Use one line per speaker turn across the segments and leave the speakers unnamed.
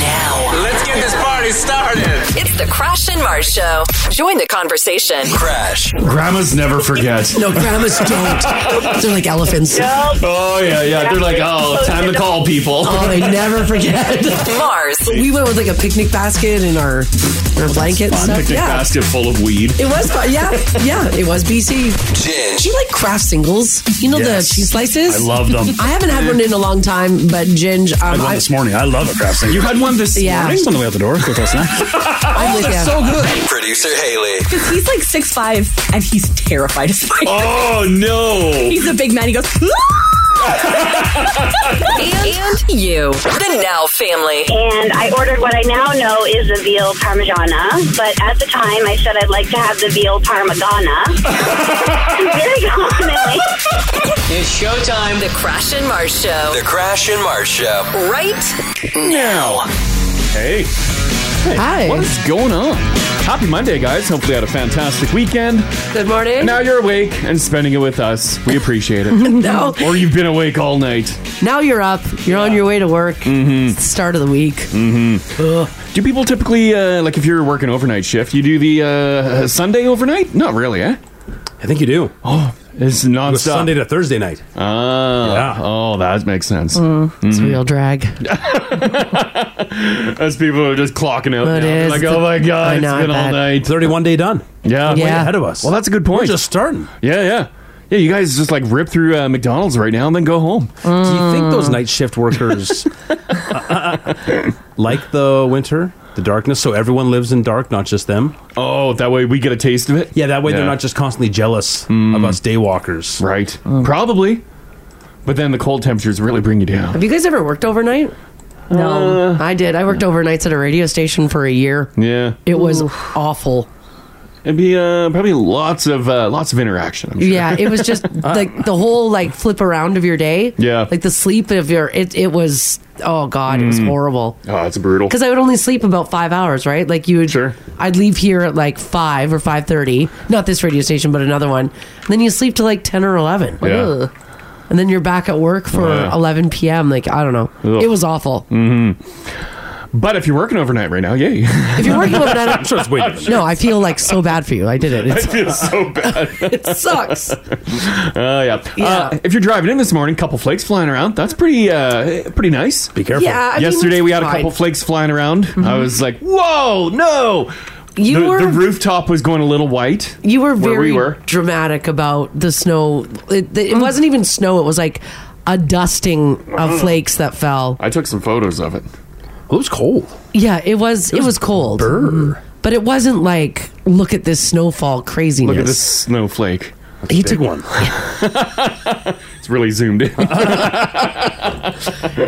now.
Let's get this party started.
It's the Crash and Mars Show. Join the conversation.
Crash.
Grandmas never forget.
No, grandmas don't. They're like elephants.
Oh yeah, yeah. They're like, oh, time to call people.
Oh, they never forget.
Mars.
we went with like a picnic basket and our our blanket.
Fun
stuff.
picnic
yeah.
basket full of weed.
It was fun. Yeah, yeah. It was BC.
Ginge.
Do you like craft singles? You know
Yes.
the cheese slices.
I love them.
I haven't had one in a long time, but Ginge,
I
um,
had one
I,
this morning. I love a craft single.
You had one this
Yeah.
morning?
It's on the way out the door. Go close enough.
I'm with you.
So good.
Producer Haley.
Because he's like six five and he's terrified of spiders.
Oh no.
He's a big man. He goes, "Ah!"
And you. The Now family.
and I ordered what I now know is the veal parmigiana. But at the time, I said I'd like to have the veal parmigiana. Very commonly.
The Crash and Mars Show.
The Crash and Mars Show.
Right
Now.
Hey.
Hi.
What is going on? Happy Monday, guys. Hopefully you had a fantastic weekend.
Good morning.
And now you're awake and spending it with us. We appreciate it.
No.
or you've been awake all night.
Now you're up. You're on your way to work.
Mm-hmm.
It's the start of the week.
Hmm. Do people typically, uh, like if you're working overnight shift, you do the uh, Sunday overnight? Not really, eh? Oh,
I think you do.
It's nonstop.
It's Sunday to Thursday night.
Ah.
Yeah.
Oh, that makes sense. Mm-hmm.
It's real drag.
As people are just clocking out.
It
now. They're
is.
Like, oh my
I
God,
know,
it's been
I
all
bet.
night.
31 day done.
Yeah.
Yeah.
Way ahead of us.
Well, that's a good point.
We're just starting.
yeah, yeah. Yeah, you guys just like rip through uh, McDonald's right now and then go home.
Mm.
Do you think those night shift workers like the winter, the darkness, so everyone lives in dark, not just them?
Oh, that way we get a taste of it?
Yeah, that way
Yeah. Hmm.
they're not just constantly jealous of us day walkers.
Right.
Mm.
Probably. But then the cold temperatures really bring you down.
Have you guys ever worked overnight?
no.
I did. I worked overnights at a radio station for a year.
Yeah.
It was awful.
It'd be uh, probably lots of uh, lots of interaction. I'm sure.
Yeah, it was just like the whole like flip around of your day.
Yeah.
like the sleep of your it. It was oh god, it was horrible.
Oh, it's brutal.
Because I would only sleep about five hours, right? Like you would.
Sure.
I'd leave here at like five or five thirty. Not this radio station, but another one. And then you sleep till like ten or eleven. Like,
Yeah.
ugh. And then you're back at work for
Yeah.
11 p.m. Like I don't know,
Ugh. Mm-hmm.
it was awful.
But if you're working overnight right now, yay.
If you're working overnight,
I'm sure it's way different.
No, I feel like so bad for you. I did it.
I
It's,
feel so bad.
it sucks.
Uh, yeah. Uh,
Yeah.
if you're driving in this morning, couple flakes flying around. That's pretty uh, pretty nice.
Be careful.
Yeah. I mean,
Yesterday we had a
fine. Mm-hmm.
couple flakes flying around. I was like, whoa, no.
You
the,
were
the rooftop was going a little white.
you were
where
very
we were.
dramatic about the snow. It, it wasn't even snow. It was like a dusting
Mm.
of flakes that fell.
I took some photos of it.
It was cold.
Yeah, it was. It was, cold. Mm-hmm. But it wasn't like look at this snowfall craziness.
Look at this snowflake.
He
Big
took
one.
It's really zoomed in.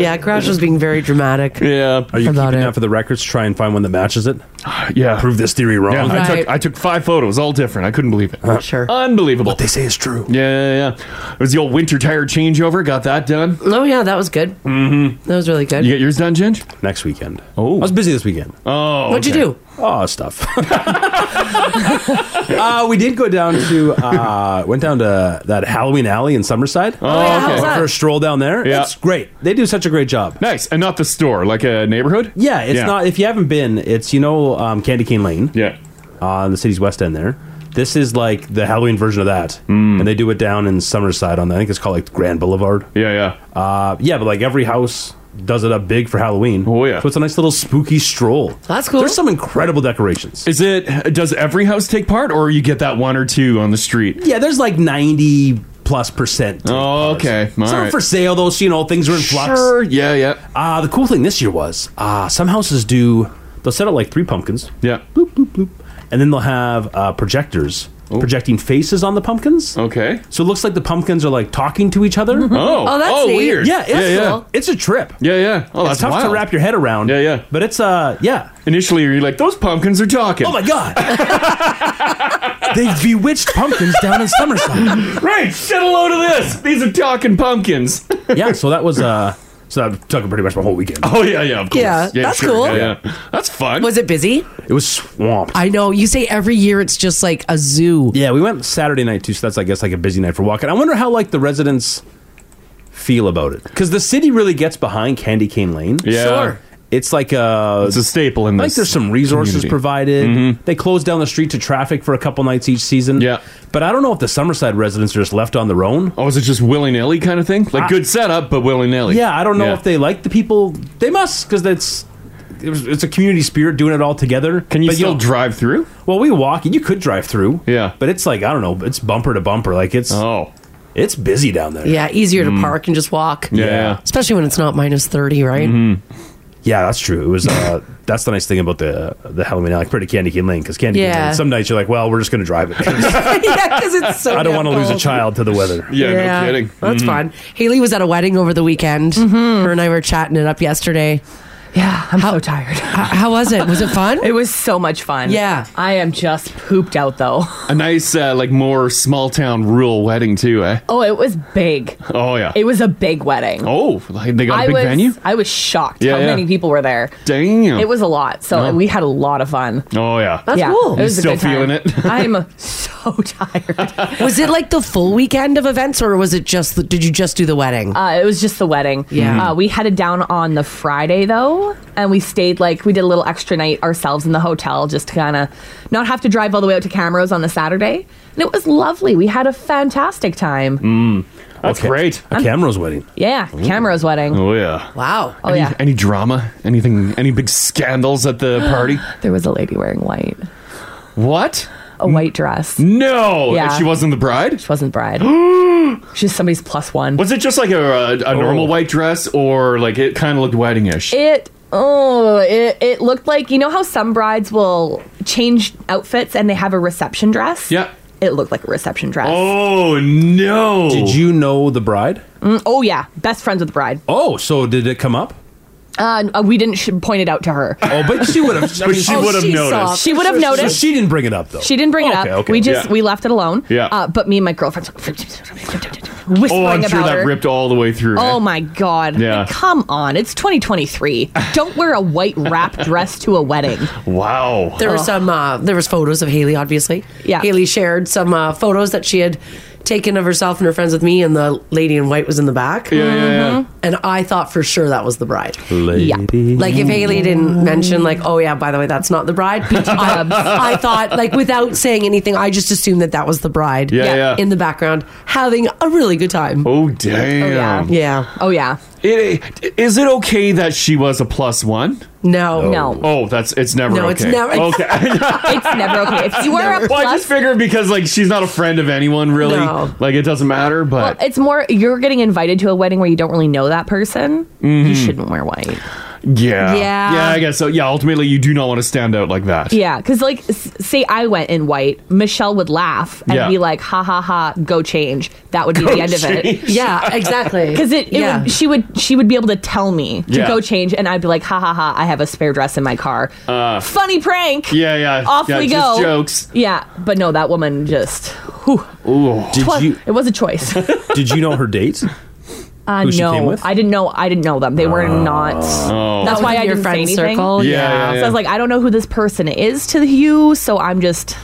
yeah. Crash was being very dramatic.
yeah.
Are you
About
keeping
it.
that for the records? Try and find one that matches it.
Yeah.
Prove this theory wrong.
Yeah, I
Right.
took I took five photos, all different. I couldn't believe it.
Uh, Sure.
Unbelievable.
They say it's true.
Yeah, yeah, yeah. It was the old winter tire changeover. Got that done.
Oh yeah, that was good. Mm-hmm. That was really good.
You get yours done, Ginge?
Next weekend.
Oh.
I was busy this weekend.
Oh.
What'd
okay.
you do?
Oh, stuff. uh, we did go down to uh, went down to that Halloween alley in Summerside.
Oh,
yeah, how
okay.
was that?
First stroll down there.
Yeah.
It's great. They do such a great job.
Nice. And not the store, like a neighborhood?
Yeah, it's not. If you haven't been, it's you know um, Candy Cane Lane
Yeah.
on the city's west end there. This is like the Halloween version of that,
Mm.
and they do it down in Summerside on I think it's called like Grand Boulevard.
Yeah, yeah.
Uh, yeah, but like every house does it up big for Halloween.
Oh, yeah.
so it's a nice little spooky stroll.
That's cool.
There's some incredible decorations.
Is it does every house take part or you get that one or two on the street?
Yeah, there's like 90 plus percent.
Oh, okay. All
Some are
right.
for sale, though, so you know things are in flux.
Sure. Yeah, yeah.
Uh, the cool thing this year was uh, some houses do, they'll set out like three pumpkins,
Yeah.
and then they'll have uh, projectors projecting faces on the pumpkins.
Oh. Okay.
So it looks like the pumpkins are like talking to each other.
Oh.
Oh, that's
oh,
neat.
weird.
Yeah, it's,
yeah, yeah.
cool.
it's a trip.
Yeah, yeah. Oh, that's
it's tough
wild.
to wrap your head around.
Yeah, yeah.
But it's, uh, yeah.
Initially, you're like, those pumpkins are talking.
Oh my God. They've bewitched pumpkins down in Summerside.
Right. Said hello to this. These are talking pumpkins.
Yeah, so that was, uh, so that took pretty much my whole weekend.
oh yeah, yeah. Of course.
Yeah, that's cool.
Yeah, yeah. That's fun.
Was it busy?
It was swamped.
I know. You say every year it's just like a zoo.
Yeah, we went Saturday night too, so that's I guess like a busy night for walking. I wonder how like the residents feel about it because the city really gets behind Candy Cane Lane.
Yeah. Sure.
It's like a
It's a staple in
I
this.
think there's some resources
community. Mm-hmm.
provided. They close down the street to traffic for a couple nights each season.
Yeah.
But I don't know if the Summerside residents are just left on their own.
Oh, is it just willy nilly kind of thing? Like
I-
good setup, but willy nilly.
Yeah, I don't know if they like the people. They must because that's it was- it's a community spirit doing it all together.
Can you
but
still
you'll-
drive through?
Well, we walk and you could drive through.
Yeah.
But it's like I don't know. It's bumper to bumper. Like it's
Oh,
it's busy down there.
Yeah, easier to park and just walk.
Mm. yeah. Mm-hmm.
Especially when it's not minus 30, right?
Yeah, that's true. It was. Uh, that's the nice thing about the the Halloween like pretty Candy Cane Lane because Candy Cane
Yeah.
Lane. Some nights you're like, well, we're just gonna drive it. I
yeah, because it's so
don't want to
damn
lose a
cold.
child to the weather.
Yeah, no kidding. Mm-hmm.
That's fun. Haley was at a wedding over the weekend. Her and I were chatting it up yesterday.
Mm-hmm. Yeah, I'm so tired.
H- How was it? Was it fun?
It was so much fun.
Yeah.
I am just pooped out though.
A nice, uh, like more small town rural wedding too, eh?
Oh, it was big.
Oh yeah.
It was a big wedding.
oh, like they got a
I
big
was
venue.
I was shocked
Yeah,
how
yeah.
many people were there.
Damn.
It was a lot. So we had a lot of fun.
Oh yeah.
That's cool.
It was
still
a good time.
feeling it?
I'm so tired.
was it like the full weekend of events or was it just, the, did you just do the wedding?
Uh, it was just the wedding.
Yeah.
Uh, we headed down on the Friday though, and we stayed like we did a little extra night ourselves in the hotel just to kind of not have to drive all the way out to Camrose on the Saturday. And it was lovely. We had a fantastic time.
Mm. That's
Okay.
great.
A Camrose wedding.
Yeah, Camrose wedding.
Oh yeah.
wow.
Oh yeah.
Any drama? Anything? Any big scandals at the party?
There was a lady wearing white,
what?
a white dress. She
No.
Yeah.
She wasn't the bride.
wasn't bride. She's somebody's plus one.
Was it just like a a, a normal white dress, or like it kind of looked weddingish?
It oh, it it looked like you know how some brides will change outfits and they have a reception dress.
yeah.
It looked like a reception dress. Oh,
Oh no.
Did you know the bride?
Mm, oh, yeah, best friends with the bride.
Oh, so did it come up?
Uh, uh, we didn't sh- point it out to her.
Oh, but she would have.
But she would have
she
noticed.
saw.
She would have
So
noticed.
oh, she didn't bring it up though. Oh,
She didn't bring it up.
Okay, okay.
we just
Yeah.
we left it alone.
Yeah.
Uh, but me and my girlfriend whispering
Oh, I'm
about
sure that
her.
ripped all the way through.
Oh
eh?
my god!
Yeah.
Like, come on, it's 2023. Don't wear a white wrap dress to a wedding.
Wow. Oh.
There were some. Uh, there was photos of Haley, obviously.
Yeah.
Haley shared some uh, photos that she had taken of herself and her friends with me, and the lady in white was in the back.
yeah, yeah, yeah.
And I thought for sure that was the bride.
Mm-hmm. Yeah.
Like if Haley didn't mention, like, oh yeah, by the way, that's not the bride. I, I thought, like, without saying anything, I just assumed that that was the bride.
Yeah, yeah.
In the background, having a really good time.
Oh damn.
yeah.
Yeah.
Oh yeah.
It, is it okay that she was a plus one?
No.
No.
Oh, that's it's never.
No,
okay.
it's never-
okay.
It's never okay. If you are a
well, I
plus,
just figured because like she's not a friend of anyone really.
No.
Like it doesn't matter, but
it's more you're getting invited to a wedding where you don't really know that person. You
Mm-hmm.
shouldn't wear white.
yeah,
Yeah.
yeah. I guess so. Yeah, ultimately you do not want to stand out like that.
Yeah, because like, s- say I went in white, Michelle would laugh and
Yeah.
be like, "Ha ha ha, go change." That would be the end of it.
Yeah. Exactly.
Because it, it
yeah.
would, she would she would be able to tell me to
Yeah.
go change, and I'd be like, "Ha ha ha, I have a spare dress in my car." Funny prank.
Uh. yeah, yeah.
Off
yeah,
we
just
go.
Jokes.
Yeah, but no, that woman just. Whew,
Did
twa-
you
it was a choice.
did you know her date?
Uh,
Who she
no,
came with? Oh.
I didn't know. I didn't know them. They were not. That's why I
Oh, Your
didn't say
friend's
anything.
circle?
Yeah, Oh. yeah, yeah.
So I was like, I don't know who this person is to you, so I'm just,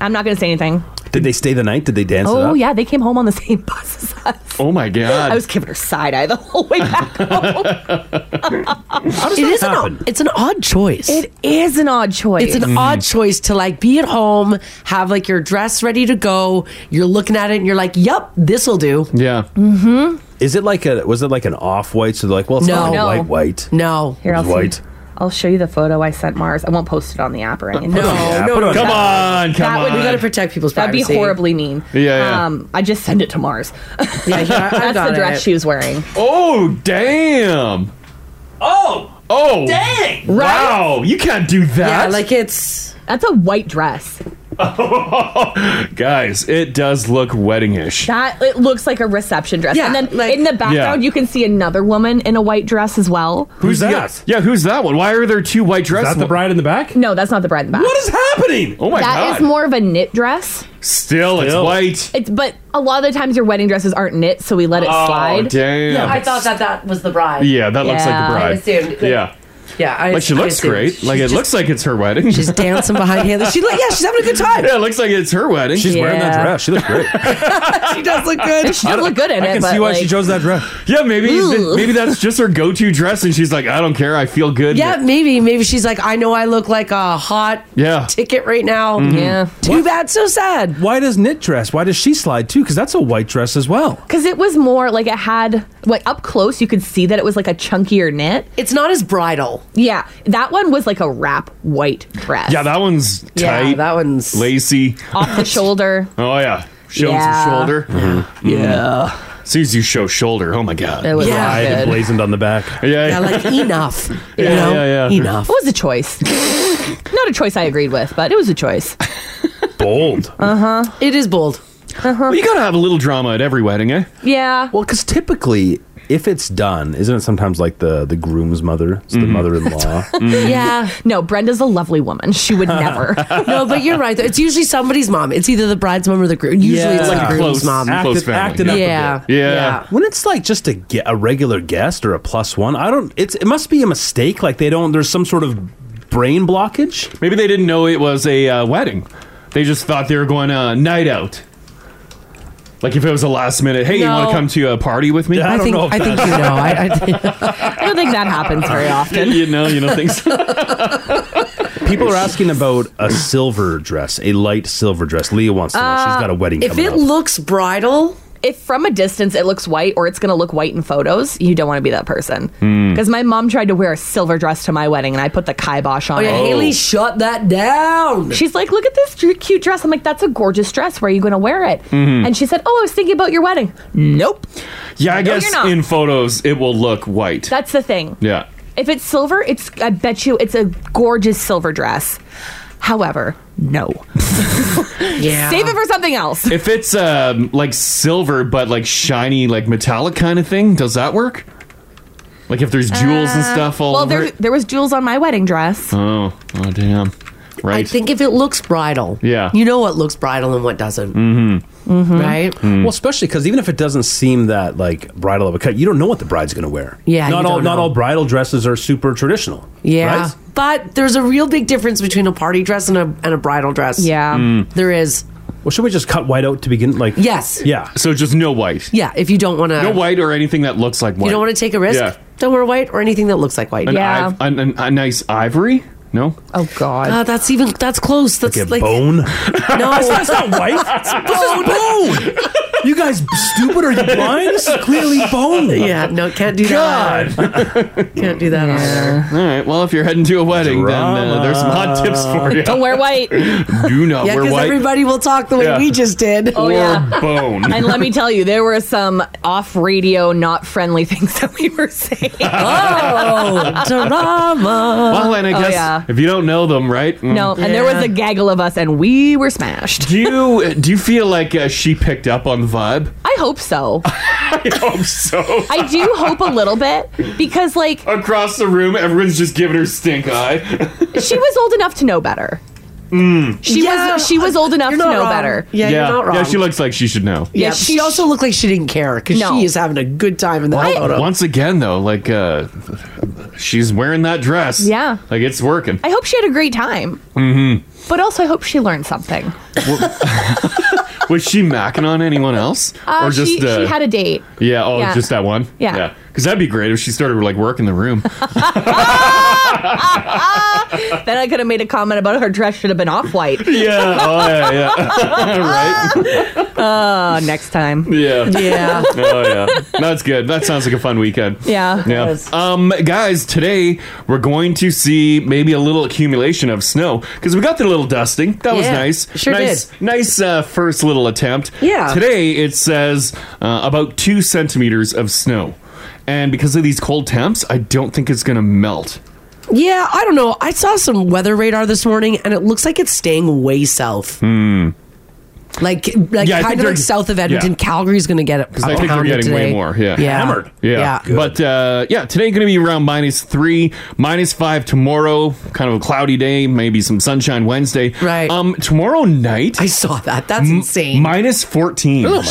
I'm not going to say anything.
Did they stay the night? Did they dance? it
Oh
up?
yeah, they came home on the same bus as us.
Oh my god.
I was giving her side eye the whole way back.
It is an
happen? Mm.
odd, it's an odd choice.
it is an odd choice.
It's an odd choice to like be at home, have like your dress ready to go. You're looking at it and you're like, "Yep, this'll do."
yeah.
Mm-hmm.
Is it like a? Was it like an off white? So they're like, well, it's
No.
not
No.
white, white.
No,
Here,
It
I'll
was white.
see- I'll show you the photo I sent Mars. I won't post it on the app or anything.
no,
Yeah,
no.
put
no,
on-
no.
Come on, come
That would
on.
be
You gotta protect people's
That'd be
privacy.
horribly mean.
Yeah, yeah.
Um, I just send it to Mars.
Yeah, here, I- I
That's
got
the dress
it.
she was wearing.
oh damn. Oh. Oh. Dang. Wow. You can't do
Yeah,
that.
like it's
That's a white dress.
guys, it does look weddingish.
That it looks like a reception dress.
Yeah,
and then
like-
in the background
Yeah.
you can see another woman in a white dress as well.
Who's
the-
that?
Yeah, who's that one? Why are there two white dresses?
Is that the bride in the back?
No, that's not the bride in the back.
What is happening?
Oh my
That
god.
is more of a knit dress.
Still, it's
Still.
white.
It's but a lot of the times your wedding dresses aren't knit, so we let it
Oh
slide.
damn.
I thought that that was the bride.
Yeah, that looks like
Yeah.
the bride.
I assumed.
Yeah.
Yeah, I,
like she
I
looks
assumed.
great.
She's
Like it
just-
looks like it's her wedding.
She's dancing behind him. She look, yeah, she's having a good time.
Yeah, it looks like it's her wedding.
She's wearing that
Yeah.
dress. She looks great.
She does look good.
She does look good in
I
it,
can
but
see why
like,
she chose that dress.
Yeah, maybe
Ooh.
maybe that's just her go-to dress, and she's like, I don't care, I feel good.
Yeah, maybe, maybe she's like, I know I look like a hot
Yeah.
ticket right now.
Oh,
Mm-hmm.
Mm-hmm.
yeah,
Too bad, so sad.
Why does knit dress? Why does she slide too? Because that's a white dress as well.
because it was more like it had like up close you could see that it was like a chunkier knit.
It's not as bridal.
Yeah, that one was like a wrap white dress.
yeah, that one's tight.
Yeah, that one's-
lacy.
off the shoulder.
Oh yeah, showing
Yeah.
some shoulder.
Mm-hmm.
Yeah. As soon as you show shoulder, oh my god.
It was
Yeah.
not
I had it
good.
blazoned on the back.
yeah,
Yeah, like enough. You
Yeah,
know?
yeah, yeah.
Enough.
It was a choice. Not a choice I agreed with, but it was a choice.
Bold.
It is bold.
Well, you gotta have a little drama at every wedding, eh?
Yeah.
Well, because typically, if it's done, isn't it sometimes like the the groom's mother, it's the
Mm-hmm.
mother-in-law?
Yeah. Mm. No, Brenda's a lovely woman. She would never.
No, but you're right. though. It's usually somebody's mom. It's either the bride's mom or the groom. Usually it's
Yeah.
the groom's
Close.
mom.
Close
Acted-
family,
acted
yeah.
up a
Yeah.
bit.
Yeah.
When it's like just a ge- a regular guest or a plus one, I don't. It's it must be a mistake. Like they don't. There's some sort of brain blockage.
Maybe they didn't know it was a uh, wedding. They just thought they were going a night out. Like if it was a last minute, hey, you
No.
want to come to a party with me?
I
I
don't
think
know if
I think you know. I, I think
I don't think that happens very often.
you know, you don't think so.
People are asking about a silver dress, a light silver dress. Leah wants to know. She's got a wedding
Uh, if
coming
it
up.
looks bridal,
If from a distance it looks white or it's going to look white in photos, you don't want to be that person.
Hmm.
Because my mom tried to wear a silver dress to my wedding and I put the kibosh on
oh yeah,
it.
Haley, shut that down.
She's like, look at this dr- cute dress. I'm like, that's a gorgeous dress. Where are you going to wear it?
Mm-hmm.
And she said, oh, I was thinking about your wedding. Nope.
Yeah, I
No,
guess
you're not.
in photos it will look white.
That's the thing.
yeah.
If it's silver, it's I bet you it's a gorgeous silver dress. However, no.
Yeah.
Save it for something else.
If it's um, like silver but like shiny, like metallic kind of thing, does that work? Like if there's jewels
Uh,
and stuff all
Uh, Well,
over
there
it.
there was jewels on my wedding dress.
Oh, oh damn! Right.
I think if it looks bridal,
Yeah.
you know what looks bridal and what doesn't, mm-hmm. right?
Mm-hmm.
Well, especially because even if it doesn't seem that like bridal of a cut, you don't know what the bride's going to wear.
Yeah,
not
you
all
don't
not
know.
all bridal dresses are super traditional.
Yeah,
right?
but there's a real big difference between a party dress and a and a bridal dress.
Yeah.
there is.
Mm. Well, should we just cut white out to begin? Like,
Um, Yes.
yeah.
Hmm. so. Just no white.
Yeah, if you don't want to,
No white or anything that looks like white.
you don't want to take a risk.
Yeah.
Don't wear white or anything that looks like white.
An
Yeah.
iv- an, an, a nice ivory. No.
Oh God.
Uh, that's even that's close. That's
Like a
like,
bone.
no.
Oh, That's not white.
Oh, no.
you guys stupid? Are you blind? This is clearly bone.
Yeah, no, can't do that. can't do that either.
All right. Well, if you're heading to a wedding, then uh,
Drama.
there's some hot tips for you.
Don't wear white. and
Do not
Yeah,
wear
because
white
everybody will talk the way
Yeah.
we just did.
or
Oh, yeah.
bone.
let me tell you, there were some off radio, not friendly things that we were saying.
Oh, drama.
well, and I guess
Oh, yeah.
if you don't know them, right? mm.
no, and there was
Yeah.
a gaggle of us, and we were smashed.
Do you do you feel like uh, she picked up on the vibe?
I hope so.
I hope so.
Oh. I do hope a little bit because, like,
Across the room, everyone's just giving her stink eye.
she was old enough to know better. She
Yeah, uh,
was she was old enough to
You're not
know
wrong.
better.
Yeah, you're not wrong.
Mm. yeah, she looks like she should know.
Yeah,
Yeah,
she
she-
also looked like she didn't care because
No.
she is having a good time in that photo.
Once again, though, like uh, she's wearing that dress.
Yeah.
like it's working.
I hope she had a great time. Mm-hmm. But also, I hope she learned something.
Was she macking on anyone else,
Uh, she, she had a date.
yeah? Oh,
yeah.
just that one.
Yeah.
because that'd be great if she started like working the room.
Then I could have made a comment about her dress should have been off white.
yeah. Oh yeah. Yeah. right.
Uh, next time.
Yeah.
yeah.
Oh yeah. That's good. That sounds like a fun weekend.
Yeah.
Yeah.
Yes.
Um, guys, today we're going to see maybe a little accumulation of snow because we got the little dusting. That was
Yeah,
nice.
sure
nice, nice uh, first little attempt.
Yeah.
Today it says uh, about two centimeters of snow, and because of these cold temps, I don't think it's going to melt.
Yeah, I don't know. I saw some weather radar this morning, and it looks like it's staying way south. Like, like
Yeah, I
kind
think
of
they're-
like south of Edmonton.
yeah.
Calgary's going to get it.
I think they're
pounded
getting way
today.
more, yeah.
yeah,
Hammered.
Yeah,
yeah.
but uh, yeah, today going to be around minus three, minus five tomorrow. Kind of a cloudy day, maybe some sunshine Wednesday.
Right.
Um, tomorrow night,
I saw that. That's insane.
minus fourteen.
yeah,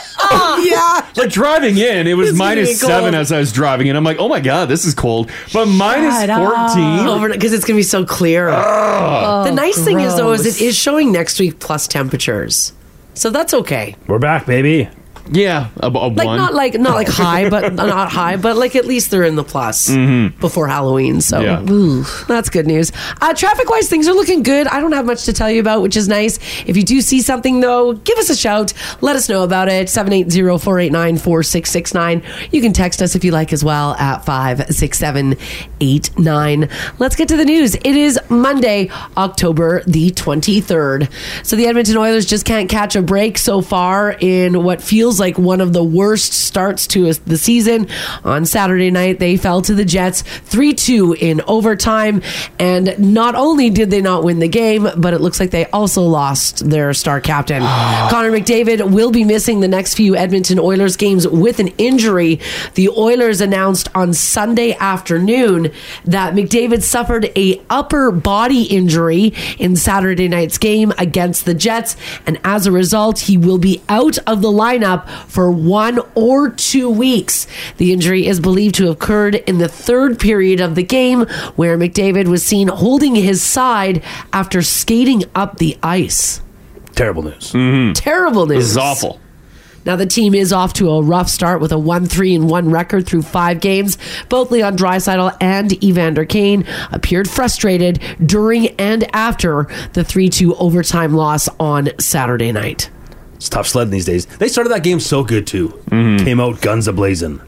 yeah.
Like driving in, it was
It's gonna be
minus
cold.
seven as I was driving in. I'm like, oh my god, this is cold. But minus
Shut
fourteen.
because it's gonna be so clear. the nice thing is though is it is showing next week plus temperatures, so that's okay.
We're back, baby.
Yeah, a, a
Like
one.
not like not like high, but not high, but like at least they're in the plus before Halloween. So
Mm-hmm. Yeah.
Ooh, that's good news. Uh, traffic wise, things are looking good. I don't have much to tell you about, which is nice. If you do see something though, give us a shout. Let us know about it. 780-489-4669. You can text us if you like as well at five six seven eight nine. Let's get to the news. It is Monday, October the twenty third. So the Edmonton Oilers just can't catch a break so far in what feels like one of the worst starts to a- the season. On Saturday night, they fell to the Jets 3 2 in overtime. And not only did they not win the game, but it looks like they also lost their star captain. Connor McDavid will be missing the next few Edmonton Oilers games with an injury. The Oilers announced on Sunday afternoon that McDavid suffered a upper body injury in Saturday night's game against the Jets, and as a result, he will be out of the lineup for one or two weeks. The injury is believed to have occurred in the third period of the game, where McDavid was seen holding his side after skating up the ice.
Terrible news.
Terrible news.
Mm-hmm. this is awful.
Now, the team is off to a rough start with a 1 3 and 1 record through five games. Both Leon Dreisidel and Evander Kane appeared frustrated during and after the 3 2 overtime loss on Saturday night.
It's tough sledding these days. They started that game so good too. Came out guns a blazing.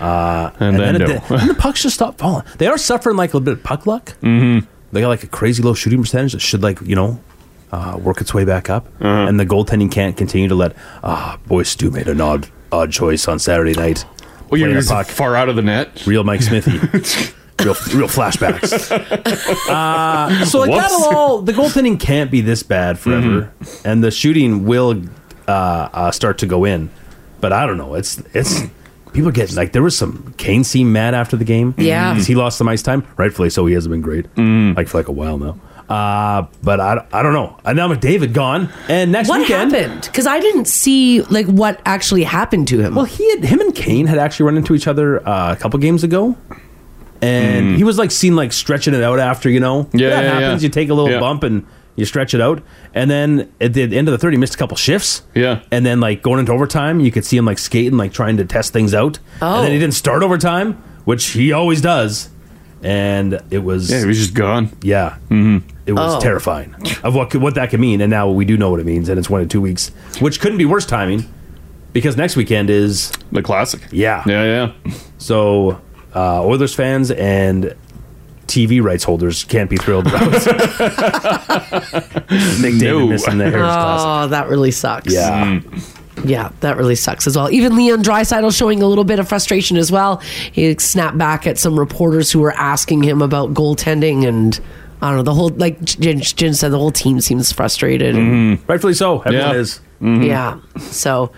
Uh,
Mm-hmm. And then
it-
no.
and the pucks just stopped falling. They are suffering like a little bit of puck luck. Mm-hmm. They got like a crazy low shooting percentage that should like you know uh, work its way back up.
Uh-huh.
And the goaltending can't continue to let. Ah, boy, Stu made an odd odd choice on Saturday night.
Well, you're
Playing a
just
puck.
far out of the net.
Real Mike Smithy. real real flashbacks. uh, so like
Whoops.
that'll all the goaltending can't be this bad forever, and the shooting will uh, uh, start to go in. But I don't know. It's it's people get like there was some Kane seemed mad after the game.
Yeah. Mm-hmm.
'Cause he lost some ice time, rightfully so. He hasn't been great like for like a while now. Uh, but I, I don't know. And now McDavid gone, and next
What
weekend.
happened? Because I didn't see like what actually happened to him.
Well, he had him and Kane had actually run into each other uh, a couple games ago, and he was like seen like stretching it out after you know
Hmm. Yeah,
that
yeah, yeah.
happens. You take a little
Yeah.
bump and you stretch it out, and then at the end of the third, he missed a couple shifts.
Yeah.
and then like going into overtime, you could see him like skating, like trying to test things out.
Oh.
and then he didn't start overtime, which he always does, and it was
Yeah,
yeah.
he was just gone.
Mm-hmm. It was
Oh.
terrifying of what could, what that could mean, and now we do know what it means, and it's one in two weeks, which couldn't be worse timing, because next weekend is
The classic.
yeah.
Yeah, yeah.
So uh, Oilers fans and TV rights holders can't be thrilled about McDavid
No. Mm-hmm.
missing the Harris class.
Oh, that really sucks.
Yeah.
Yeah, that really sucks as well. Even Leon Dreisidel showing a little bit of frustration as well. He snapped back at some reporters who were asking him about goaltending and I don't know the whole like Jin, Jin said the whole team seems frustrated.
Mm-hmm. Rightfully so. Everyone
Yeah. Mm-hmm.
is.
Yeah, so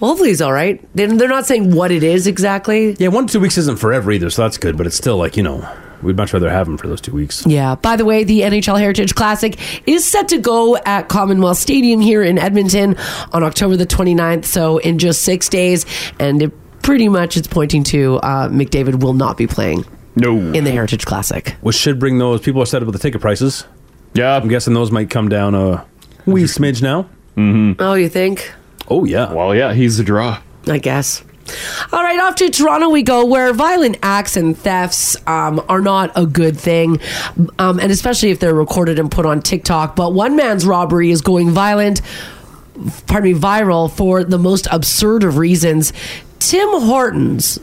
well, hopefully he's all right. They- They're not saying what it is exactly.
Yeah, one to two weeks isn't forever either, so that's good, but it's still like, you know, we'd much rather have him for those two weeks.
Yeah. Uh, By the way, the NHL Heritage Classic is set to go at Commonwealth Stadium here in Edmonton on October the 29th. So in just six days, and it pretty much it's pointing to uh, McDavid will not be playing
No.
in the Heritage Classic.
Which should bring those people are set up with the ticket prices.
yeah,
I'm guessing those might come down a wee smidge now.
Oh, you think?
Oh yeah.
Mm-hmm. Well, yeah, he's a draw.
I guess. All right, off to Toronto we go, where violent acts and thefts um, are not a good thing, um, and especially if they're recorded and put on TikTok. But one man's robbery is going violent, pardon me, viral for the most absurd of reasons. Tim Hortons.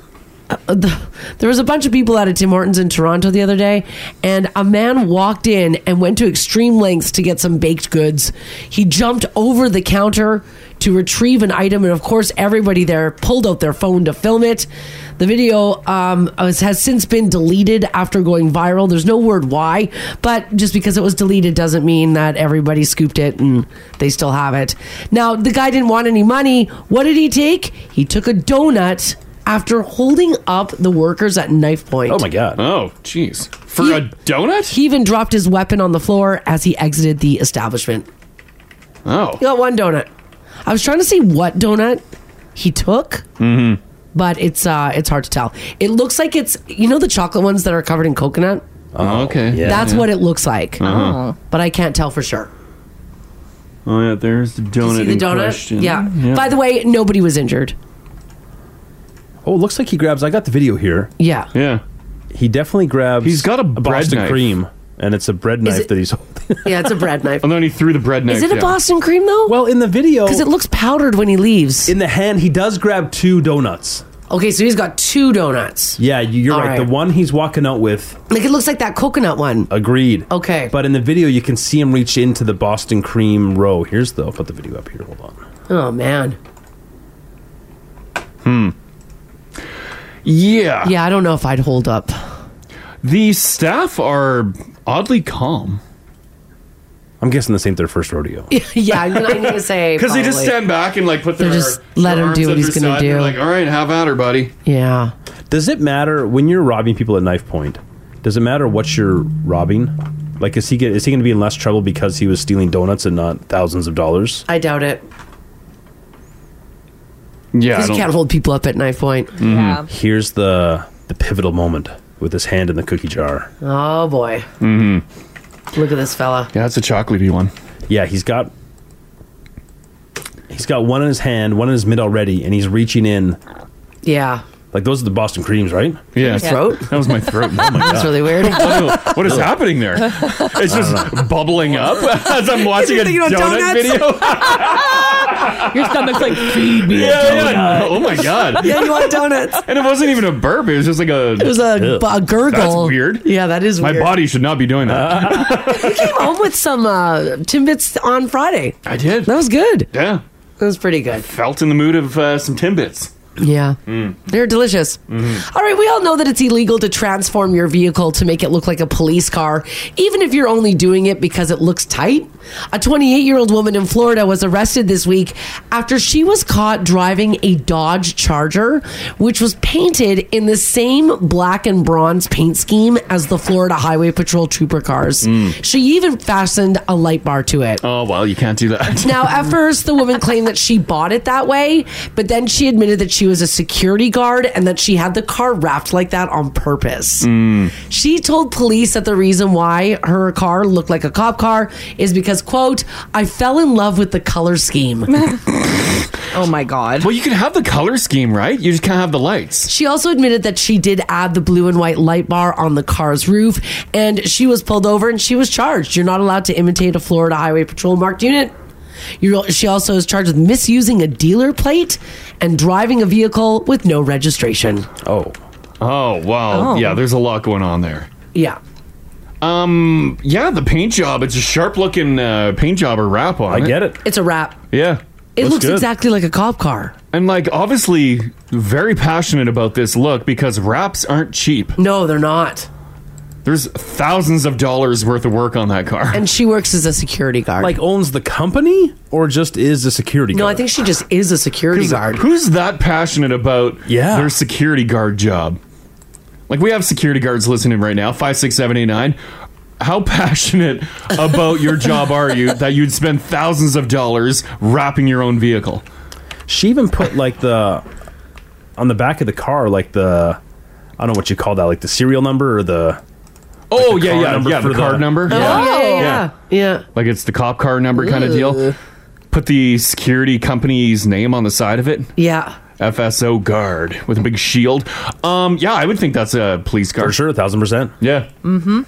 uh, the- There was a bunch of people out of Tim Hortons in Toronto the other day, and a man walked in and went to extreme lengths to get some baked goods. He jumped over the counter to retrieve an item, and of course, everybody there pulled out their phone to film it. The video um, has has since been deleted after going viral. There's no word why, but just because it was deleted doesn't mean that everybody scooped it and they still have it. Now, the guy didn't want any money. What did he take? He took a donut after holding up the workers at knife point.
Oh my god.
Oh, jeez. For
He-
a donut?
He even dropped his weapon on the floor as he exited the establishment.
oh.
He got one donut. I was trying to see what donut. he took.
Mm-hmm.
But it's uh, it's hard to tell. It looks like it's you know the chocolate ones that are covered in coconut.
Oh, okay.
That's what it looks like.
Uh-huh.
But I can't tell for sure.
Oh yeah, there's the donut.
See the
in
donut?
question.
Yeah. By the way, nobody was injured.
Oh, it looks like he grabs. I got the video here.
Yeah.
yeah.
He definitely grabs.
He's got a bread
Boston
knife.
cream, and it's a bread knife
it-
that he's holding.
Yeah, it's a bread knife.
And then he threw the bread knife.
Is it a
yeah.
Boston cream though?
well, in the video,
Because it looks powdered when he leaves.
in the hand, he does grab two donuts.
Okay, so he's got two donuts.
Yeah, you- you're
All right.
right. The one he's walking out with,
Like it looks like that coconut one.
agreed.
Okay.
But in the video, you can see him reach into the Boston cream row. Here's the. I'll put the video up here. Hold on.
Oh man.
Hmm. Yeah.
Yeah, I don't know if I'd hold up.
The staff are oddly calm
I'm guessing this ain't their first rodeo.
yeah, I'm gonna, I'm gonna say
because they just
probably.
stand back and like put their
They're just let
their
him do what
arms at
he's
their
gonna
side, and they're
do.
Like, all right, have at her, buddy.
Yeah.
Does it matter when you're robbing people at knife point? Does it matter what you're robbing? Like, is he get, is he going to be in less trouble because he was stealing donuts and not thousands of dollars?
I doubt it.
Yeah. I
Because you
don't-
can't hold people up at knife point.
Yeah.
Mm-hmm. Here's the the pivotal moment with his hand in the cookie jar.
Oh boy. Mm-hmm. Look at this fella.
yeah, it's a chocolatey one.
Yeah, he's got he's got one in his hand, one in his mid already, and he's reaching in.
Yeah.
Like those are the Boston creams, right?
Yeah.
Throat.
That was my throat. Oh my
That's really weird.
what is happening there? It's just bubbling up as I'm watching a
thinking
donut
about donuts?
video.
Your stomach's like, feed me.
yeah, yeah. Oh my god!
yeah, you want donuts?
And it wasn't even a burp. It was just like a.
It was a, a gurgle.
That's weird.
Yeah, that is
my
weird.
body should not be doing that.
came home with some uh, Timbits on Friday.
I did.
That was good.
Yeah.
That was pretty good.
Felt in the mood of uh, some Timbits. Mm. Mm-hmm.
Yeah. They're delicious. All right, we all know that it's illegal to transform your vehicle to make it look like a police car, even if you're only doing it because it looks tight. A 28 year old woman in Florida was arrested this week after she was caught driving a Dodge Charger, which was painted in the same black and bronze paint scheme as the Florida Highway Patrol trooper cars. She even fastened a light bar to it.
Mm. Oh well, you can't do that.
Now, at first, the woman claimed that she bought it that way, but then she admitted that she was a security guard and that she had the car wrapped like that on purpose. She told police that the reason why her car looked like a cop car is because, quote, I fell in love with the color scheme.
Oh my god.
Well, you can have the color scheme, right? You just can't have the lights.
She also admitted that she did add the blue and white light bar on the car's roof, and she was pulled over and she was charged. You're not allowed to imitate a Florida Highway Patrol marked unit. You're, she also is charged with misusing a dealer plate and driving a vehicle with no registration.
Oh,
Oh wow,
Oh.
yeah. There's a lot going on there. Um,
Yeah.
Yeah, the paint job. It's a sharp looking uh, paint job or wrap on.
I get it.
It's a wrap.
Yeah.
It
Looks
looks
good.
exactly like a cop car.
And like obviously very passionate about this look because wraps aren't cheap.
No, they're not.
There's thousands of dollars worth of work on that car.
And she works as a security guard.
Like owns the company or just is a security
no,
guard?
I think she just is a security guard.
Who's that passionate about
Yeah.
their security guard job? Like we have security guards listening right now, five, six, seven, eight, nine. How passionate about your job are you that you'd spend thousands of dollars wrapping your own vehicle?
She even put like the on the back of the car, like the I don't know what you call that, like the serial number or the
Oh
the
yeah,
card
yeah,
number
yeah.
for
The
the-
card number, yeah.
Oh, yeah, yeah,
Yeah.
yeah. yeah.
like it's the cop car number kind of deal. Put the security company's name on the side of it.
Yeah.
FSO guard with a big shield. Um, yeah, I would think that's a police
for
guard.
sure, a thousand percent.
Yeah,
Mm-hmm.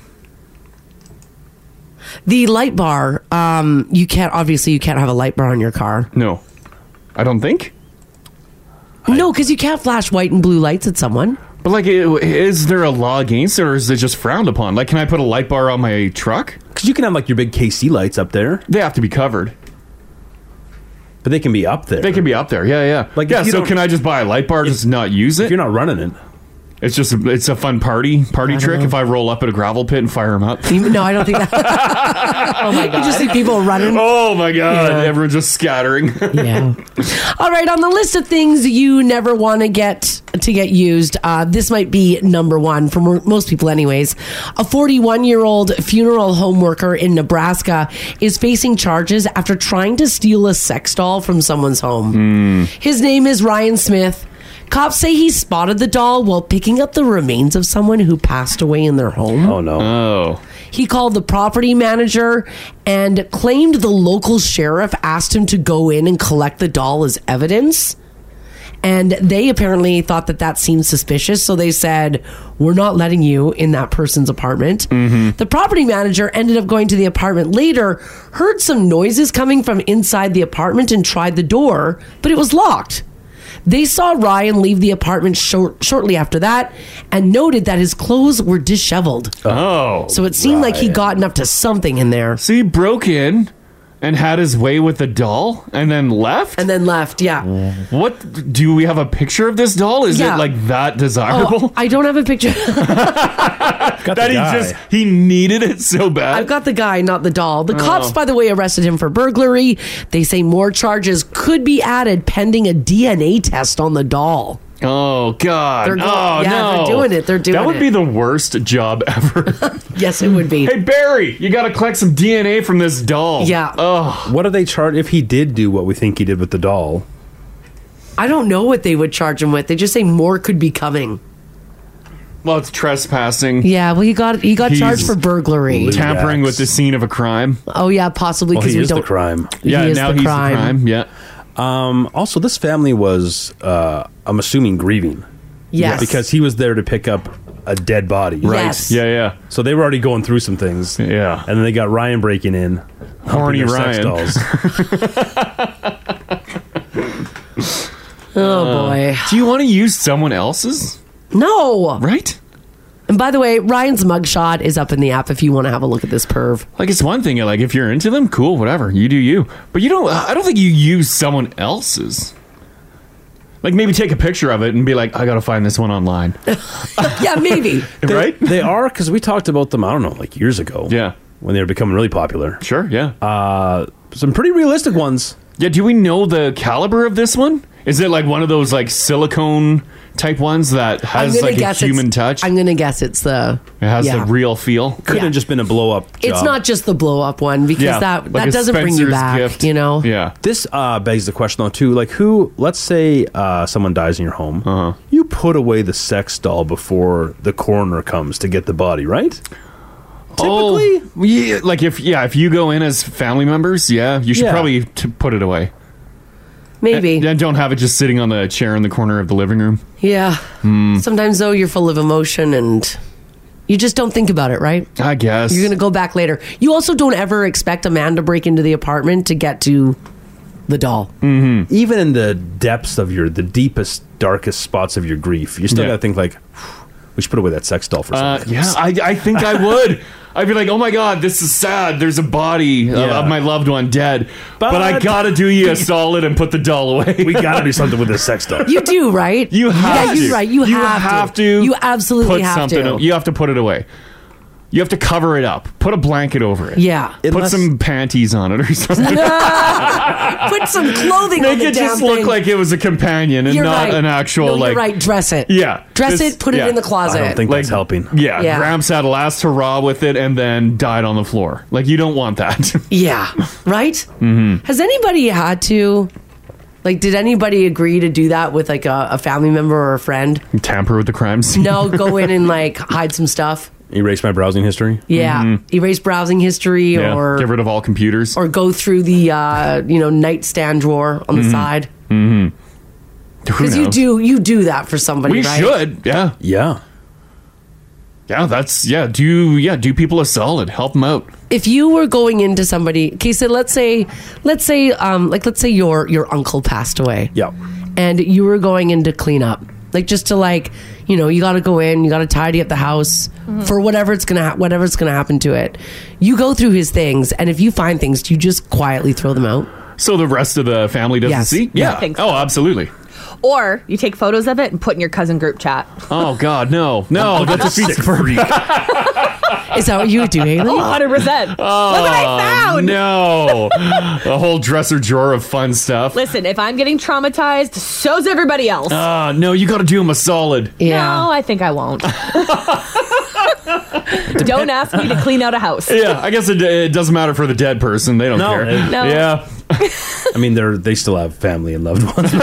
The light bar, um, you can't obviously you can't have a light bar on your car.
no, I don't think.
No, because you can't flash white and blue lights at someone.
But like, i- is there a law against it, or is it just frowned upon? Like, can I put a light bar on my truck?
Because you can have like your big KC lights up there,
They have to be covered.
but they can be up there.
They can be up there. Yeah, yeah.
Like,
yeah.
if you
So
don't-
can I just buy a light bar, just not use
if
it?
you're not running it.
It's just it's a fun party party
I don't
trick.
know.
If I roll up at a gravel pit and fire them up.
You- No, I don't think that. oh my god! You just see people running.
Oh my god!
Yeah.
Everyone's just scattering.
Yeah. All right, on the list of things you never want to get to get used, uh, this might be number one for mo- most people, anyways. A 41 year old funeral home worker in Nebraska is facing charges after trying to steal a sex doll from someone's home.
Hmm.
His name is Ryan Smith. Cops say he spotted the doll while picking up the remains of someone who passed away in their home.
Oh no.
Oh.
He called the property manager and claimed the local sheriff asked him to go in and collect the doll as evidence. And they apparently thought that that seemed suspicious. So they said, We're not letting you in that person's apartment.
Mm-hmm.
The property manager ended up going to the apartment later, heard some noises coming from inside the apartment, and tried the door, but it was locked. They saw Ryan leave the apartment short, shortly after that and noted that his clothes were disheveled.
Oh.
So it seemed like he gotten up to something in there
So he broke in and had his way with the doll and then left.
and then left. Yeah.
what do we have a picture of this doll? Is
Yeah.
it like that
Oh,
desirable?
I don't have a picture.
that he just he needed it so bad.
Oh.
Oh.
I've got the guy, not the doll. The cops, by the way, arrested him for burglary. They say more charges could be added pending a DNA test on the doll.
oh god.
They're go-
oh
yeah,
no.
they're doing it. They're doing
That would
it.
be the worst job ever.
Yes, it would be.
hey Barry, you got to collect some DNA from this doll.
Yeah.
Oh.
What are they charged if he did do what we think he did with the doll?
I don't know what they would charge him with. They just say more could be coming.
Well, it's trespassing.
Yeah, well, he got he got
He's-
charged for burglary.
Lou-
Tampering with
Yikes.
the scene of a crime.
Oh yeah, possibly
Well,
because
he
we
is
don't.
the crime.
Yeah,
is
now
the
he's
crime.
the crime. Yeah.
Um, also, this family was, uh, I'm assuming, grieving.
Yes,
Because he was there to pick up a dead body.
Right. Yes.
Yeah, yeah.
So they were already going through some things.
Yeah.
And then they got Ryan breaking in.
Horny
humping their sex
Ryan.
dolls.
oh boy,
Uh, Do you want to use someone else's?
no.
Right?
And by the way, Ryan's mugshot is up in the app if you want to have a look at this perv.
Like it's one thing. Like if you're into them, cool, whatever. You do you. But you don't. I don't think you use someone else's. Like maybe take a picture of it and be like, I gotta find this one online,
Yeah, maybe.
right?
they are, because we talked about them, I don't know, like years ago.
Yeah.
When they were becoming really popular.
Sure. Yeah.
uh, Some pretty realistic ones.
yeah. Do we know the caliber of this one? Is it like one of those like silicone type ones that has like a human
it's,
touch?
I'm gonna guess it's the.
it has
yeah.
the real feel.
Couldn't
Yeah.
have just been a blow up.
It's not just the blow up one because that
like
that
a
doesn't bring you
Spencer's
back.
gift.
You know.
Yeah.
This uh, begs the question though too. Like, who? Let's say uh, someone dies in your home.
Uh-huh.
You put away the sex doll before the coroner comes to get the body, right?
Typically, yeah, like if yeah, if you go in as family members, yeah, you should
Yeah.
probably t- put it away.
Maybe.
And don't have it just sitting on the chair in the corner of the living room. Hmm.
Yeah. Sometimes though, you're full of emotion and you just don't think about it, right?
I guess.
You're gonna go back later. You also don't ever expect a man to break into the apartment to get to the doll.
Mm-hmm.
Even in the depths of your, the deepest, darkest spots of your grief, you still
Yeah.
gotta think like, we should put away that sex doll for
uh,
something.
yeah, I, I think I would. I'd be like, oh my god, this is sad. There's a body of-
Yeah.
of my loved one dead, but, I
But-
gotta do you a solid and put the doll away.
we gotta do something with this sex doll.
You do, right?
You have
yeah, you're
to.
right. You, have, to. You absolutely
put
have
something.
to.
You have to put it away. You have to cover it up. Put a blanket over it.
yeah.
Unless-
Put some panties on it or something.
Put some clothing on
Make
the
it
damn
just look
thing.
like it was a companion and
You're
not
right.
an actual
No,
like
You're right. Dress it.
Yeah.
Dress
This-
it. Put
yeah.
it in the closet.
I don't think
Like-
that's helping.
Yeah,
Yeah.
Gramps had a last hurrah with it and then died on the floor. Like you don't want that. Mm-hmm.
Yeah. Right? Mm-hmm. Has anybody had to? Like, did anybody agree to do that with like a, a family member or a friend?
Tamper with the crime scene.
No, go in and like hide some stuff.
Erase my browsing history.
Yeah. Erase browsing history
Mm-hmm. Yeah.
or
Get rid of all computers.
or go through the uh, you know nightstand drawer on the side
Mm-hmm. Who
because you
knows?
do you do that for somebody.
We
right?
should. Yeah.
Yeah.
Yeah. That's yeah. Do yeah. Do people a solid. Help them out.
if you were going into somebody okay so let's say let's say um like let's say your your uncle passed away
Yeah.
and you were going in to clean up like just to like you know you gotta go in you gotta tidy up the house for whatever it's gonna ha- whatever it's gonna happen to it you go through his things and if you find things do you just quietly throw them out
So the rest of the family doesn't
Yes.
see.
I
Yeah.
think
Oh, absolutely.
Or you take photos of it and put in your cousin group chat.
Oh God, no, no,
I'm
Oh, that's
a
a feast
sick
freak.
Is that what you would do, Haley?
100%. Look what I found.
Oh, No, a whole dresser drawer of fun stuff.
Listen, if I'm getting traumatized, so's everybody else.
Ah, no, you got to do him a solid.
No, I think I won't. Don't ask me to clean out a house.
Yeah, I guess it, it doesn't matter for the dead person. They don't
No,
care.
it-
No.
Yeah.
I mean, they're they still have family and loved ones.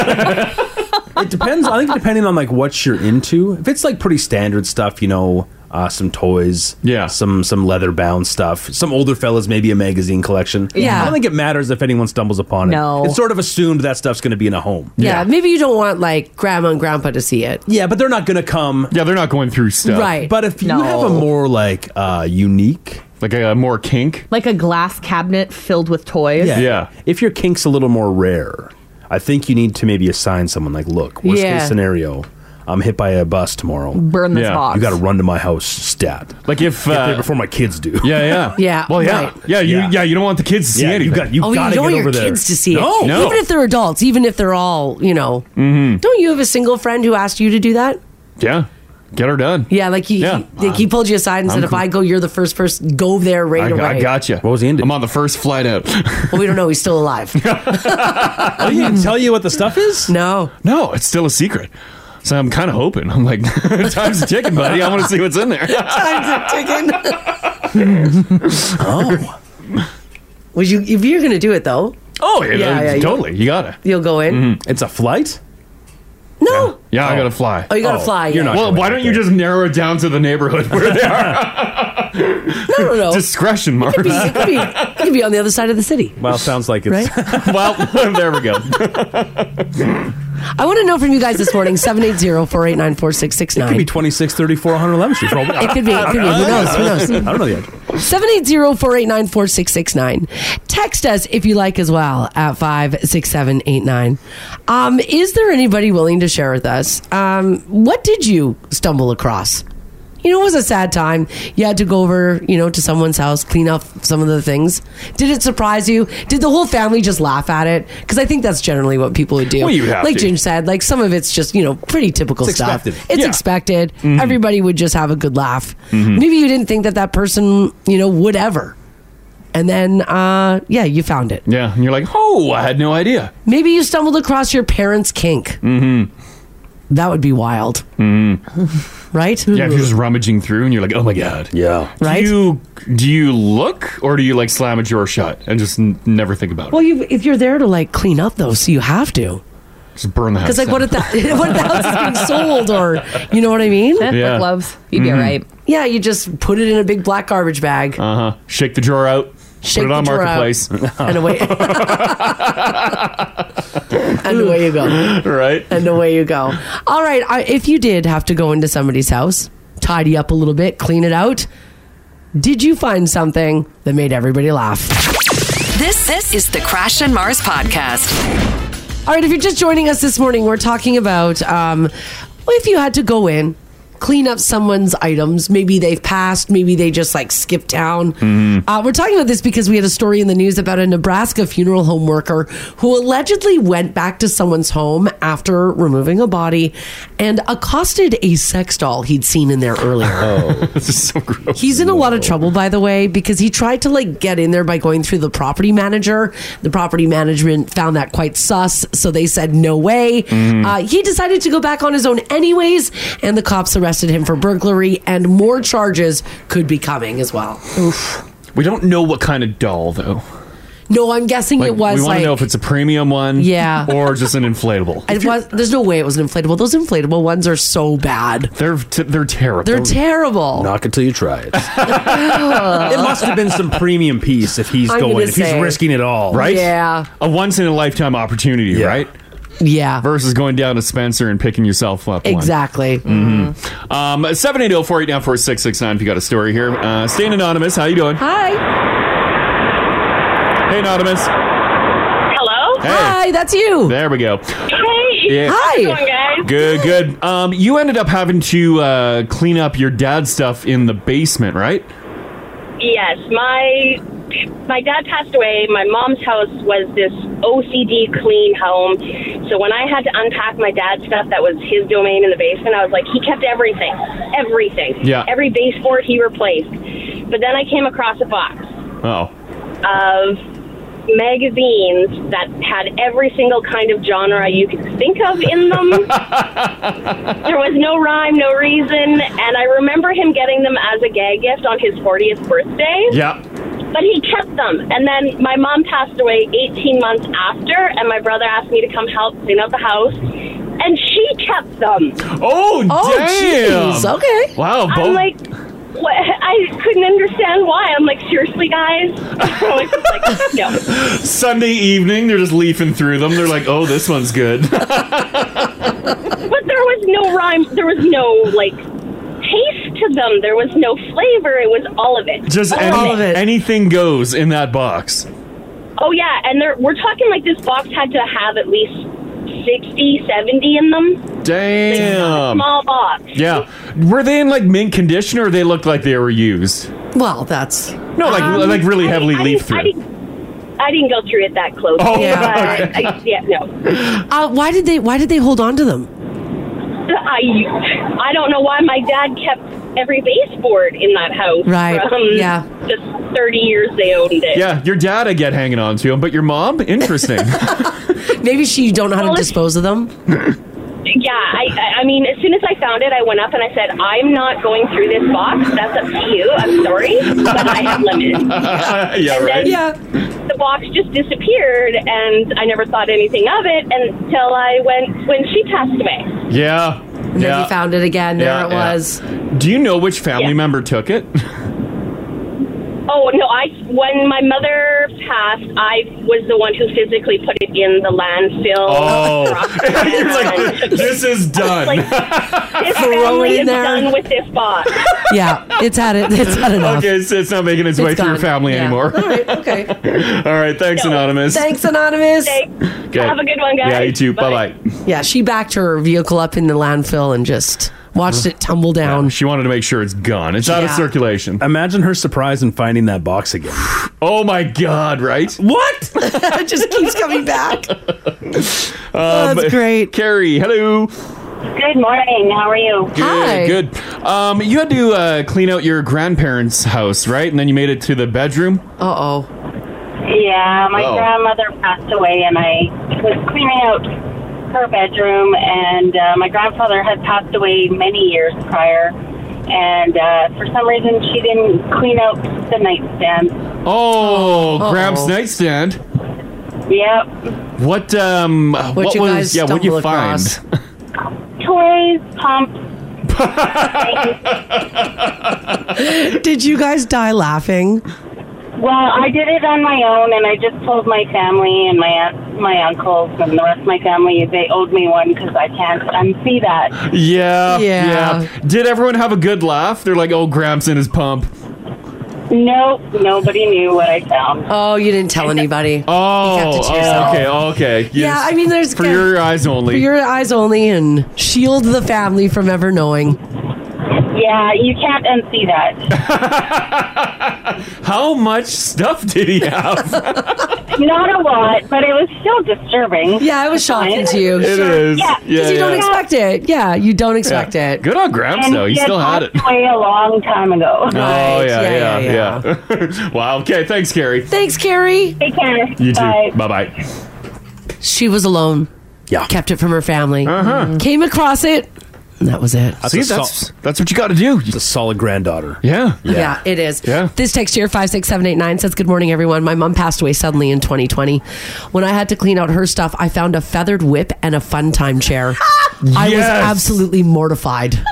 it depends. I think depending on like what you're into. If it's like pretty standard stuff, you know, uh, some toys,
Yeah.
some some leather bound stuff, some older fellas, maybe a magazine collection.
Yeah.
I don't think it matters if anyone stumbles upon it.
No.
it's sort of assumed that stuff's going to be in a home.
Yeah, maybe you don't want like grandma and grandpa to see it.
Yeah, but they're not going to come.
Yeah, they're not going through stuff.
Right.
But if
No.
you have a more like uh, unique,
Like a, more kink.
Like a glass cabinet filled with toys.
Yeah.
if your kink's a little more rare, I think you need to maybe assign someone like, look, worst
Yeah.
case scenario, I'm hit by a bus tomorrow.
Burn this
Yeah,
box.
You got to run to my house, stat.
Like if.
Get there
Uh,
before my kids do.
yeah, yeah.
Yeah,
Well, yeah.
right.
Yeah, you,
Yeah.
yeah, you don't want the kids to see
Yeah,
anything.
you got you
Oh,
got
you don't
to get
want
over
your
there.
kids to see
no. Mm-hmm.
it.
No.
Even if they're adults, even if they're all, you know. Don't you have a single friend who asked you to do that?
yeah. Get her done.
Yeah, like he,
Yeah.
he, like he pulled you aside and said, if I go, you're the first person. Go there right
I,
away.
I got you.
What was he into?
I'm on the first flight out.
Well, we don't know. He's still alive.
Oh, he didn't tell you what the stuff is.
no.
no, it's still a secret. So I'm kind of hoping. I'm like, time's a ticking, buddy. I want to see what's in there.
Oh,
Would you, if you're going to do it though,
Oh, yeah,
Yeah, yeah, you-
totally. You, Mm-hmm. gotta.
you'll go in.
it's a flight.
No.
Yeah, I
Oh.
gotta fly.
Oh, you got to
Oh,
fly.
you're
yeah.
not-
well, why don't you just narrow it down to the neighborhood where they are?
No, no, no.
Discretion, Mark.
It could be- it could be- it could be on the other side of the city.
Well, sounds like it's.
well, there we go.
I want to know from you guys this morning 780 489
It could
4669.
be 26, 34, 111 Street. Probably.
It could be. It could be. Who knows? Who knows?
I don't know yet.
780-489-4669. Text us if you like as well at 56789. Um, is there anybody willing to share with us? Um, what did you stumble across? You know, it was a sad time. You had to go over, you know, to someone's house, clean up some of the things. Did it surprise you? Did the whole family just laugh at it? Because I think that's generally what people would do.
Well, you have
like
to.
Jim said, like some of it's just, you know, pretty typical
It's
stuff.
expected.
It's
Yeah. Mm-hmm.
expected. Everybody would just have a good laugh. Maybe you didn't think that that person, you know, would ever. And then, uh, yeah, you found it.
Yeah, and you're like, oh, I had no idea.
Maybe you stumbled across your parents' kink. Mm-hmm. That would be wild. right?
Yeah, if you're just rummaging through and you're like, oh my god.
Mm-hmm. Yeah.
Right?
Do you do you look or do you like slam a drawer shut and just n- never think about
well,
it?
you if you're there to like clean up though, so you have to.
Just burn the house.
Because like,
down.
what if that? What if the house is being sold, or you know what I mean?
Eh,
Yeah.
With gloves. You'd be all right.
Yeah, you just put it in a big black garbage bag,
Uh-huh. Shake the drawer out.
Shake
put it on
the drawer out.
marketplace.
and away, and away you go.
right?
and away you go. All right. I, if you did have to go into somebody's house, tidy up a little bit, clean it out, did you find something that made everybody laugh?
This this is the Crash and Mars podcast.
All right. If you're just joining us this morning, we're talking about um, if you had to go in, clean up someone's items. Maybe they've passed. Maybe they just like skipped town. Uh, we're talking about this because we had a story in the news about a Nebraska funeral home worker who allegedly went back to someone's home after removing a body and accosted a sex doll he'd seen in there earlier.
Oh.
This is so gross.
He's in a lot of trouble, by the way, because he tried to like get in there by going through the property manager. The property management found that quite sus, so they said no way.
Mm-hmm.
Uh, he decided to go back on his own anyways, and the cops arrested him for burglary, and more charges could be coming as well.
We don't know what kind of doll though.
No, I'm guessing
Like,
it was
we want
like
to know if it's a premium one,
Yeah.
or just an inflatable.
it was. There's no way it was an inflatable. Those inflatable ones are so bad.
they're t- they're terrible.
They're terrible.
Knock it till you try it. it must have been some premium piece if he's
Uh, I'm gonna
going, if he's
say-
risking it all,
right?
Yeah.
a once in a lifetime opportunity,
Yeah.
right?
yeah.
Versus going down to Spencer and picking yourself up. one.
Exactly.
Um, seven eight zero four eight nine four six six nine. If you got a story here, uh, staying anonymous. How you doing?
Hi.
Hey, anonymous. Hey,
Hello?
Hi. That's you.
there we go.
Hey.
Yeah.
Hi.
How's it going, guys?
Good, good. Um, you ended up having to uh, clean up your dad's stuff in the basement, right?
Yes, my my dad passed away. My mom's house was this OCD clean home. So when I had to unpack my dad's stuff that was his domain in the basement, I was like, he kept everything, everything.
Yeah.
Every baseboard he replaced. But then I came across a box
Oh.
of magazines that had every single kind of genre you could think of in them. there was no rhyme, no reason. And I remember him getting them as a gag gift on his 40th birthday.
Yeah.
But he kept them. And then my mom passed away 18 months after, and my brother asked me to come help clean out the house. And she kept them.
Oh,
Oh,
damn.
jeez. Okay.
Wow, both.
I'm like, what? I couldn't understand why. I'm like, seriously, guys? I was just like, no.
Sunday evening, they're just leafing through them. They're like, oh, this one's good.
But there was no rhyme. There was no, like, taste to them. There was no flavor. It was all of it.
Just any-
all of it.
anything goes in that box.
Oh, yeah. And there, we're talking like this box had to have at least 60, 70 in them.
Damn.
Small box.
Yeah. Were they in like mint condition or they looked like they were used?
Well, that's
No, like
Um,
like really
I-
heavily
I
leafed
didn't- I
through.
didn't, I didn't go through it that close.
Oh,
Yeah.
But I, yeah, no.
uh, why did they why did they hold on to them?
I, I don't know why my dad kept every baseboard in that house.
Right,
From
yeah.
The 30 years they owned it.
Yeah, your dad I get hanging on to him, but your mom? Interesting.
Maybe she don't know how to
Well, it's-
dispose of them.
Yeah, I, I- I mean, as soon as I found it, I went up and I said, I'm not going through this box. That's up to you. I'm sorry, but I have limits.
yeah,
And
right.
then the box just disappeared, and I never thought anything of it until I went when she passed away.
Yeah.
And then
Yeah.
he found it again. There
Yeah,
it
yeah.
was.
Do you know which family
Yeah.
member took it?
Oh no! I when my mother passed, I was the one who physically put it in the landfill.
Oh. You're
And
like,
took it.
this is done.
Like, this
Throw it
family
in
is
there.
done with this box.
Yeah, it's had it. It's had enough.
okay, so it's not making its, way
It's
through your
gone.
family
Yeah.
anymore.
All right, okay.
All right, thanks,
No.
Anonymous.
Thanks, anonymous.
Okay.
Okay.
Have a good one, guys.
Yeah, you too. Bye bye.
Yeah, she backed her vehicle up in the landfill and just watched it tumble down.
She wanted to make sure it's gone. It's out of
Yeah.
circulation.
Imagine her surprise in finding that box again.
Oh my god, right?
What?
it just keeps coming back. oh, that's great.
Uh, Carrie, hello.
Good morning. How are you?
Good,
Hi.
good. Um, you had to uh, clean out your grandparents' house, right? And then you made it to the bedroom.
Uh oh.
Yeah, my
Oh.
grandmother passed away, and I was cleaning out her bedroom, and uh, my grandfather had passed away many years prior. And uh, for some reason, she didn't clean out the nightstand.
Oh, Gramps
Uh-oh.
nightstand.
Yep,
What um what,
you
was
guys
yeah, what you
stumble
find?
across.
toys, pumps.
Did you guys die laughing?
Well, I did it on my own, and I just told my family and my aunt, my uncles, and the rest of my family they owed me one because I can't unsee that.
Yeah, yeah.
Yeah.
Did everyone have a good laugh? They're like, "Oh, Gramps in his pump."
Nope, nobody knew what I found.
Oh, you didn't tell anybody.
Oh,
You kept it to
oh,
yourself.
okay, okay. Yes.
Yeah, I mean, there's
for your eyes only.
for your eyes only, and shield the family from ever knowing.
Yeah, you can't unsee that.
How much stuff did he have?
Not a lot, but it was still disturbing.
Yeah, it was shocking to you.
it is.
Yeah, 'cause
yeah,
you don't
yeah.
expect it. Yeah, you don't
Yeah.
expect it.
Good on Gramps
And
though. He
she
still had it.
passed away a long time ago.
Oh yeah, yeah,
Yeah,
yeah.
yeah,
wow. Okay. Thanks, Carrie.
Thanks, Carrie.
Take care.
You too.
Bye.
Bye bye.
She was alone.
Yeah.
Kept it from her family.
Uh-huh.
Mm-hmm. Came across it. And that was it.
That's
See,
a
that's
sol-
that's what you got to do.
it's a solid granddaughter.
Yeah.
Yeah, it is.
Yeah.
This text here, 56789, says, Good morning, everyone. My mom passed away suddenly in 2020. When I had to clean out her stuff, I found a feathered whip and a fun time chair. I was
Yes.
absolutely mortified.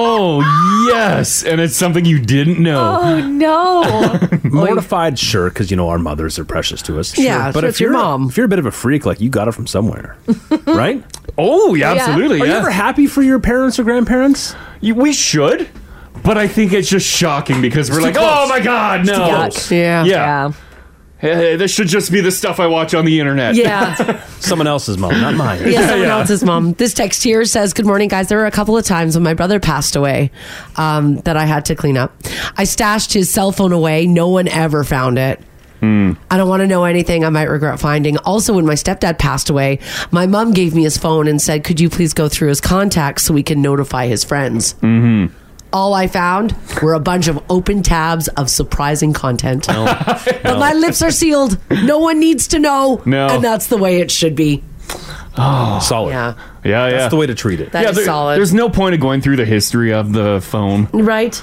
Oh yes, and it's something you didn't know.
Oh, no.
Mortified, sure, because you know our mothers are precious to us.
Yeah,
sure.
so it's your
you're a-
mom.
if you're a bit of a freak, like you got it from somewhere, right?
Oh, yeah, absolutely.
Are you
yeah.
ever happy for your parents or grandparents?
You- we should, but I think it's just shocking because we're like, oh my god, no.
Yuck. Yeah.
Yeah. Hey, this should just be the stuff I watch on the internet.
Yeah.
Someone else's mom, not mine.
Yeah, someone
Yeah.
else's mom. This text here says, Good morning, guys. There were a couple of times when my brother passed away um, that I had to clean up. I stashed his cell phone away. No one ever found it. I don't want to know anything I might regret finding. Also, when my stepdad passed away, my mom gave me his phone and said, Could you please go through his contacts so we can notify his friends? Mm-hmm. All I found were a bunch of open tabs of surprising content. but my lips are sealed. No one needs to know.
No.
And that's the way it should be.
Oh,
solid.
Yeah.
Yeah, yeah.
That's the way to treat it.
That is
yeah, there-
solid.
There's no point of going through the history of the phone.
Right?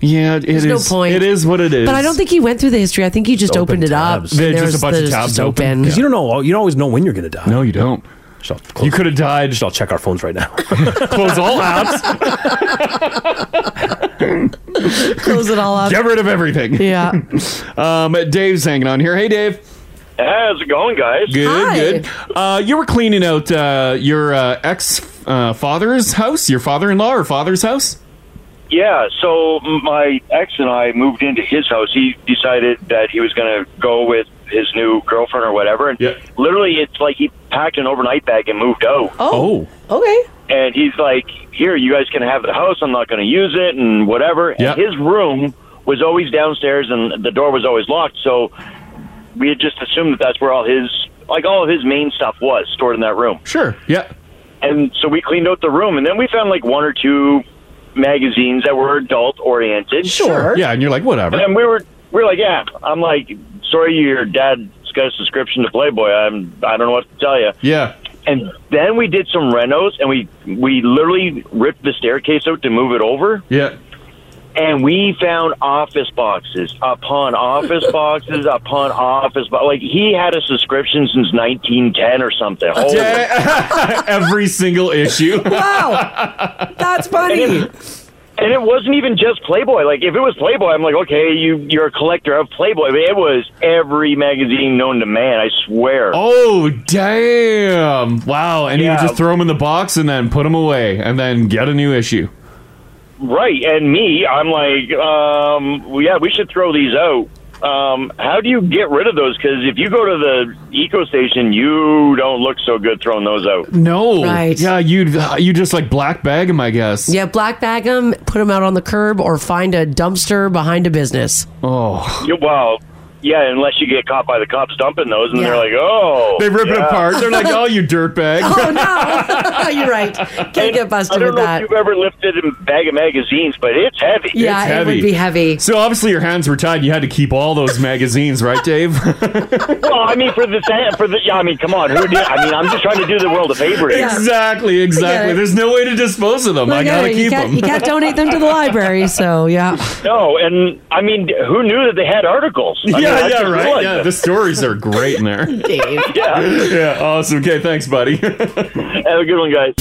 Yeah, it is.
There's no point.
It is what it is.
But I don't think he went through the history. I think he just
Open
opened it up.
tabs. They're
just
There's
a bunch of
the- just
tabs open.
Because you don't know. You don't always know when you're going to die.
No, you don't.
Shall close-
You could have died.
Shall check our phones right now.
Close all apps.
Close it all up.
Get rid of everything.
Yeah.
Um, Dave's hanging on here. Hey, Dave.
How's it going, guys?
Good,
Hi.
good. Uh, you were cleaning out uh, your uh, ex uh, father's house, your father in law or father's house?
Yeah, so my ex and I moved into his house. He decided that he was going to go with his new girlfriend or whatever. And
Yeah.
literally, it's like he packed an overnight bag and moved out.
Oh.
Okay.
And he's like, Here, you guys can have the house. I'm not going to use it and whatever.
Yeah.
And his room was always downstairs and the door was always locked. So we had just assumed that that's where all his, like all of his main stuff was stored in that room.
Sure. Yeah.
and so we cleaned out the room, and then we found like one or two magazines that were adult oriented.
Sure.
Yeah, and you're like, whatever.
And we were we were like, yeah. I'm like, sorry, your dad's got a subscription to Playboy. I'm I don't know what to tell you.
Yeah.
And then we did some renos, and we we literally ripped the staircase out to move it over,
Yeah.
and we found office boxes upon office boxes upon office. Bo- like he had a subscription since 1910 or something. Holy
Yeah. Every single issue.
That's funny.
And it wasn't even just Playboy. Like if it was Playboy, I'm like, okay, you you're a collector of Playboy. But it was every magazine known to man. I swear.
oh, damn. Wow. And you
Yeah.
would just throw them in the box and then put them away and then get a new issue.
Right. And me, I'm like, um, well, yeah, we should throw these out. Um, how do you get rid of those? Because if you go to the eco station, you don't look so good throwing those out.
No.
Right.
Yeah, you'd you just like black bag them, I guess.
Yeah, black bag them, put them out on the curb, or find a dumpster behind a business.
Oh.
You, well, yeah, unless you get caught by the cops dumping those, and
Yeah.
they're like, oh,
They rip it
yeah.
apart. They're like, oh, you dirtbag.
Oh no, you're right. Can't get
I
busted
don't
with
know
that.
if you've ever lifted a bag of magazines, but it's heavy.
Yeah,
It's
it
heavy.
would be heavy.
So obviously your hands were tied. You had to keep all those magazines, right, Dave?
Well, I mean, for the for the, yeah, I mean, come on, who do, I mean, I'm just trying to do the world a favor. here.
Exactly, exactly.
Yeah.
There's no way to dispose of them. um, I
Look at
gotta
it, you
keep
can't,
them.
You can't donate them to the library, so yeah.
No, and I mean, who knew that they had articles? I mean,
yeah,
I
yeah,
just
right.
realized
Yeah,
that.
the stories are great in there.
Dave.
yeah, awesome. Okay, thanks, buddy.
Have a good one, guys.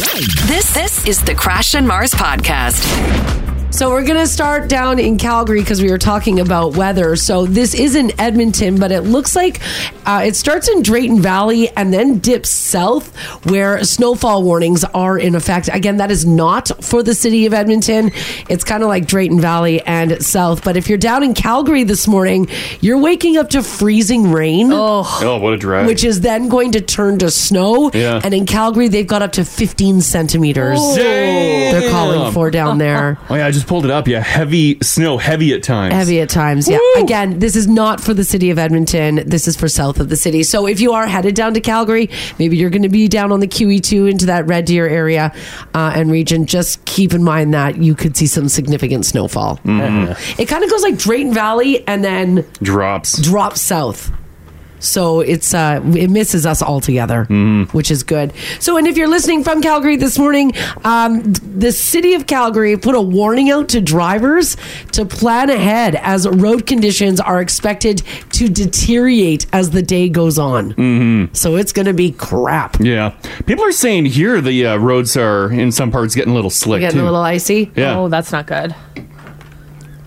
This this is the Crash and Mars podcast.
So we're gonna start down in Calgary because we were talking about weather. So this is in Edmonton, but it looks like uh, it starts in Drayton Valley and then dips south, where snowfall warnings are in effect. Again, that is not for the city of Edmonton. It's kind of like Drayton Valley and south. But if you're down in Calgary this morning, you're waking up to freezing rain.
oh, what a drag.
Which is then going to turn to snow.
Yeah.
And in Calgary, they've got up to 15 centimeters.
Damn.
They're calling for down there.
Oh yeah, I just pulled it up. Yeah, heavy snow, heavy at times.
Heavy at times, yeah. Again, this is not for the city of Edmonton. This is for south of the city. So if you are headed down to Calgary, maybe you're going to be down on the QE2 into that Red Deer area uh, and region. Just keep in mind that you could see some significant snowfall.
Mm-hmm.
It kind of goes like Drayton Valley and then
drops.
drops south. So it's uh, it misses us altogether,
Mm-hmm.
which is good. So, and if you're listening from Calgary this morning, um, the city of Calgary put a warning out to drivers to plan ahead as road conditions are expected to deteriorate as the day goes on.
Mm-hmm.
So it's going to be crap.
Yeah, people are saying here the uh, roads are in some parts getting a little slick
Getting
too.
a little icy.
yeah,
Oh, that's not good.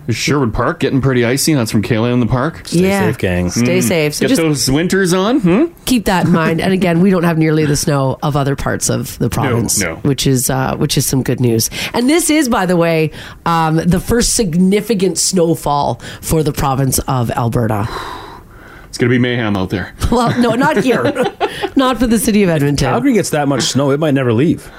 Sherwood Park getting pretty icy. That's from Kayla in the park. Mm.
yeah.
safe, gang.
Stay safe. So
Mm-hmm. Get
just
those winters on. Hmm?
keep that in mind. And again, we don't have nearly the snow of other parts of the province,
no.
which is uh, which is some good news. And this is, by the way, um, the first significant snowfall for the province of Alberta.
It's gonna be mayhem out there.
Well, no, not here, not for the city of Edmonton.
Calgary gets that much snow, it might never leave.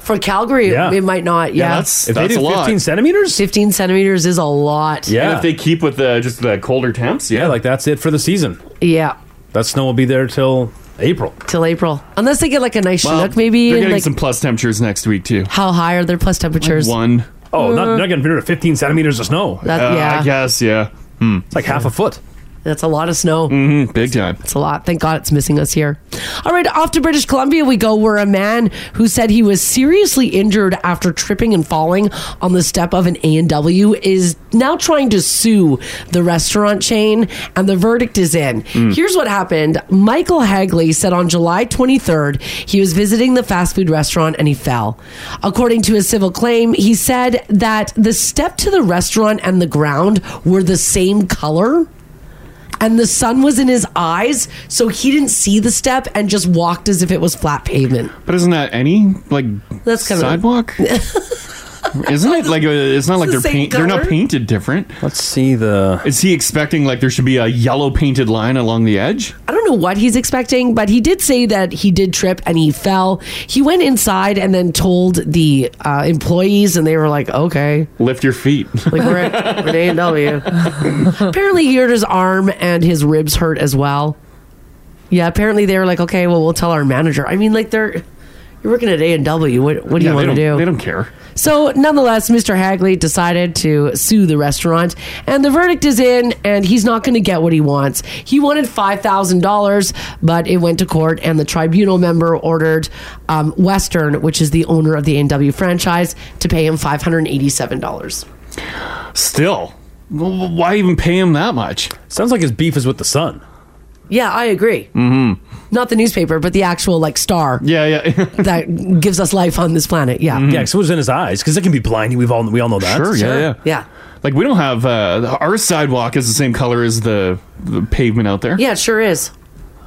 For Calgary,
Yeah.
it might not. Yeah,
if they did 15 centimeters?
15 centimeters is a lot.
Yeah.
And if they keep with the just the colder temps, yeah.
Yeah, like that's it for the season.
Yeah,
That snow will be there till April.
till April. Unless they get like a nice
Well,
Chinook, maybe.
They're
and,
getting
like,
some plus temperatures next week too.
how high are their plus temperatures?
One.
Oh, not,
Mm-hmm.
not going to be rid of 15 centimeters of snow.
That-
Uh,
yeah,
I guess. Yeah. Hmm.
It's like half a foot.
that's a lot of snow.
Mm, big time.
It's a lot. Thank God it's missing us here. All right, off to British Columbia we go, where a man who said he was seriously injured after tripping and falling on the step of an A and W is now trying to sue the restaurant chain, and the verdict is in.
Mm.
Here's what happened: Michael Hagley said on July 23rd he was visiting the fast food restaurant and he fell. According to his civil claim, he said that the step to the restaurant and the ground were the same color and the sun was in his eyes, so he didn't see the step and just walked as if it was flat pavement.
But isn't that any like
That's kinda-
sidewalk? isn't it like a, it's not like
the
they're
same
paint, they're not
color.
painted different.
Let's see the.
Is he expecting like there should be a yellow painted line along the edge?
I don't know what he's expecting, but he did say that he did trip and he fell. He went inside and then told the uh, employees, and they were like, "Okay,
Lift your feet.
like we're at we're A and W." Apparently, he hurt his arm and his ribs hurt as well. Yeah, apparently they were like, "Okay, well, we'll tell our manager." I mean, like they're. You're working at A and W. What, what do you
they
want to
don't,
do?
They don't care.
So, nonetheless, Mr. Hagley decided to sue the restaurant, and the verdict is in, and he's not going to get what he wants. He wanted $5,000, but it went to court, and the tribunal member ordered um, Western, which is the owner of the NW franchise, to pay him $587.
Still, w- why even pay him that much?
Sounds like his beef is with the sun.
Yeah, I agree. Mm-hmm. Not the newspaper, but the actual like star
Yeah, yeah, Mm-hmm.
that gives us life on this planet. Yeah.
Yeah, because it was in his eyes. Because it can be blinding. We've all we all know that.
sure, yeah, yeah,
Yeah.
Like we don't have uh, our sidewalk is the same color as the, the pavement out there.
Yeah, it sure is.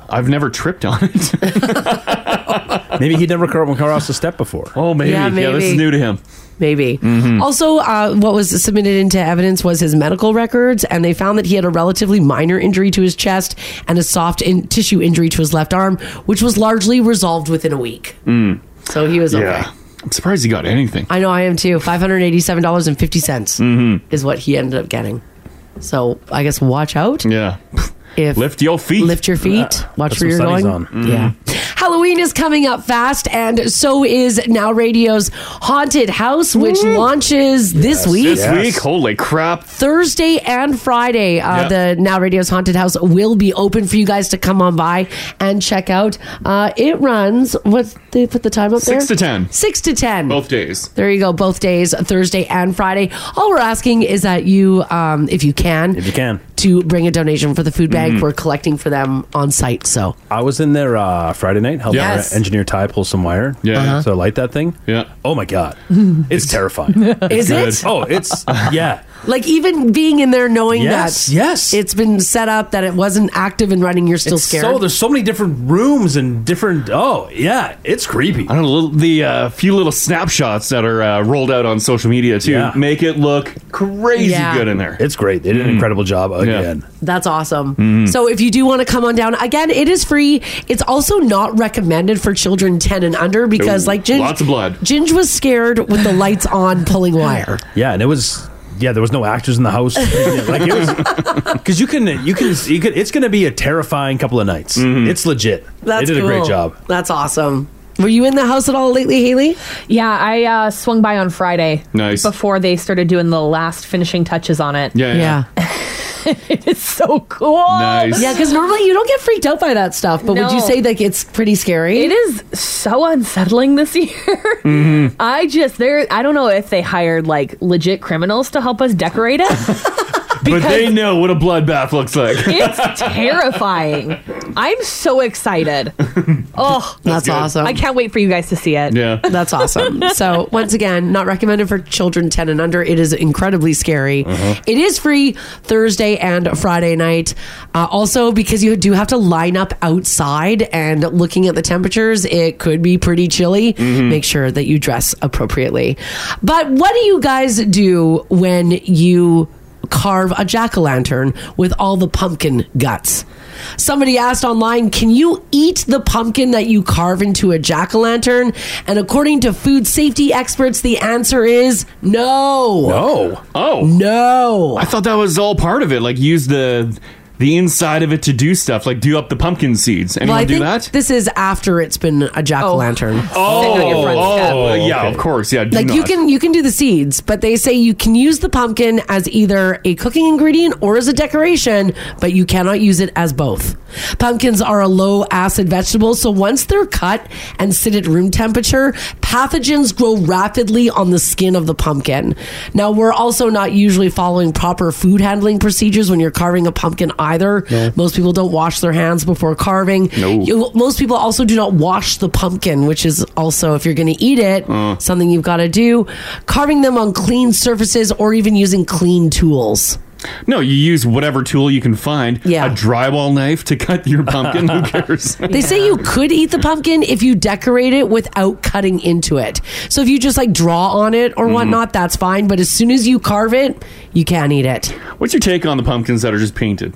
I've never tripped on it.
Maybe he never cro- crossed a step before.
oh, maybe.
Yeah,
Yeah, this is
maybe.
new to him.
maybe.
Mm-hmm.
Also, uh, what was submitted into evidence was his medical records, and they found that he had a relatively minor injury to his chest and a soft in- tissue injury to his left arm, which was largely resolved within a week. So he was okay.
mm. Yeah, I'm surprised he got anything.
I know I am too. Five hundred eighty-seven dollars and fifty cents
Mm-hmm.
is what he ended up getting. So I guess watch out
Yeah,
if
lift your feet.
lift your feet, watch
Put
where you're
some sunnies
going.
on.
Yeah. Halloween is coming up fast, and so is Now Radio's Haunted House, which launches this week.
this week. Holy crap!
Thursday and Friday, uh,
Yeah.
the Now Radio's Haunted House will be open for you guys to come on by and check out. Uh, it runs, what they put the time up there?
Six to ten,
Six to ten.
both days.
There you go, both days, Thursday and Friday. All we're asking is that you, um, if you can,
If you can.
to bring a donation for the food bank.
Mm-hmm.
We're collecting for them on site. So
I was in there uh, Friday night helping
Yeah.
our
Yes.
engineer Ty pull some wire.
Yeah. Uh-huh.
To light that thing.
Yeah.
Oh my god, it's terrifying.
is
good.
it?
oh, it's yeah.
Like even being in there knowing
Yes,
that
yes.
it's been set up that it wasn't active and running, you're still
It's
scared.
So there's so many different rooms and different. Oh yeah, it's creepy.
I don't know little- the uh, few little snapshots that are uh, rolled out on social media too
Yeah.
make it look crazy
Yeah.
good in there. Mm.
It's great. They did an incredible job again.
That's awesome.
Mm-hmm.
So if you do want to come on down, again, it is free. It's also not recommended for children 10 and under because
Ooh,
like Ginge,
lots of blood.
Ginge was scared with the lights on pulling wire.
Yeah, and it was yeah, there was no actors in the house. Yeah, like it was because you can you can you could it's going to be a terrifying couple of nights.
Mm-hmm.
It's legit.
That's
they did a great
cool.
job.
That's awesome. Were you in the house at all lately, Haley?
Yeah, I uh, swung by on Friday.
Nice.
Before they started doing the last finishing touches on it.
Yeah, yeah.
It's so cool.
Nice.
Yeah, because normally you don't get freaked out by that stuff, but would you
No.
say like it's pretty scary?
It is so unsettling this year.
Mm-hmm.
I just there I don't know if they hired like legit criminals to help us decorate it.
But they
because-
know what a bloodbath looks like.
It's terrifying. I'm so excited. Oh,
That's awesome.
I can't wait for you guys to see it.
yeah.
That's awesome. so, once again, not recommended for children 10 and under. It is incredibly scary. It is free Thursday and Friday night. Uh, also, because you do have to line up outside and looking at the temperatures, it could be pretty chilly. Make sure that you dress appropriately. But what do you guys do when you carve a jack o' lantern with all the pumpkin guts? Somebody asked online, can you eat the pumpkin that you carve into a jack o' lantern? And according to food safety experts, the answer is no.
No. Oh.
No.
I thought that was all part of it. Like use the the inside of it to do stuff. Like do up the pumpkin seeds. Anyone
well, I
do
think
that?
this is after it's been a jack o' lantern.
oh, yeah, of course, yeah. do
like you
not.
can you can do the seeds, but they say you can use the pumpkin as either a cooking ingredient or as a decoration, but you cannot use it as both. Pumpkins are a low acid vegetable, so once they're cut and sit at room temperature, pathogens grow rapidly on the skin of the pumpkin. Now we're also not usually following proper food handling procedures when you're carving a pumpkin either. Most people don't wash their hands before carving.
No.
You- most people also do not wash the pumpkin, which is also, if you're going to eat it,
Uh.
Mm.
something you've got to do. Carving them on clean surfaces or even using clean tools.
No, you use whatever tool you can find. Yeah. A drywall knife to cut your pumpkin. Who cares?
They say you could eat the pumpkin if you decorate it without cutting into it. So if you just like draw on it or
Mhm.
whatnot, that's fine. But as soon as you carve it, you can't eat it.
What's your take on the pumpkins that are just painted?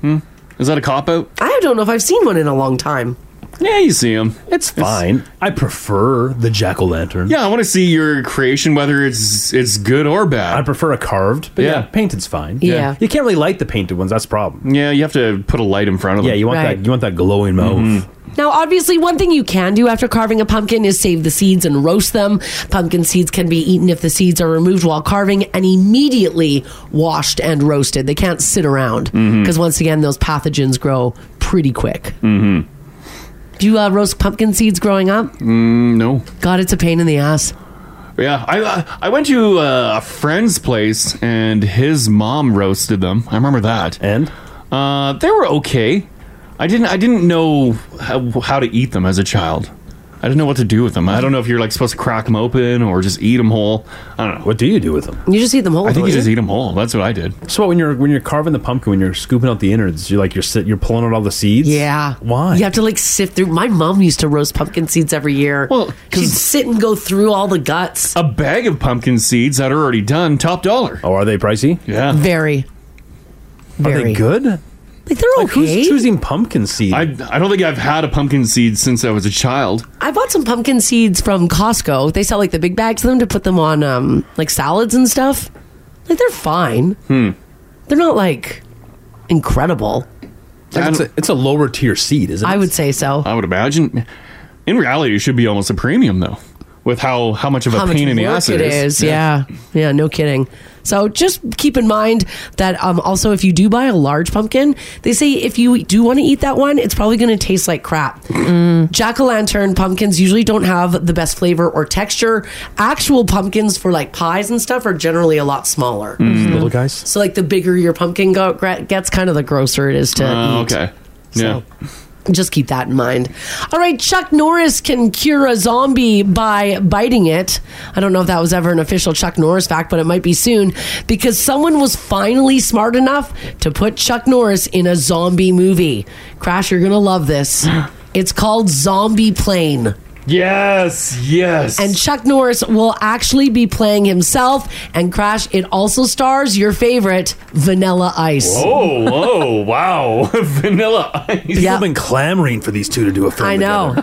Hmm? Is that a cop out?
I don't know if I've seen one in a long time.
Yeah, you see them.
It's fine. I prefer the jack o' lantern.
Yeah, I want to see your creation, whether it's it's good or bad. I
prefer a carved, but yeah, painted's fine.
Yeah.
you can't really light the painted ones. That's a problem.
Yeah, you have to put a light in front of them. Mm-hmm.
Yeah, you want
Right.
that. You want that glowing mauve.
Now, obviously, one thing you can do after carving a pumpkin is save the seeds and roast them. Pumpkin seeds can be eaten if the seeds are removed while carving and immediately washed and roasted. They can't sit around because
Mhm.
once again, those pathogens grow pretty quick.
Mm-hmm.
Do you uh, roast pumpkin seeds growing up?
Mm, no.
God, it's a pain in the ass.
Yeah, I uh, I went to uh, a friend's place and his mom roasted them. I remember that.
And
uh, they were okay. I didn't I didn't know how, how to eat them as a child. I didn't know what to do with them. I don't know if you're like supposed to crack them open or just eat them whole. I don't know.
What do you do with them?
You just eat them whole.
I think
don't
you
you?
just eat them whole. That's what I did.
So what, when you're when you're carving the pumpkin, when you're scooping out the innards, you're like you're sit, you're pulling out all the seeds.
Yeah.
Why?
You have to like sift through. My mom used to roast pumpkin seeds every year. Well, she'd sit and go through all the guts.
A bag of pumpkin seeds that are already done, top dollar.
Oh, are they pricey?
Yeah.
Very.
Are they good? Like
they're okay.
who's choosing pumpkin seed?
I I don't think I've had a pumpkin seed since I was a child.
I bought some pumpkin seeds from Costco. They sell like the big bags of them to put them on um, like salads and stuff. Like they're fine.
Hmm.
They're not like incredible.
Like, it's, a, it's a lower tier seed, isn't it?
I would say so.
I would imagine. In reality, it should be almost a premium though, with how how much of
How
a
much
pain in the
work
ass
it is. Yeah. yeah. no kidding. So just keep in mind that um, also if you do buy a large pumpkin, they say if you do want to eat that one, it's probably going to taste like crap.
Mm.
Jack o' lantern pumpkins usually don't have the best flavor or texture. Actual pumpkins for like pies and stuff are generally a lot smaller.
Mm.
Mhm. Little guys.
So like the bigger your pumpkin go- gra- gets, kind of the grosser it is to
Oh,
eat.
okay. Yeah.
Just keep that in mind. All right, Chuck Norris can cure a zombie by biting it. I don't know if that was ever an official Chuck Norris fact, but it might be soon because someone was finally smart enough to put Chuck Norris in a zombie movie. Crash, you're going to love this. It's called Zombie Plane.
Yes, yes.
And Chuck Norris will actually be playing himself. And Crash, it also stars your favorite, Vanilla Ice.
Whoa, whoa, wow. Vanilla ice.
People have been clamoring for these two to do a film.
I know.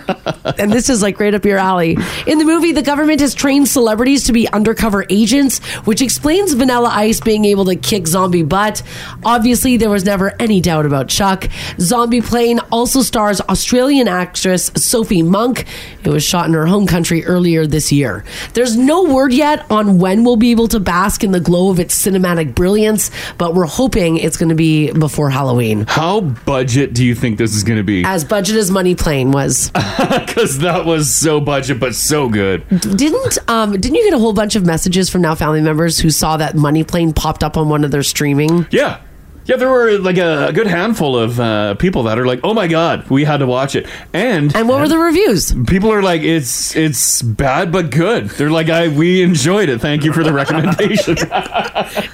and this is like right up your alley. In the movie, the government has trained celebrities to be undercover agents, which explains Vanilla Ice being able to kick zombie butt. Obviously, there was never any doubt about Chuck. Zombie Plane also stars Australian actress Sophie Monk. It was shot in her home country earlier this year. There's no word yet on when we'll be able to bask in the glow of its cinematic brilliance, but we're hoping it's going to be before Halloween.
How budget do you think this is going to be?
As budget as Money Plane was.
Because that was so budget, but so good.
Didn't um didn't you get a whole bunch of messages from now family members who saw that money plane popped up on one of their streaming?
Yeah. Yeah, there were like a, a good handful of uh, people that are like, "Oh my god, we had to watch it." And
and what were the reviews?
People are like, "It's it's bad but good." They're like, "I we enjoyed it. Thank you for the recommendation."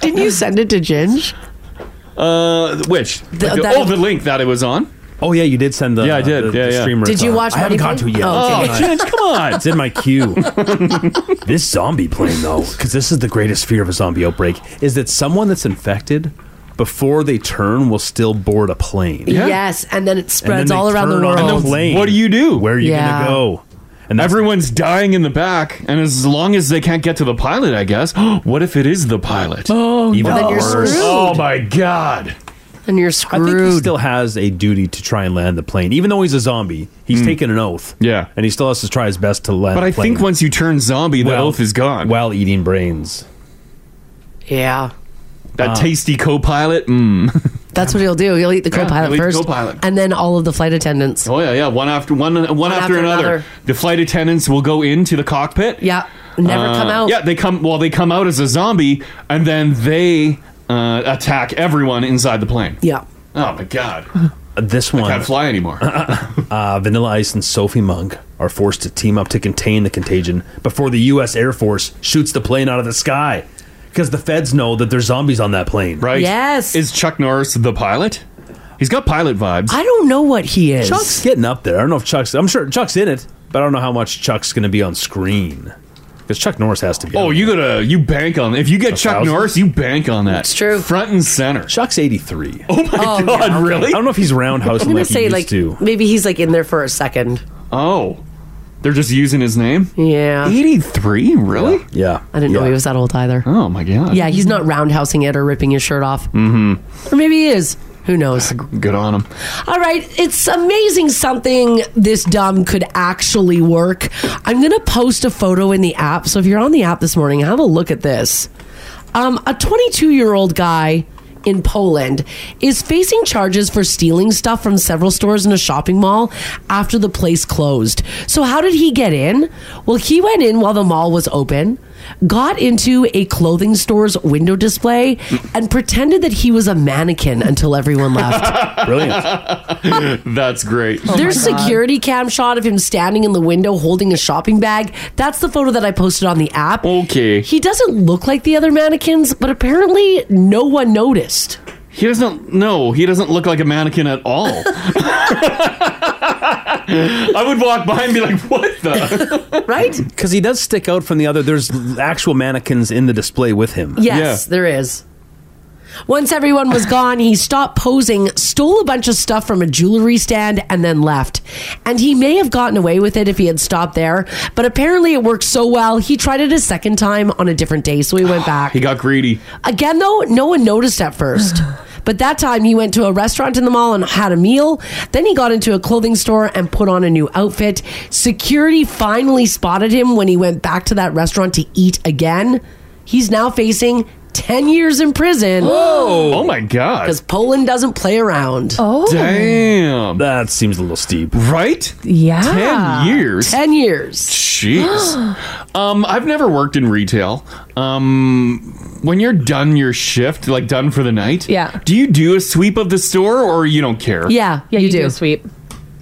Didn't you send it to Ginge?
uh, which
The-
Like the-
that-
oh, the link that it was on.
Oh yeah, you did send the
yeah, I did. yeah, yeah.
Did you watch
I haven't
Money
got to
Plane?
it yet.
Oh, okay.
It's in my-
Ginge, come on.
It's in my queue. this zombie plane, though, because this is the greatest fear of a zombie outbreak, is that someone that's infected before they turn will still board a plane.
Yes, and then it
And then
spreads
they
all around the
turn on
world.
plane.
What do you do?
Where are you
Yeah.
gonna go? And that's-
Everyone's dying in the back, and as long as they can't get to the pilot, I guess. what if it is the pilot? Oh,
even
then you're
worse.
screwed.
oh my god!
And you're
I think he
screwed.
still has a duty to try and land the plane, even though he's a zombie. He's taken an oath.
Hmm. Yeah.
and he still has to try his best to land.
But
the
I
plane
think once you turn zombie, the
while-
oath is gone.
while eating brains.
yeah.
that tasty co-pilot. Mm.
That's what he'll do. He'll eat the
Yeah,
co-pilot
he'll eat the
first,
co-pilot.
and then all of the flight attendants.
Oh yeah, yeah. One after one, one, after,
after
another.
another.
The flight attendants will go into the cockpit.
Yeah, never
Uh,
come out.
Yeah, they come. Well, they come out as a zombie, and then they uh, attack everyone inside the plane.
Yeah.
Oh my god!
Uh, This one,
Can't fly anymore.
Uh, Vanilla Ice and Sophie Monk are forced to team up to contain the contagion before the U.S. Air Force shoots the plane out of the sky because the feds know that there's zombies on that plane.
Right?
Yes.
Is Chuck Norris the pilot? He's got pilot vibes.
I don't know what he is.
Chuck's getting up there. I don't know if Chuck's. I'm sure Chuck's in it, but I don't know how much Chuck's going to be on screen because Chuck Norris has to be.
Oh,
on.
you gotta you bank on if you get Chuck
thousand?
Norris, you bank on that. It's
true.
Front and center.
Chuck's 83.
Oh my god,
I
really?
don't know if he's roundhousing
I'm gonna
like he
say
used
like
to.
maybe he's like in there for a second.
Oh. They're just using his name?
Yeah,
83? Really?
Yeah,
I didn't know
Yeah.
he was that old either.
Oh my god.
Yeah, he's not roundhousing it or ripping his shirt off. Mm-hmm. Or maybe he is. Who knows?
Hmm. Good on him.
All right, it's amazing something this dumb could actually work. I'm going to post a photo in the app. So if you're on the app this morning, have a look at this. Um, a 22 year old guy in Poland is facing charges for stealing stuff from several stores in a shopping mall after the place closed. So, how did he get in? Well, he went in while the mall was open, got into a clothing store's window display, and pretended that he was a mannequin until everyone left.
Brilliant.
That's great.
There's security cam shot of him standing in the window holding a shopping bag. That's the photo that I posted on the app.
Okay.
He doesn't look like the other mannequins, but apparently no one noticed.
He doesn't no, he doesn't look like a mannequin at all. I would walk by and be like, what the
Right?
Because he does stick out from the other. There's actual mannequins in the display with him.
Yes,
Yeah.
there is. Once everyone was gone, he stopped posing, stole a bunch of stuff from a jewelry stand, and then left. And he may have gotten away with it if he had stopped there, but apparently it worked so well, he tried it a second time on a different day, so he went back.
He got greedy.
Again, though, no one noticed at first. But that time he went to a restaurant in the mall and had a meal. Then he got into a clothing store and put on a new outfit. Security finally spotted him when he went back to that restaurant to eat again. He's now facing 10 years in prison
Oh, my god.
because Poland doesn't play around.
Oh,
Damn.
That seems a little steep.
Right?
yeah.
Ten years.
10 years.
Jeez. um, I've never worked in retail. Um, when you're done your shift, like done for the night,
Yeah.
Do you do a sweep of the store, or you don't care?
Yeah,
Yeah,
you,
you, do.
do.
sweep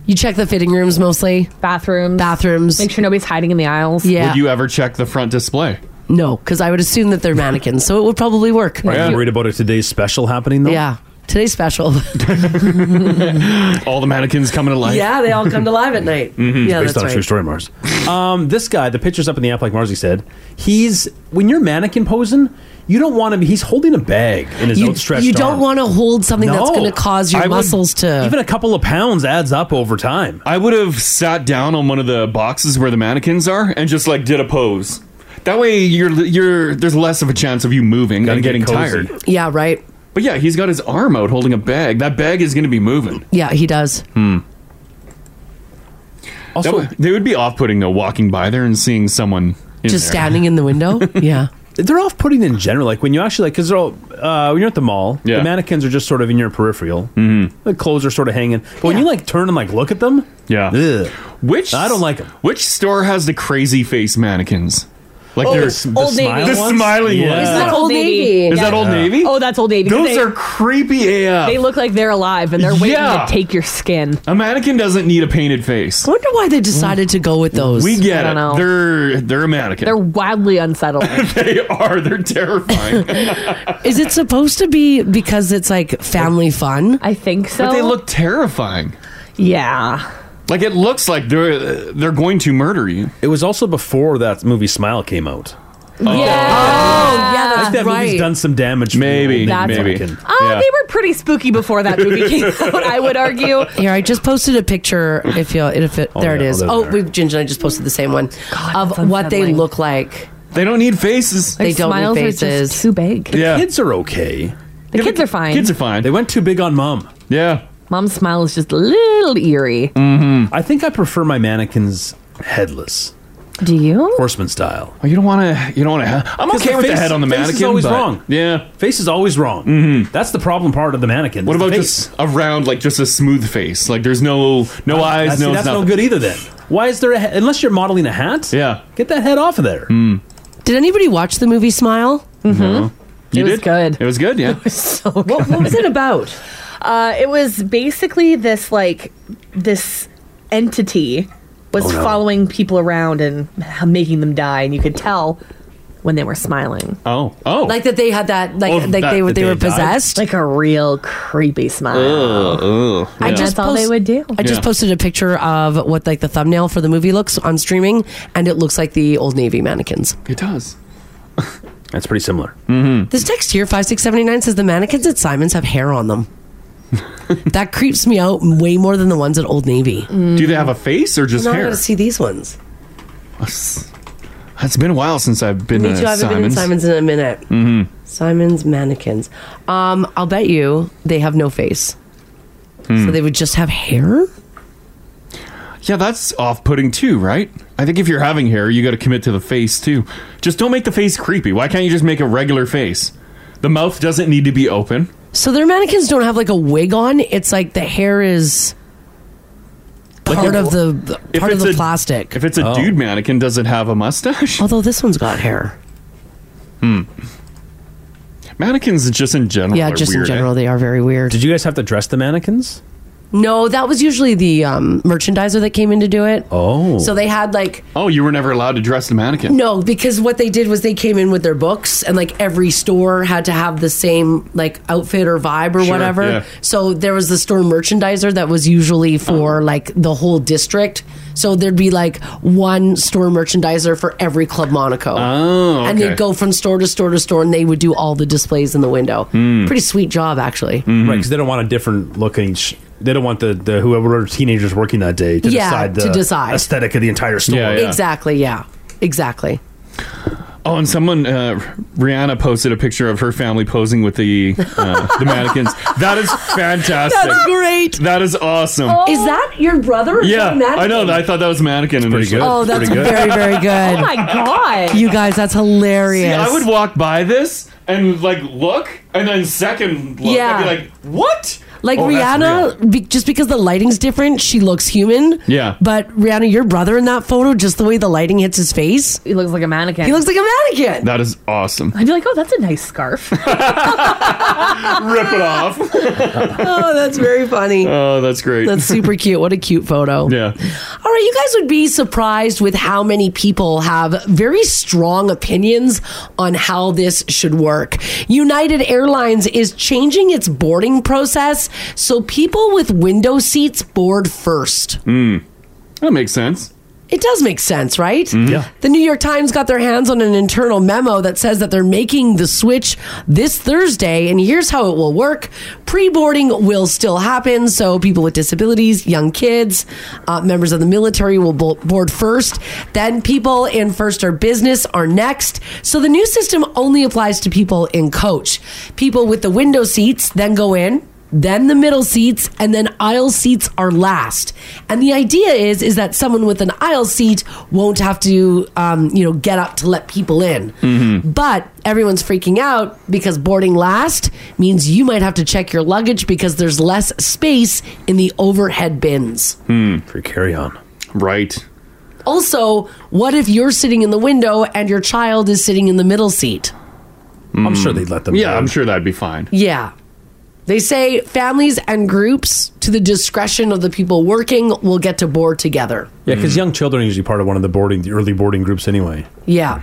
You check the fitting rooms mostly,
bathrooms.
bathrooms.
Make sure nobody's hiding in the aisles.
Yeah.
Would you ever check the front display?
no, because I would assume that they're mannequins, so it would probably work.
Are you worried about a today's special happening though?
Yeah. Today's special.
All the mannequins coming to life.
yeah, they all come to life at night.
Mm-hmm.
Yeah,
Mm-hmm. Based
that's
on a
right.
true story, Mars. um, this guy, the picture's up in the app, like Marzi said. He's when you're mannequin posing, you don't want to be. He's holding a bag in his
You,
outstretched.
you don't
arm.
want to hold something that's
No.
going to cause your
I would-
muscles to.
Even a couple of pounds adds up over time.
I would have sat down on one of the boxes where the mannequins are and just like did a pose. That way, you're you're there's less of a chance of you moving and
Gotta get
getting
cozy.
tired.
yeah, right.
But yeah, he's got his arm out holding a bag. That bag is going to be moving.
Yeah, he does.
Hmm. That
Also,
would, they would be off-putting though, walking by there and seeing someone in
Just
there.
standing in the window. yeah.
they're off putting in general. Like when you actually like, because they're all uh, when you're at the mall,
Yeah.
the mannequins are just sort of in your peripheral. Mm-hmm. The clothes are sort of hanging. But when you like turn and like look at them,
Yeah.
ugh.
Which
I don't like 'em.
Which store has the crazy face mannequins? Like
The
they're
s- the
Oh, Old Navy.
smile
The
ones?
smiling
Yeah.
ones. Is
that Old Navy?
Is that Old Navy?
Oh, that's Old Navy. 'cause
Those
they,
are creepy AF.
They look like they're alive and they're waiting
Yeah.
to take your skin.
a mannequin doesn't need a painted face.
I wonder why they decided to go with those.
We get
I
it.
don't know.
They're they're a mannequin.
They're wildly unsettled.
they are. They're terrifying.
Is it supposed to be because it's like family fun?
I think so.
they look terrifying.
Yeah.
Like it looks like they're they're going to murder you.
It was also before that movie Smile came out.
Oh,
yeah.
Uh,
I think that movie's done some damage.
Maybe, maybe.
Uh,
Oh,
They were pretty spooky before that movie came out, I would argue.
Here, I just posted a picture. If you, if it, there it
yeah,
is.
oh,
Oh,
there.
we Ginger and I just posted the same one of
that's
what they
unsettling.
look like.
They don't need faces.
They don't
Smiles
need
are
faces.
just too big.
yeah.
Kids are okay.
The kids are fine.
Kids are fine.
They went too big on mom.
yeah.
Mom's smile is just a little eerie.
Mm-hmm. I think I prefer my mannequins headless,
Do you?
horseman style.
Well, Oh, you don't want to. You don't want to. I'm
'Cause
okay
the
with the
face-
head on the
face is
mannequin.
always
but-
wrong.
Yeah.
Face is always wrong. Mm-hmm. That's the problem part of the mannequin.
What
It's the
about
face.
just a round, like just a smooth face? Like there's no no
I
eyes,
see,
no
that's no
nothing.
good either. Then why is there a he- unless you're modeling a hat?
Yeah. Mm.
get that head off of there.
Did anybody watch the movie Smile?
Mm-hmm.
You
It was
did
good.
It was good. Yeah.
What, what was it about?
Uh, it was basically this like this entity
Oh,
was following people around and making them die, and you could tell when they were smiling,
Oh. Oh.
Like that they had that, like,
Oh,
like
that-
they were
that
they
they
were
died?
possessed.
like a real creepy smile.
Oh, oh,
I
yeah.
just
That's all they
post-
would do.
I just
Yeah.
posted a picture of what like the thumbnail for the movie looks on streaming, and it looks like the old navy mannequins.
It does.
That's pretty similar.
Mm.
This text here, five six seventy nine, says the mannequins at Simon's have hair on them. that creeps me out way more than the ones at Old Navy.
Do they have a face or just
Now I
hair?
gotta see these ones.
It's been a while since I've been
Me
to
too. I haven't been in
Simon's.
Simon's in a minute. Mm-hmm. Simon's mannequins. Um, I'll bet you they have no face,
Hmm.
so they would just have hair.
Yeah, that's off-putting too, right? I think if you're having hair, you got to commit to the face too. Just don't make the face creepy. Why can't you just make a regular face? The mouth doesn't need to be open.
So their mannequins don't have like a wig on. It's like the hair is part
if-
of the
If
part of
it's
the
a-
plastic.
If it's a dude mannequin, does it have a mustache?
Although this one's got hair.
Mannequins just in general.
Yeah,
are
just
weird,
in
eh?
general, they are very weird.
Did you guys have to dress the mannequins?
No, that was usually the um, merchandiser that came in to do it.
Oh,
So they had like
Oh, you were never allowed to dress the mannequin.
no, because what they did was they came in with their books, and like every store had to have the same like outfit or vibe or whatever.
yeah.
So there was the store merchandiser that was usually for
Uh-huh.
like the whole district. So there'd be like one store merchandiser for every Club Monaco.
Oh,
and
okay.
they'd go from store to store to store, and they would do all the displays in the window.
Hmm.
Pretty sweet job, actually.
Mm-hmm.
right, because they don't want a different look in each. They don't want the, the whoever teenagers working that day to
Yeah,
decide the
to decide.
aesthetic of the entire store.
Yeah, yeah.
Exactly. Yeah. Exactly.
Oh, and someone uh, Rihanna posted a picture of her family posing with the uh, the mannequins. That is fantastic.
Great. Oh.
That is awesome.
Is that your brother? Or
yeah,
is that a
I know.
mannequin?
that. I thought that was a mannequin. Pretty
good.
Oh, that's
Pretty good.
very, very good.
Oh my god!
You guys, that's hilarious.
See, I would walk by this and like look, and then second look,
Yeah.
I'd be like, "What?"
like
Oh, that's real.
Rihanna, be, just because the lighting's different, she looks human.
Yeah.
But Rihanna, your brother in that photo, just the way the lighting hits his face,
He looks like a mannequin.
he looks like a mannequin.
That is awesome.
I'd be like, oh, that's a nice scarf.
Rip it off.
Oh, that's very funny.
Oh, that's great.
That's super cute. What a cute photo.
yeah.
All right, you guys would be surprised with how many people have very strong opinions on how this should work. United Airlines is changing its boarding process so people with window seats board first.
Hmm. That makes sense.
It does make sense, right?
Yeah.
The New York Times got their hands on an internal memo that says that they're making the switch this Thursday, and here's how it will work. Pre boarding will still happen, so people with disabilities, young kids, uh, members of the military will bo- board first. Then people in first or business are next. So the new system only applies to people in coach. People with the window seats then go in then the middle seats and then aisle seats are last and the idea is is that someone with an aisle seat won't have to um, you know get up to let people in
Mm-hmm.
but everyone's freaking out because boarding last means you might have to check your luggage because there's less space in the overhead bins
for carry on.
Hmm. Right.
also what if you're sitting in the window and your child is sitting in the middle seat
I'm sure they'd let them.
Hmm. Yeah,
go.
I'm sure that'd be fine.
Yeah. They say families and groups, to the discretion of the people working, will get to board together.
Yeah,
Mm-hmm.
because young children are usually part of one of the boarding, the early boarding groups anyway.
Yeah.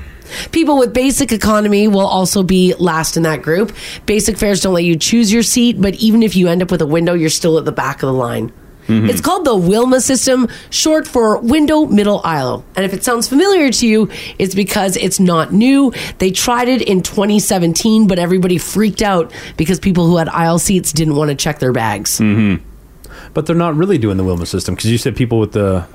People with basic economy will also be last in that group. Basic fares don't let you choose your seat, but even if you end up with a window, you're still at the back of the line.
Mm-hmm.
Mhm. It's called the Wilma system, short for window middle aisle. And if it sounds familiar to you, it's because it's not new. They tried it in 2017, but everybody freaked out because people who had aisle seats didn't want to check their bags.
Mm-hmm. But they're not really doing the Wilma system because you said people with the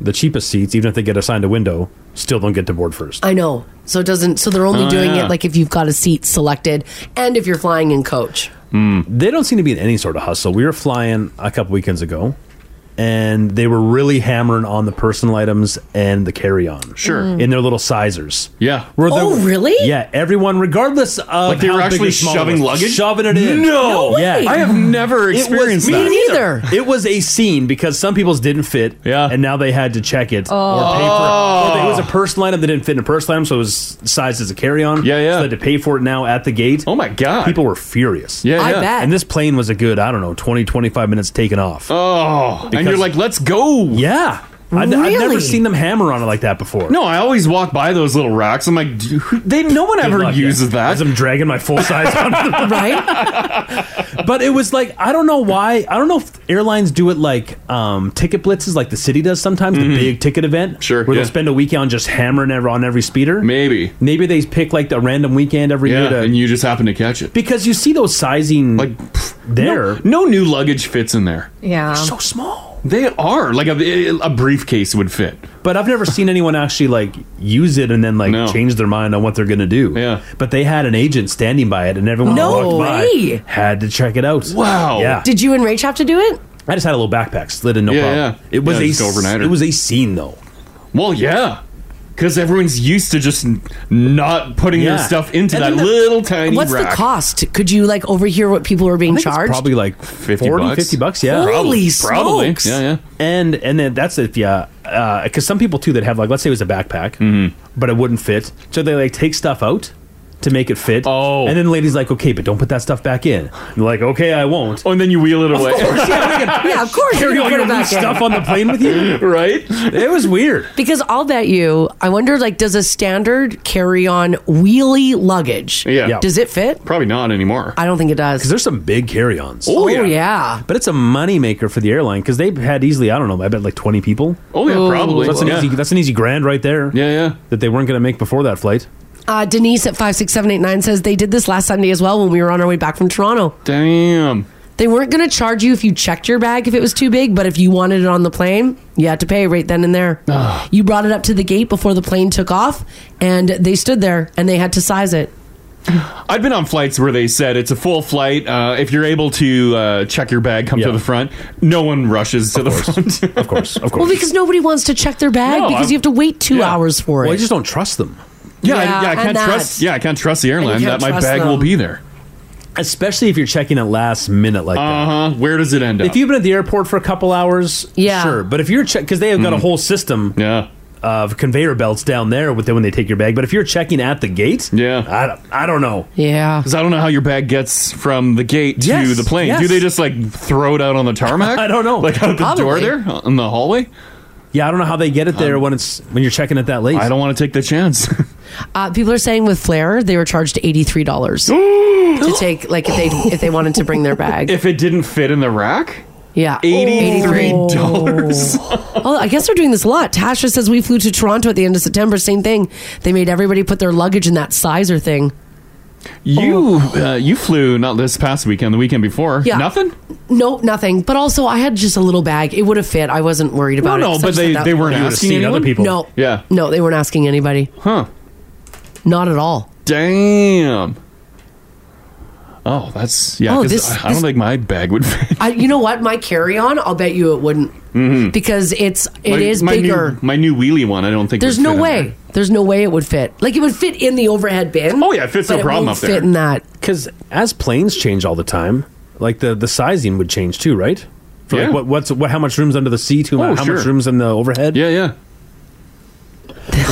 the cheapest seats, even if they get assigned a window, still don't get to board first.
I know. So it doesn't so they're only
Oh,
doing
yeah.
it like if you've got a seat selected and if you're flying in coach.
Hmm.
They don't seem to be in any sort of hustle. We were flying a couple weekends ago, and they were really hammering on the personal items and the carry on.
Sure. Mm.
In their little sizers. Yeah.
Oh, really?
Yeah. Everyone, regardless of
Like they were
how big or
actually
small it
shoving
was,
luggage?
shoving it in.
No No way.
Yeah.
I have never
It was-
experienced
me
that.
neither. it was a scene because some people's didn't fit. Yeah. And now they had to check it
Oh.
Oh.
or pay for it. Or it was a personal item that didn't fit in a personal item, so it was sized as a carry on. Yeah, yeah. So they had to pay for it now at the gate. Oh my god. People were furious.
Yeah, I yeah. bet.
And this plane was a good, I don't know, 20, 25 minutes taken off.
Oh, and you're like, let's go.
Yeah. I've, I've never
Really?
seen them hammer on it like that before.
No, I always walk by those little racks. I'm like, "Dude, who- they no one ever
luck,
uses that.
As I'm dragging my full size
right?
But it was like I don't know why I don't know if airlines do it like um, ticket blitzes like the city does sometimes the big ticket event sure where
Mm-hmm. yeah.
they'll spend a weekend just hammering every, on every speeder maybe maybe they pick like a random weekend every year to,
and you just happen to catch it
because you see those sizing like there
No, no new luggage fits in there.
Yeah.
So small.
They are like a, a briefcase would fit.
But I've never seen anyone actually like use it and then like change their mind on what they're gonna do. Yeah. But they had an agent standing by it, and everyone who
No
walked by
way.
had to check it out.
Wow.
Yeah.
Did you and Rach have to do it?
I just had a little backpack slid in, uh, no
Yeah,
problem.
yeah.
It was
Yeah,
a
just overnighter.
It was a scene though.
Well, yeah, because everyone's used to just n- not putting
Yeah.
their stuff into
And
that
then the-
little tiny.
What's
rack.
the cost? Could you like overhear what people were being
I think it's
charged?
probably like 50 40,
bucks.
50 bucks, yeah.
Holy Probably. Probably. smokes.
Yeah, yeah. And and then that's if yeah, uh, cuz some people too that have like let's say it was a backpack,
Mm-hmm.
but it wouldn't fit. So they like take stuff out to make it fit. Oh. And then the lady's like, "Okay, but don't put that stuff back in." And they're like, "Okay, I won't."
Oh, and then you wheel it away.
yeah, of course.
Carry
you
all
can put
your
it back
loose
in.
stuff on the plane with you?
right?
It was weird.
Because I'll bet you, I wonder, like, does a standard carry-on wheelie luggage?
Yeah. Yeah.
Does it fit?
Probably not anymore.
I don't think it does. Because
there's some big carry-ons.
Oh, Oh, yeah. yeah.
But it's a moneymaker for the airline because they've had easily, I don't know, I bet like 20 people.
Oh, yeah, Ooh. probably.
That's an,
Yeah.
Easy, that's an easy grand right there. Yeah,
yeah.
That they weren't going to make before that flight.
Uh, Denise at five six seven eight nine says they did this last Sunday as well when we were on our way back from Toronto.
Damn.
They weren't going to charge you if you checked your bag if it was too big, but if you wanted it on the plane, you had to pay right then and there. you brought it up to the gate before the plane took off, and they stood there and they had to size it.
I've been on flights where they said it's a full flight. Uh, if you're able to uh, check your bag, come to the front. No one rushes to the front.
of course, of
Well, because nobody wants to check their bag
No,
because
I'm-
you have to wait two hours for it.
Well, I just don't trust them.
Yeah, I-
Yeah,
yeah, I
and
can't
that.
trust. Yeah, I can't trust the
And
airline
you
that
can't
my
trust
bag will
them.
be there.
Especially if you're checking it last minute like that.
Uh huh. Where does it end up?
If you've been at the airport for a couple hours,
Yeah.
sure. But if you're check because they have got a whole system,
Mm. yeah.
Of conveyor belts down there with when they take your bag, but if you're checking at the gate, yeah, I don't, I don't know.
yeah.
Because I don't know how your bag gets from the gate to
Yes,
the plane.
yes.
Do they just like throw it out on the tarmac?
I don't know.
Like out the door
Probably.
there in the hallway? Um,
Yeah, I don't know how they get it there when it's when you're checking it that late. I
don't want to take the chance.
Uh, people are saying with Flair they were charged eighty three dollars to take like if they if they wanted to bring their bag.
if it didn't fit in the rack?
Yeah,
$83.
Oh, Well, I guess they're doing this a lot. Tasha says we flew to Toronto at the end of September. Same thing. They made everybody put their luggage in that sizer thing.
You uh, you flew not this past weekend, the weekend before.
Yeah.
Nothing?
No, nothing. But also, I had just a little bag. It would have fit. I wasn't worried about
No,
it.
no,
'cause I
but
just
they,
had that-
they weren't asking anyone?
No,
Yeah.
no, they weren't asking anybody.
Huh?
Not at all.
Damn. Oh, that's yeah.
Oh,
'cause
this-
I, I don't
this-
think my bag would fit.
I, you know what? My carry on. I'll bet you it wouldn't
Mhm.
because it's it
my,
is
my
bigger.
New, my new wheelie one. I don't think
There's
would
no
fit in
way.
there.
There's no way it would fit. Like it would fit in the overhead bin. Oh
yeah, it fits
but
no problem
it won't
up there.
Fit in that.
Because as planes change all the time, like the the sizing would change too, right? For
Yeah.
like what what's what how much room's under the seat, who
Oh,
how
sure.
much room's in the overhead?
Yeah, yeah.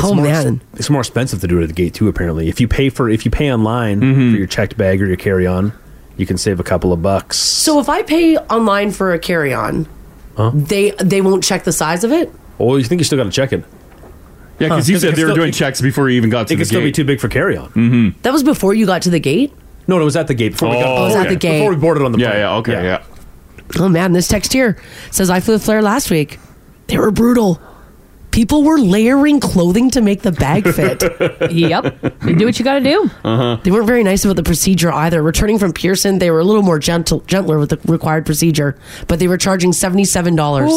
oh man,
It's more expensive to do it at the gate too. Apparently, if you pay for if you pay online
Mm-hmm.
for your checked bag or your carry on, you can save a couple of bucks.
So if I pay online for a carry on,
Huh?
they they won't check the size of it.
Oh, you think you still got to check it?
Yeah,
Huh.
because you
'Cause it
said
could
they were
still-
doing checks before you even got to the
It could still be
gate.
too big for carry on. Mm-hmm.
That was before you got to the gate.
No, no, it was at the gate before we got
Oh, it was at the gate.
before we boarded on the plane.
Yeah, yeah, okay, yeah.
Oh man, this text here says I flew a flare last week. They were brutal. People were layering clothing to make the bag fit.
yep. You do what you got to do.
Uh-huh.
They weren't very nice about the procedure either. Returning from Pearson, they were a little more gentle, gentler with the required procedure, but they were charging seventy-seven dollars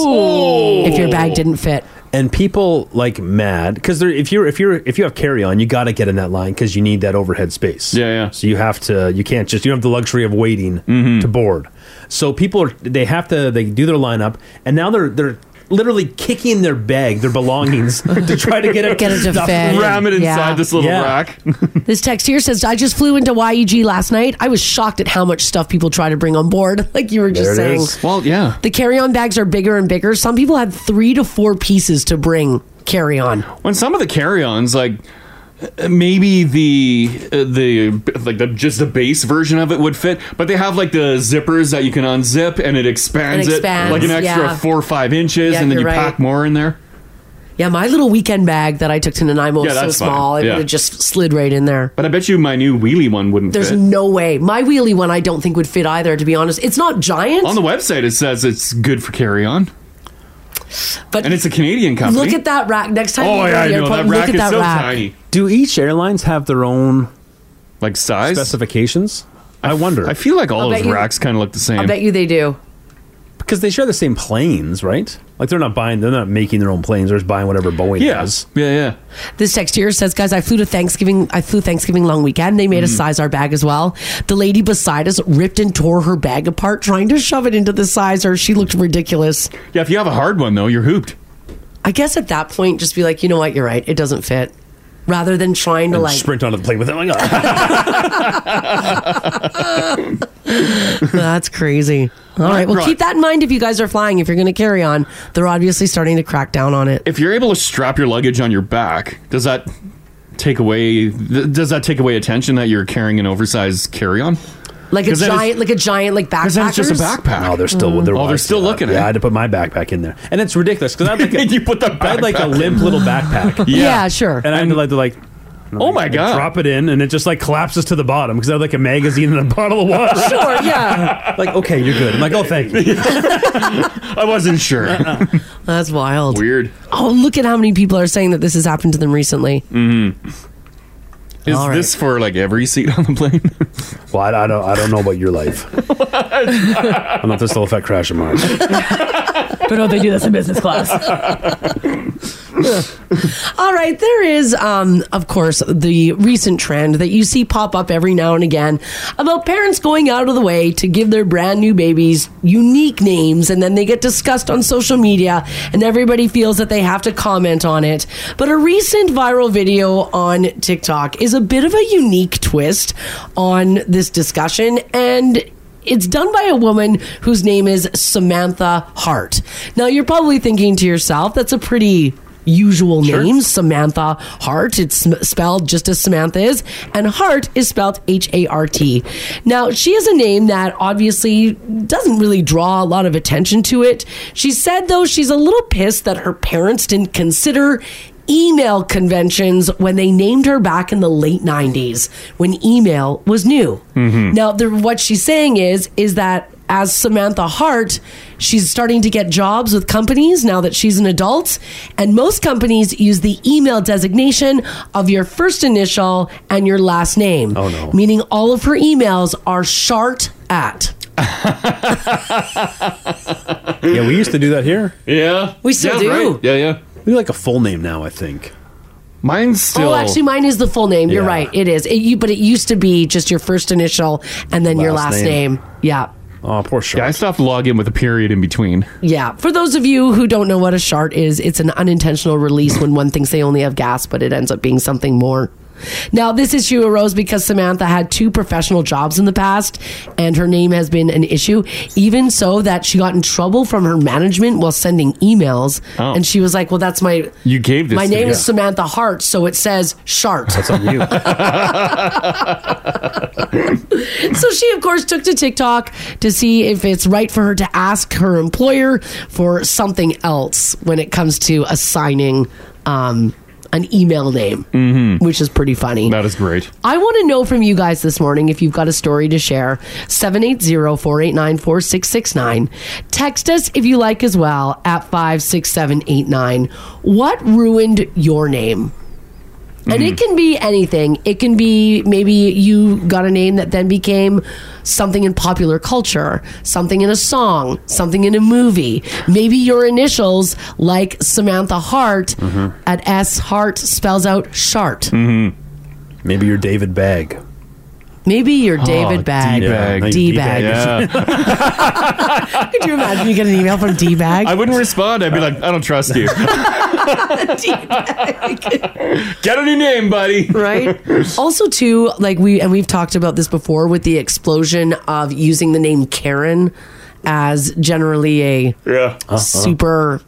if your bag didn't fit.
and people like mad because if you're if you're if you have carry on, you got to get in that line because you need that overhead space.
Yeah, yeah. Mm-hmm.
So you have to you can't just you don't have the luxury of waiting to board. So people are they have to they do their lineup and now they're they're literally kicking their bag their belongings to try to get it
Get it to
stuffed
fit.
in.
Ram it inside
Yeah.
this little
Yeah.
rack.
This text here says, I just flew into YEG last night. I was shocked at how much stuff people try to bring on board, like you were just
There it
saying.
is.
well, yeah.
The carry on bags are bigger and bigger. Some people had three to four pieces to bring carry on.
When some of the carry-ons, like uh, maybe the uh, the like the just the base version of it would fit, but they have like the zippers that you can unzip and it expands,
It
it like an
expands,
extra
yeah.
four or five inches,
Yeah,
and then you
you're right.
pack more in there.
Yeah, my little weekend bag that I took to Nanaimo
Yeah,
was so
that's fine.
small, it
Yeah.
would have just slid right in there.
But I bet you my new wheelie one wouldn't
There's
fit.
no way. My wheelie one I don't think would fit either, to be honest. It's not giant,
On the website, it says it's good for carry-on,
but
and it's a Canadian company.
look at that rack next time
oh
you go
yeah,
to
I
the
know
airport.
that
look
rack
at
is
that
so
rack.
tiny.
Do each airlines have their own
Like size.
specifications? I wonder
I feel like all
I'll
those
bet you-
racks kind of look the same.
I bet you they do.
because they share the same planes, right? Like they're not buying, they're not making their own planes. They're just buying whatever Boeing has.
yeah, yeah.
This text here says, guys, I flew to Thanksgiving. I flew Thanksgiving long weekend. They made
Mm.
us size our bag as well. The lady beside us ripped and tore her bag apart, trying to shove it into the sizer. She looked ridiculous.
Yeah, if you have a hard one though, you're hooped.
I guess at that point, just be like, you know what? You're right. It doesn't fit. Rather than trying to like,
Sprint onto the plane with it. Like, "Ah."
that's crazy. All right. Well,
Right.
keep that in mind if you guys are flying. If you're going to carry on, they're obviously starting to crack down on it.
If you're able to strap your luggage on your back, does that take away th- does that take away attention that you're carrying an oversized carry-on?
Like a
'Cause then it's-
giant, like a giant, like
Cuz
backpackers.
then it's just a backpack.
No, they're still. They're
Oh, they're
wise to
still
that.
looking at
Yeah,
it.
I had to put my backpack in there, and it's ridiculous because I had like a,
you put the
I had like a
backpack.
limp little backpack,
Yeah, sure.
and I had to like, to like
Oh my god.
drop it in, and it just like collapses to the bottom because I had like a magazine and a bottle of water.
Sure, yeah.
like, okay, you're good. I'm like, oh, thank you.
I wasn't sure.
That's wild.
Weird.
Oh, look at how many people are saying that this has happened to them recently.
Mm-hmm. Is
All right.
this for like every seat on the plane?
Well, I, I don't, I don't know about your life. I don't know if this will affect crash of mine.
But
oh,
don't they do this in business class?
All right, there is, um, of course, the recent trend that you see pop up every now and again about parents going out of the way to give their brand new babies unique names, and then they get discussed on social media, and everybody feels that they have to comment on it. But a recent viral video on TikTok is a bit of a unique twist on this discussion, and it's done by a woman whose name is Samantha Hart. Now, you're probably thinking to yourself, that's a pretty usual name, Samantha Hart. It's sm- spelled just as Samantha is, and Hart is spelled H A R T. Now, she is a name that obviously doesn't really draw a lot of attention to it. She said, though, she's a little pissed that her parents didn't consider email conventions when they named her back in the late 90s when email was new.
Hmm.
Mm-hmm.
Now, the, what she's saying is is that as Samantha Hart, she's starting to get jobs with companies now that she's an adult, and most companies use the email designation of your first initial and your last name. Oh
no.
Meaning all of her emails are shart at.
Yeah, we used to do that here.
yeah.
We still
yeah,
do.
right. Yeah, yeah.
We do like a full name now, I think.
Mine's still
Oh, actually, mine is the full name. You're
Yeah.
right. It is. It, you, but it used to be just your first initial and then your
Last
last
name.
name. Yeah.
Oh, poor Shark.
Yeah, I stopped logging with a period in between.
Yeah. For those of you who don't know what a shart is, it's an unintentional release when one thinks they only have gas, but it ends up being something more. Now, this issue arose because Samantha had two professional jobs in the past, and her name has been an issue, even so that she got in trouble from her management while sending emails.
Oh.
And she was like, Well, that's my.
You gave this
My
to
name
me.
is Samantha Hart, so it says Shart.
That's on you.
So she, of course, took to TikTok to see if it's right for her to ask her employer for something else when it comes to assigning um, an email name, which is pretty funny.
Mm-hmm. That is great.
I want to know from you guys this morning if you've got a story to share. 780-489-4669. Text us if you like as well at 56789. What ruined your name? And
Mm-hmm.
it can be anything. It can be maybe you got a name that then became something in popular culture, something in a song, something in a movie. Maybe your initials, like Samantha Hart
Mm-hmm.
at S Hart, spells out Shart.
Maybe you're David Bag.
Maybe you're David Bag.
Oh,
D-bag.
D-bag. Yeah.
Could you imagine you get an email from D-Bag?
I wouldn't respond. I'd be like, I don't trust you. Get a new name, buddy.
right? also, too, like we and we've talked about this before with the explosion of using the name Karen as generally a
Yeah.
super,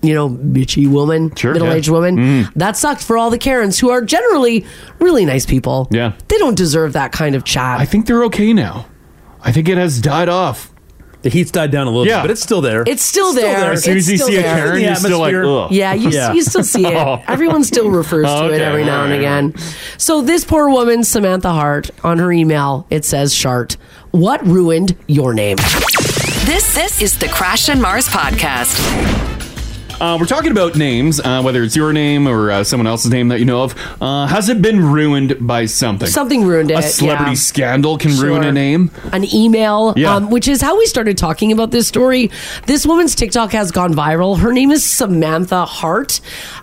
you know, bitchy woman,
Uh-huh. Sure,
middle-aged
yeah. Mm-hmm.
woman. That sucked for all the Karens who are generally really nice people.
Yeah.
they don't deserve that kind of chat.
I think they're okay now. I think it has died off.
The heat's died down a little
Yeah.
bit, but it's still there.
it's still there.
As soon
It's
as you
still
see a
there.
Karen,
The
you're still like,
atmosphere.
ugh. Oh.
Yeah, you,
Yeah.
you still see it. Everyone still refers to it
Okay.
every now and again. So this poor woman, Samantha Hart, on her email, it says, Shart, what ruined your name?
This this is the Crash and Mars podcast.
Uh, we're talking about names, uh, whether it's your name or uh, someone else's name that you know of. Uh, has it been ruined by something?
Something ruined it.
A celebrity
yeah.
scandal can ruin
Sure.
a name.
An email,
Yeah.
um, which is how we started talking about this story. This woman's TikTok has gone viral. Her name is Samantha Hart.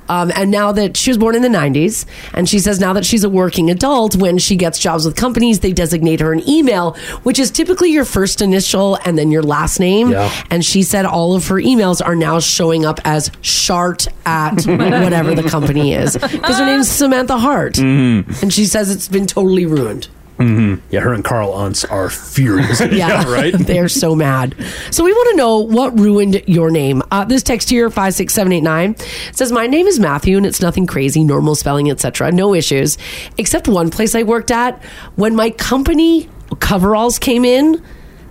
Um, and now that she was born in the 90s, and she says now that she's a working adult, when she gets jobs with companies, they designate her an email, which is typically your first initial and then your last name.
Yeah.
And she said all of her emails are now showing up as Shart at whatever the company is. Because her name's Samantha Hart. And she says it's been totally ruined.
Mm-hmm. yeah, her and Carl Unz are furious.
Yeah,
right?
They're so mad. So we want to know what ruined your name. Uh, this text here five six seven eight nine says my name is Matthew and it's nothing crazy, normal spelling, etc. No issues, except one place I worked at when my company coveralls came in.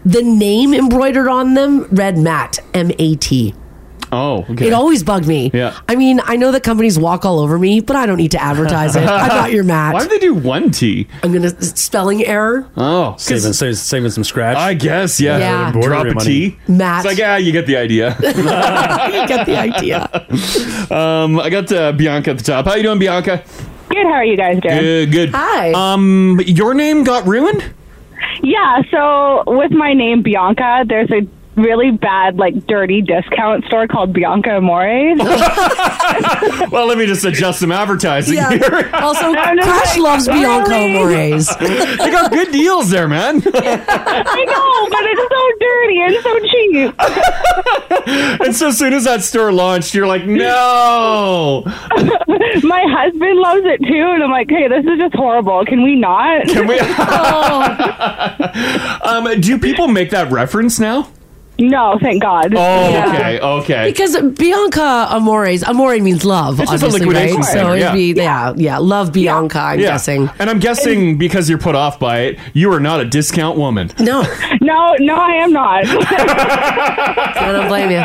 The name embroidered on them read Matt M A T.
Oh, okay.
It always bugged me.
Yeah.
I mean, I know that companies walk all over me, but I don't need to advertise it. I'm not your
Why
Matt.
did they do one T?
I'm gonna spelling error.
Oh, 'cause
saving, saving, saving some scratch.
I guess, yeah.
Yeah.
Border
Drop a
money.
T.
Matt.
It's like, yeah, you get the idea.
you get the idea.
um, I got uh, Bianca at the top. How you doing, Bianca?
Good. How are you guys doing?
Good, good.
Hi.
Um, your name got ruined?
Yeah, so with my name Bianca, there's a really bad, like, dirty discount store called Bianca Amore.
Well, let me just adjust some advertising here.
Yeah. also,
no,
Crash
no,
loves
really?
Bianca Amores.
they got good deals there, man.
I know, but it's so dirty and so cheap.
and so as soon as that store launched, you're like, no.
My husband loves it too, and I'm like, hey, this is just horrible. Can we not?
Can we?
Oh.
um, do people make that reference now?
No, thank God.
Oh, okay, okay.
Because Bianca Amores, Amore means love,
It's just a
obviously,
liquidation
right?
center,
so it'd
yeah.
be yeah, yeah, love Bianca. I'm
Yeah.
guessing.
And I'm guessing because you're put off by it, you are not a discount woman.
No,
No, no, I am not.
I don't blame you.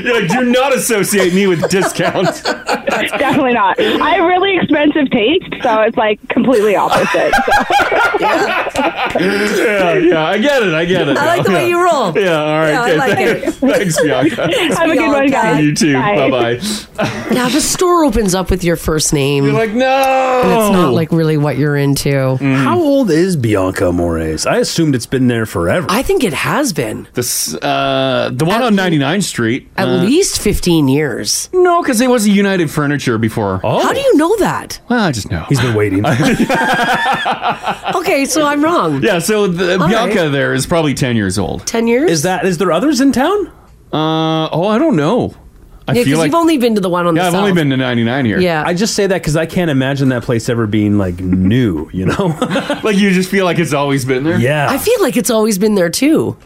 You're like, do not associate me with discounts.
Definitely not. I have really expensive taste, so it's like completely opposite. So.
yeah, yeah, I get it. I get it.
I like the
now.
way you roll.
Yeah, all right.
Yeah, I
okay,
like
thanks, thanks, Bianca.
Have a good one,
Bianca.
guys.
you too. Bye
Bye.
bye.
Now, if a store opens up with your first name,
You're like,
and
no.
it's not like really what you're into.
How old is Bianca Mores? I assumed it's been there forever.
I think it has been
This, uh, the one on 99th Street.
at
uh,
least 15 years.
no, because it was United Furniture before. Oh.
How do you know that?
Well, I just know.
He's been waiting.
Okay, so I'm wrong.
yeah, so the,
All
Bianca
right.
there is probably 10 years old.
10 years?
is that? Is there others in town?
Uh, oh, I don't know. I
Yeah,
feel
because
like.
you've only been to the one on
yeah,
the
I've only
south.
been to 99 here.
Yeah.
I just say that because I can't imagine that place ever being like new. You know?
Like, you just feel like it's always been there?
yeah.
I feel like it's always been there too.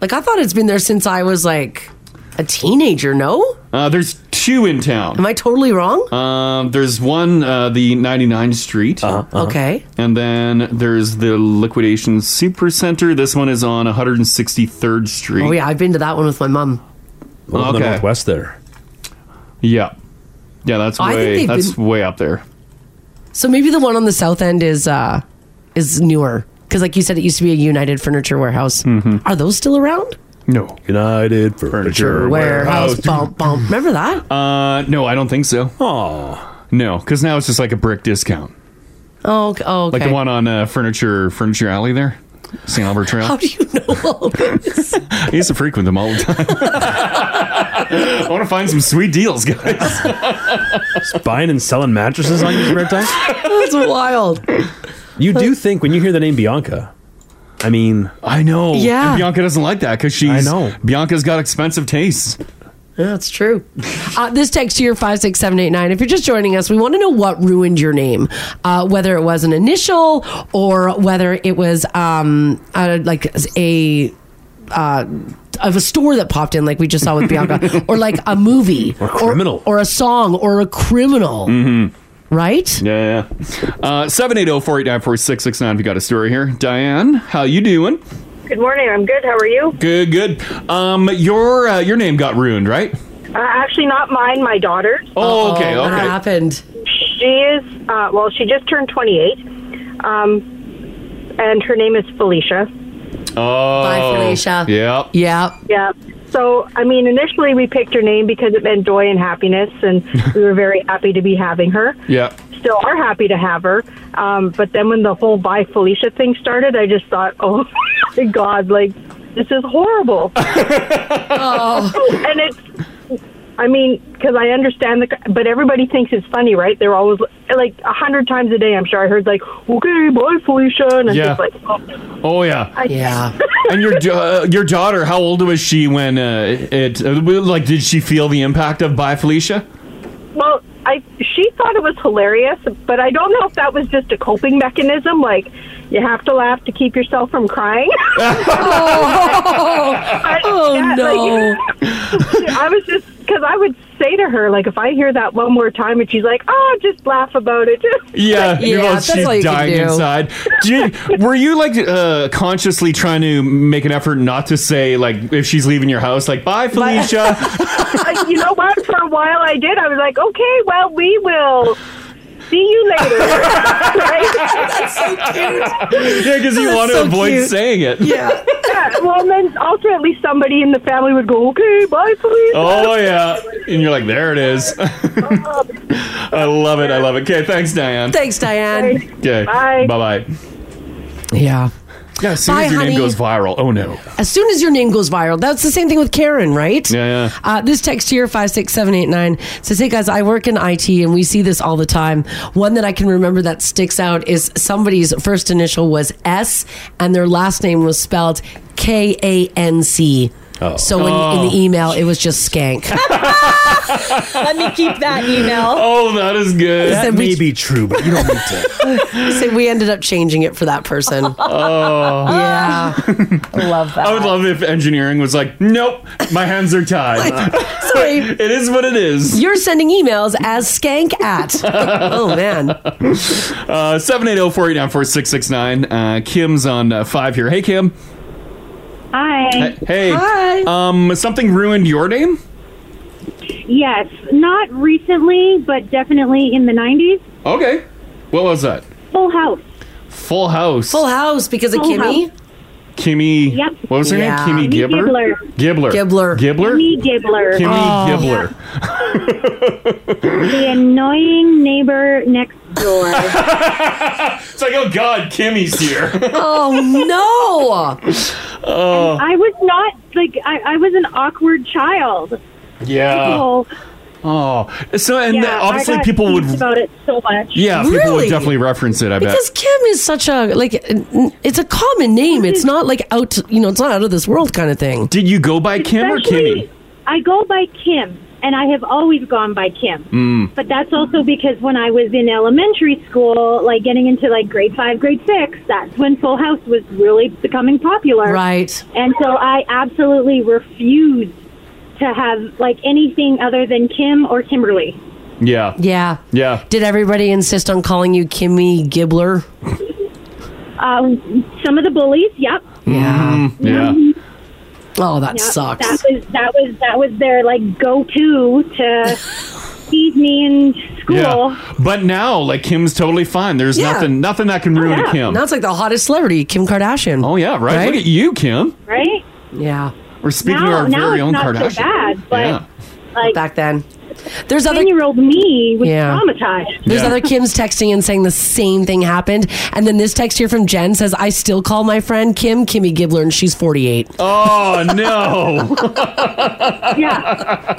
Like I thought it's been there since I was like a teenager. No,
Uh, there's two in town.
am I totally wrong?
Um, there's one, uh, the 99 Street.
Uh-huh,
Okay,
And then there's the Liquidation Super Center. This one is on 163rd Street.
oh yeah, I've been to that one with my mom.
Well, in the
Okay.
northwest there.
Yeah. Yeah, that's
I think
way
they've
that's
been-
way up there.
So maybe the one on the south end is uh is newer because, like you said, it used to be a United Furniture Warehouse.
Mm-hmm.
Are those still around?
No.
United Furniture.
Warehouse, bump, bump. Remember that?
Uh, no, I don't think so. Oh. No, because now it's just like a brick discount,
Oh, okay. oh, okay.
like the one on uh, Furniture Furniture Alley there, St. Albert Trail.
How do you know all this?
I used to frequent them all the time. I want to find some sweet deals, guys.
Buying and selling mattresses on your spare time?
That's wild.
You do think when you hear the name Bianca, I mean,
I know.
Yeah.
And Bianca doesn't like that because she's.
I know.
Bianca's got expensive tastes.
That's true. Uh, this text here, 56789. If you're just joining us, we want to know what ruined your name, uh, whether it was an initial or whether it was um, uh, like a. Uh, of a store that popped in, like we just saw with Bianca, or like a movie, or
criminal.
or, a song, or a criminal, right?
Yeah, yeah. Uh, Seven eight zero four eight nine four six six nine. If you got a story here, Diane, how you doing?
Good morning. I'm good. How are you?
Good, good. Um, your uh, your name got ruined, right?
Uh, actually, not mine. My daughter's.
Oh, okay,
Oh, What
okay.
happened?
She is. Uh, well, she just turned 28, um, and her name is Felicia.
Oh,
Bye, Felicia.
Yep.
Yeah,
Yeah. So, I mean, initially we picked her name because it meant joy and happiness, and we were very happy to be having her.
Yeah.
Still are happy to have her. Um, but then when the whole "Bye Felicia" thing started, I just thought, oh my god, like this is horrible. oh. And it's, I mean, because I understand the, but everybody thinks it's funny, right? They're always like a hundred times a day. I'm sure I heard like, okay, bye Felicia, and I'm
Yeah.
just like, oh,
Oh, yeah.
yeah.
And your da- uh, your daughter, how old was she when uh, it uh, like? Did she feel the impact of "Bye, Felicia"?
Well, I she thought it was hilarious, but I don't know if that was just a coping mechanism. Like you have to laugh to keep yourself from crying. I,
Oh
yeah,
no!
like, I was just because I would say to her like if I hear that one more time and she's like, "Oh, just laugh about it."
Yeah,
Yeah,
both-
that's all you can do.
inside. Did, were you like uh, consciously trying to make an effort not to say like if she's leaving your house, like "Bye, Felicia"?
I, you know what? For a while, I did. I was like, "Okay, well, we will." See you later. right?
yeah, because you want to
so
avoid
cute.
saying it.
Yeah,
Yeah, well, and then ultimately somebody in the family would go, okay, bye, please.
Oh yeah, and you're like, there it is. I love it. I love it. Okay, thanks, Diane.
thanks, Diane.
Okay,
Bye.
Bye. Bye.
Yeah.
Yeah, as soon
Bye,
as your
honey.
name goes viral, oh no.
As soon as your name goes viral, that's the same thing with Karen, right?
Yeah, yeah.
Uh, this text here, 56789, says, Hey guys, I work in IT and we see this all the time. One that I can remember that sticks out is somebody's first initial was S and their last name was spelled K A N C.
Oh.
So when, in the email, it was just skank.
Let me keep that email.
Oh, that is good.
that
said we-
may be true, but you don't need to.
so we ended up changing it for that person. Oh. Yeah.
Love that.
I would love if engineering was like, nope, my hands are tied.
Sorry.
it is what it is.
You're sending emails as skank at. oh, man.
Uh, 780-489-4669. Uh, Kim's on uh, five here. Hey, Kim.
Hi.
Hey.
Hi.
Um, something ruined your name?
Yes, not recently, but definitely in the 90s.
Okay. What was that?
Full House.
Full House.
Full house because of
Full
Kimmy.
Kimmy.
Yep.
What was her
Yeah.
name? Kimmy Gibbler. Gibbler.
Gibbler.
Gibbler.
Me Gibbler.
Kimmy
Oh.
Gibbler.
The annoying neighbor next door.
It's like, oh God, Kimmy's here.
Oh, no.
Oh,
I was not, like, I, I was an awkward child.
yeah.
Oh,
Oh. So, and
yeah,
that- obviously
I got
people would.
teased about it so much.
Yeah, people would
Really?
definitely reference it. I bet.
Because Kim is such a like, n- it's a common name. It's not like out, you know, it's not out of this world kind of thing.
Did you go by Kim or
Especially-
Kimmy?
I go by Kim, and I have always gone by Kim. Mm. But that's also because when I was in elementary school, like getting into like grade five, grade six, that's when Full House was really becoming popular.
Right.
And so I absolutely refused to have like anything other than Kim or Kimberly.
Yeah.
Yeah.
Yeah.
Did everybody insist on calling you Kimmy Gibbler?
Um, some of the bullies, yep.
Mm-hmm.
Yeah.
Mm, Yeah.
Oh, that
yep.
sucks.
That was that was that was their like go to to he's me in school.
Yeah, but now like Kim's totally fine. There's
Yeah.
nothing nothing that can ruin a Kim.
Now it's like the hottest celebrity, Kim Kardashian.
Oh yeah, right. Look at you, Kim.
Right?
Yeah.
We're speaking
Now-
to our
now
very
it's
own
not so
Kardashian.
bad, but-
yeah.
Like
Back then. There's other
ten year old me was
Yeah.
traumatized.
There's
Yeah.
other Kims texting and saying the same thing happened. And then this text here from Jen says, I still call my friend Kim Kimmy Gibbler and she's 48.
Oh no.
Yeah.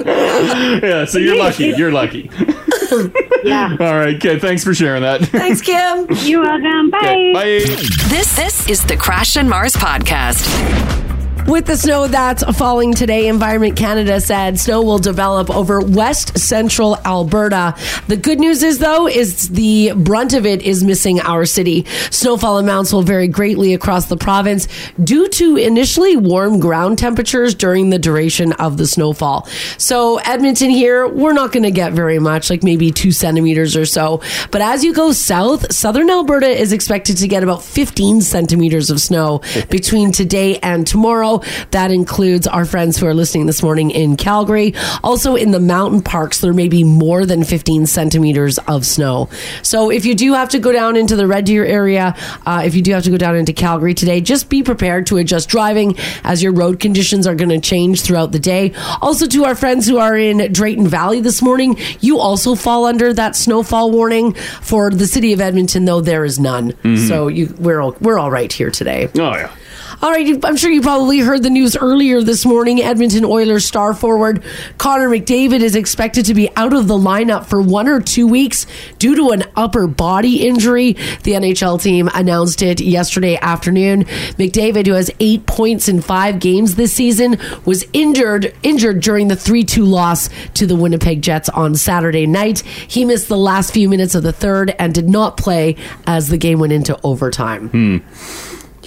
yeah. So you're lucky. You're lucky.
Yeah.
All right. Okay. Thanks for sharing that.
Thanks, Kim.
You're welcome.
Okay, Bye.
This this is the Crash and Mars podcast.
With the snow that's falling today, Environment Canada said snow will develop over west central Alberta. The good news is, though, is the brunt of it is missing our city. Snowfall amounts will vary greatly across the province due to initially warm ground temperatures during the duration of the snowfall. So, Edmonton here, we're not going to get very much, like maybe two centimeters or so. But as you go south, southern Alberta is expected to get about 15 centimeters of snow between today and tomorrow. That includes our friends who are listening this morning in Calgary. Also in the mountain parks, there may be more than 15 centimeters of snow. So if you do have to go down into the Red Deer area, uh, if you do have to go down into Calgary today, just be prepared to adjust driving as your road conditions are going to change throughout the day. Also to our friends who are in Drayton Valley this morning, you also fall under that snowfall warning. For the city of Edmonton, though, there is none. So you, we're all, we're all right here today.
Mm-hmm. Oh yeah.
All right, you- I'm sure you probably heard the news earlier this morning. Edmonton Oilers star forward Connor McDavid is expected to be out of the lineup for one or two weeks due to an upper body injury. The NHL team announced it yesterday afternoon. McDavid, who has eight points in five games this season, was injured injured during the 3-2 loss to the Winnipeg Jets on Saturday night. He missed the last few minutes of the third and did not play as the game went into overtime.
Hmm.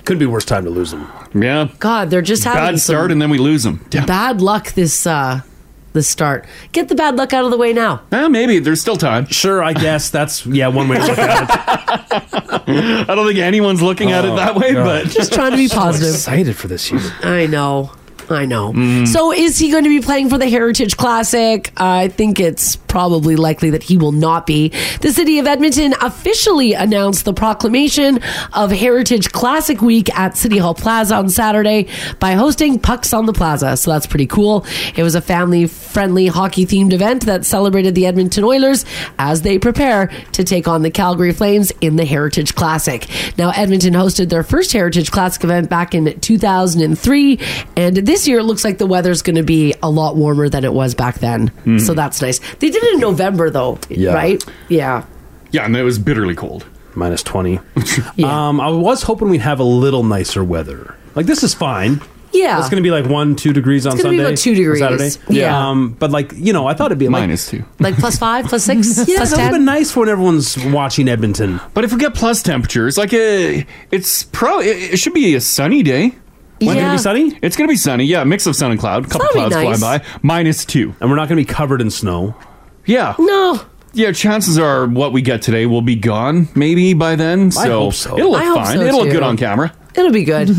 Couldn't be worse time to lose them.
Yeah.
God, they're just having
Bad
some
start, and then we lose them. Damn.
bad luck this uh this start. Get the bad luck out of the way now.
Eh, maybe there's still time.
Sure, I guess that's yeah one way to look at it.
I don't think anyone's looking at it that way,
Oh, no.
but
Just trying to be positive.
Excited for this year.
I know. I know. So is he going to be playing for the Heritage Classic? I think it's probably likely that he will not be. The city of Edmonton officially announced the proclamation of Heritage Classic Week at City Hall Plaza on Saturday by hosting Pucks on the Plaza. So that's pretty cool. It was a family friendly hockey themed event that celebrated the Edmonton Oilers as they prepare to take on the Calgary Flames in the Heritage Classic. Now, Edmonton hosted their first Heritage Classic event back in 2003, and this year it looks like the weather's going to be a lot warmer than it was back then. So that's nice. They did it in November, though,
Yeah.
right? Yeah.
yeah, and it was bitterly cold.
minus 20. Um, I was hoping we'd have a little nicer weather. Like, this is fine.
Yeah.
It's going to be like one, two degrees on
gonna be
Sunday.
about two degrees.
Saturday.
Yeah.
Um, but, like, you know, I thought it'd be like,
Minus two.
Like plus five, plus six,
Yeah,
plus
that would have
ten.
been nice for when everyone's watching Edmonton.
But if we get plus temperatures, like uh it's pro, it, it should be a sunny day.
When's going to
Yeah.
be sunny?
It's gonna be sunny, yeah. Mix of sun and cloud, couple
That'll be
clouds
nice.
fly by, minus two.
And we're not going to be covered in snow.
Yeah,
No.
yeah. Chances are, what we get today will be gone, maybe by then. So,
I hope so.
it'll look
I hope
fine.
so,
it'll look
too.
good on camera.
It'll be good.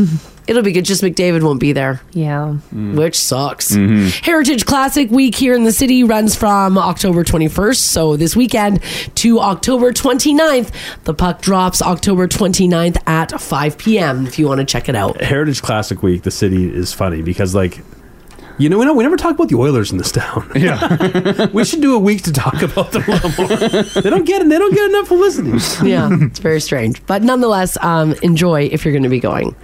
It'll be good. Just McDavid won't be there.
Yeah.
which sucks.
Mm-hmm.
Heritage Classic Week here in the city runs from October 21st, so this weekend, to October 29th. The puck drops October 29th at 5 p.m. if you want to check it out.
Heritage Classic Week, the city is funny because, like, you know, we, know, we never talk about the Oilers in this town.
Yeah,
we should do a week to talk about them a little more. they don't get it. They don't get enough listening.
yeah, it's very strange. But nonetheless, um, enjoy if you're going to be going.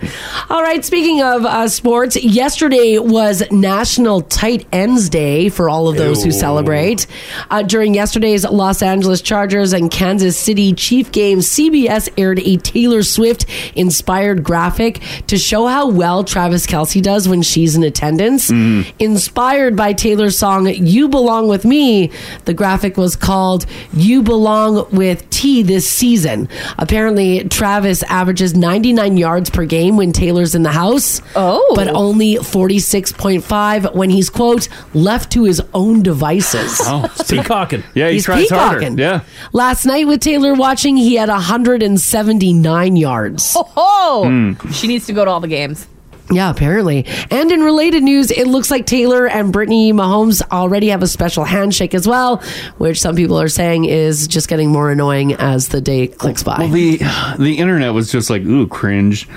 All right, speaking of uh, sports, yesterday was National Tight Ends Day for all of those who
Ew.
celebrate. Uh, during yesterday's Los Angeles Chargers and Kansas City Chief game, CBS aired a Taylor Swift inspired graphic to show how well Travis Kelsey does when she's in attendance. Inspired by Taylor's song You Belong With Me, the graphic was called You Belong With T this season. Apparently, Travis averages 99 yards per game when Taylor's in the house.
Oh.
But only 46.5 when he's, quote, left to his own devices.
Peacocking.
Oh. yeah. He
He's
tries harder.
peacocking.
Yeah,
Last night with Taylor watching, he had 179 yards.
Mm.
Oh, she needs to go to all the games.
Yeah, apparently. And in related news, it looks like Taylor and Brittany Mahomes already have a special handshake as well, which some people are saying is just getting more annoying as the day clicks by.
The the internet was just like ooh cringe.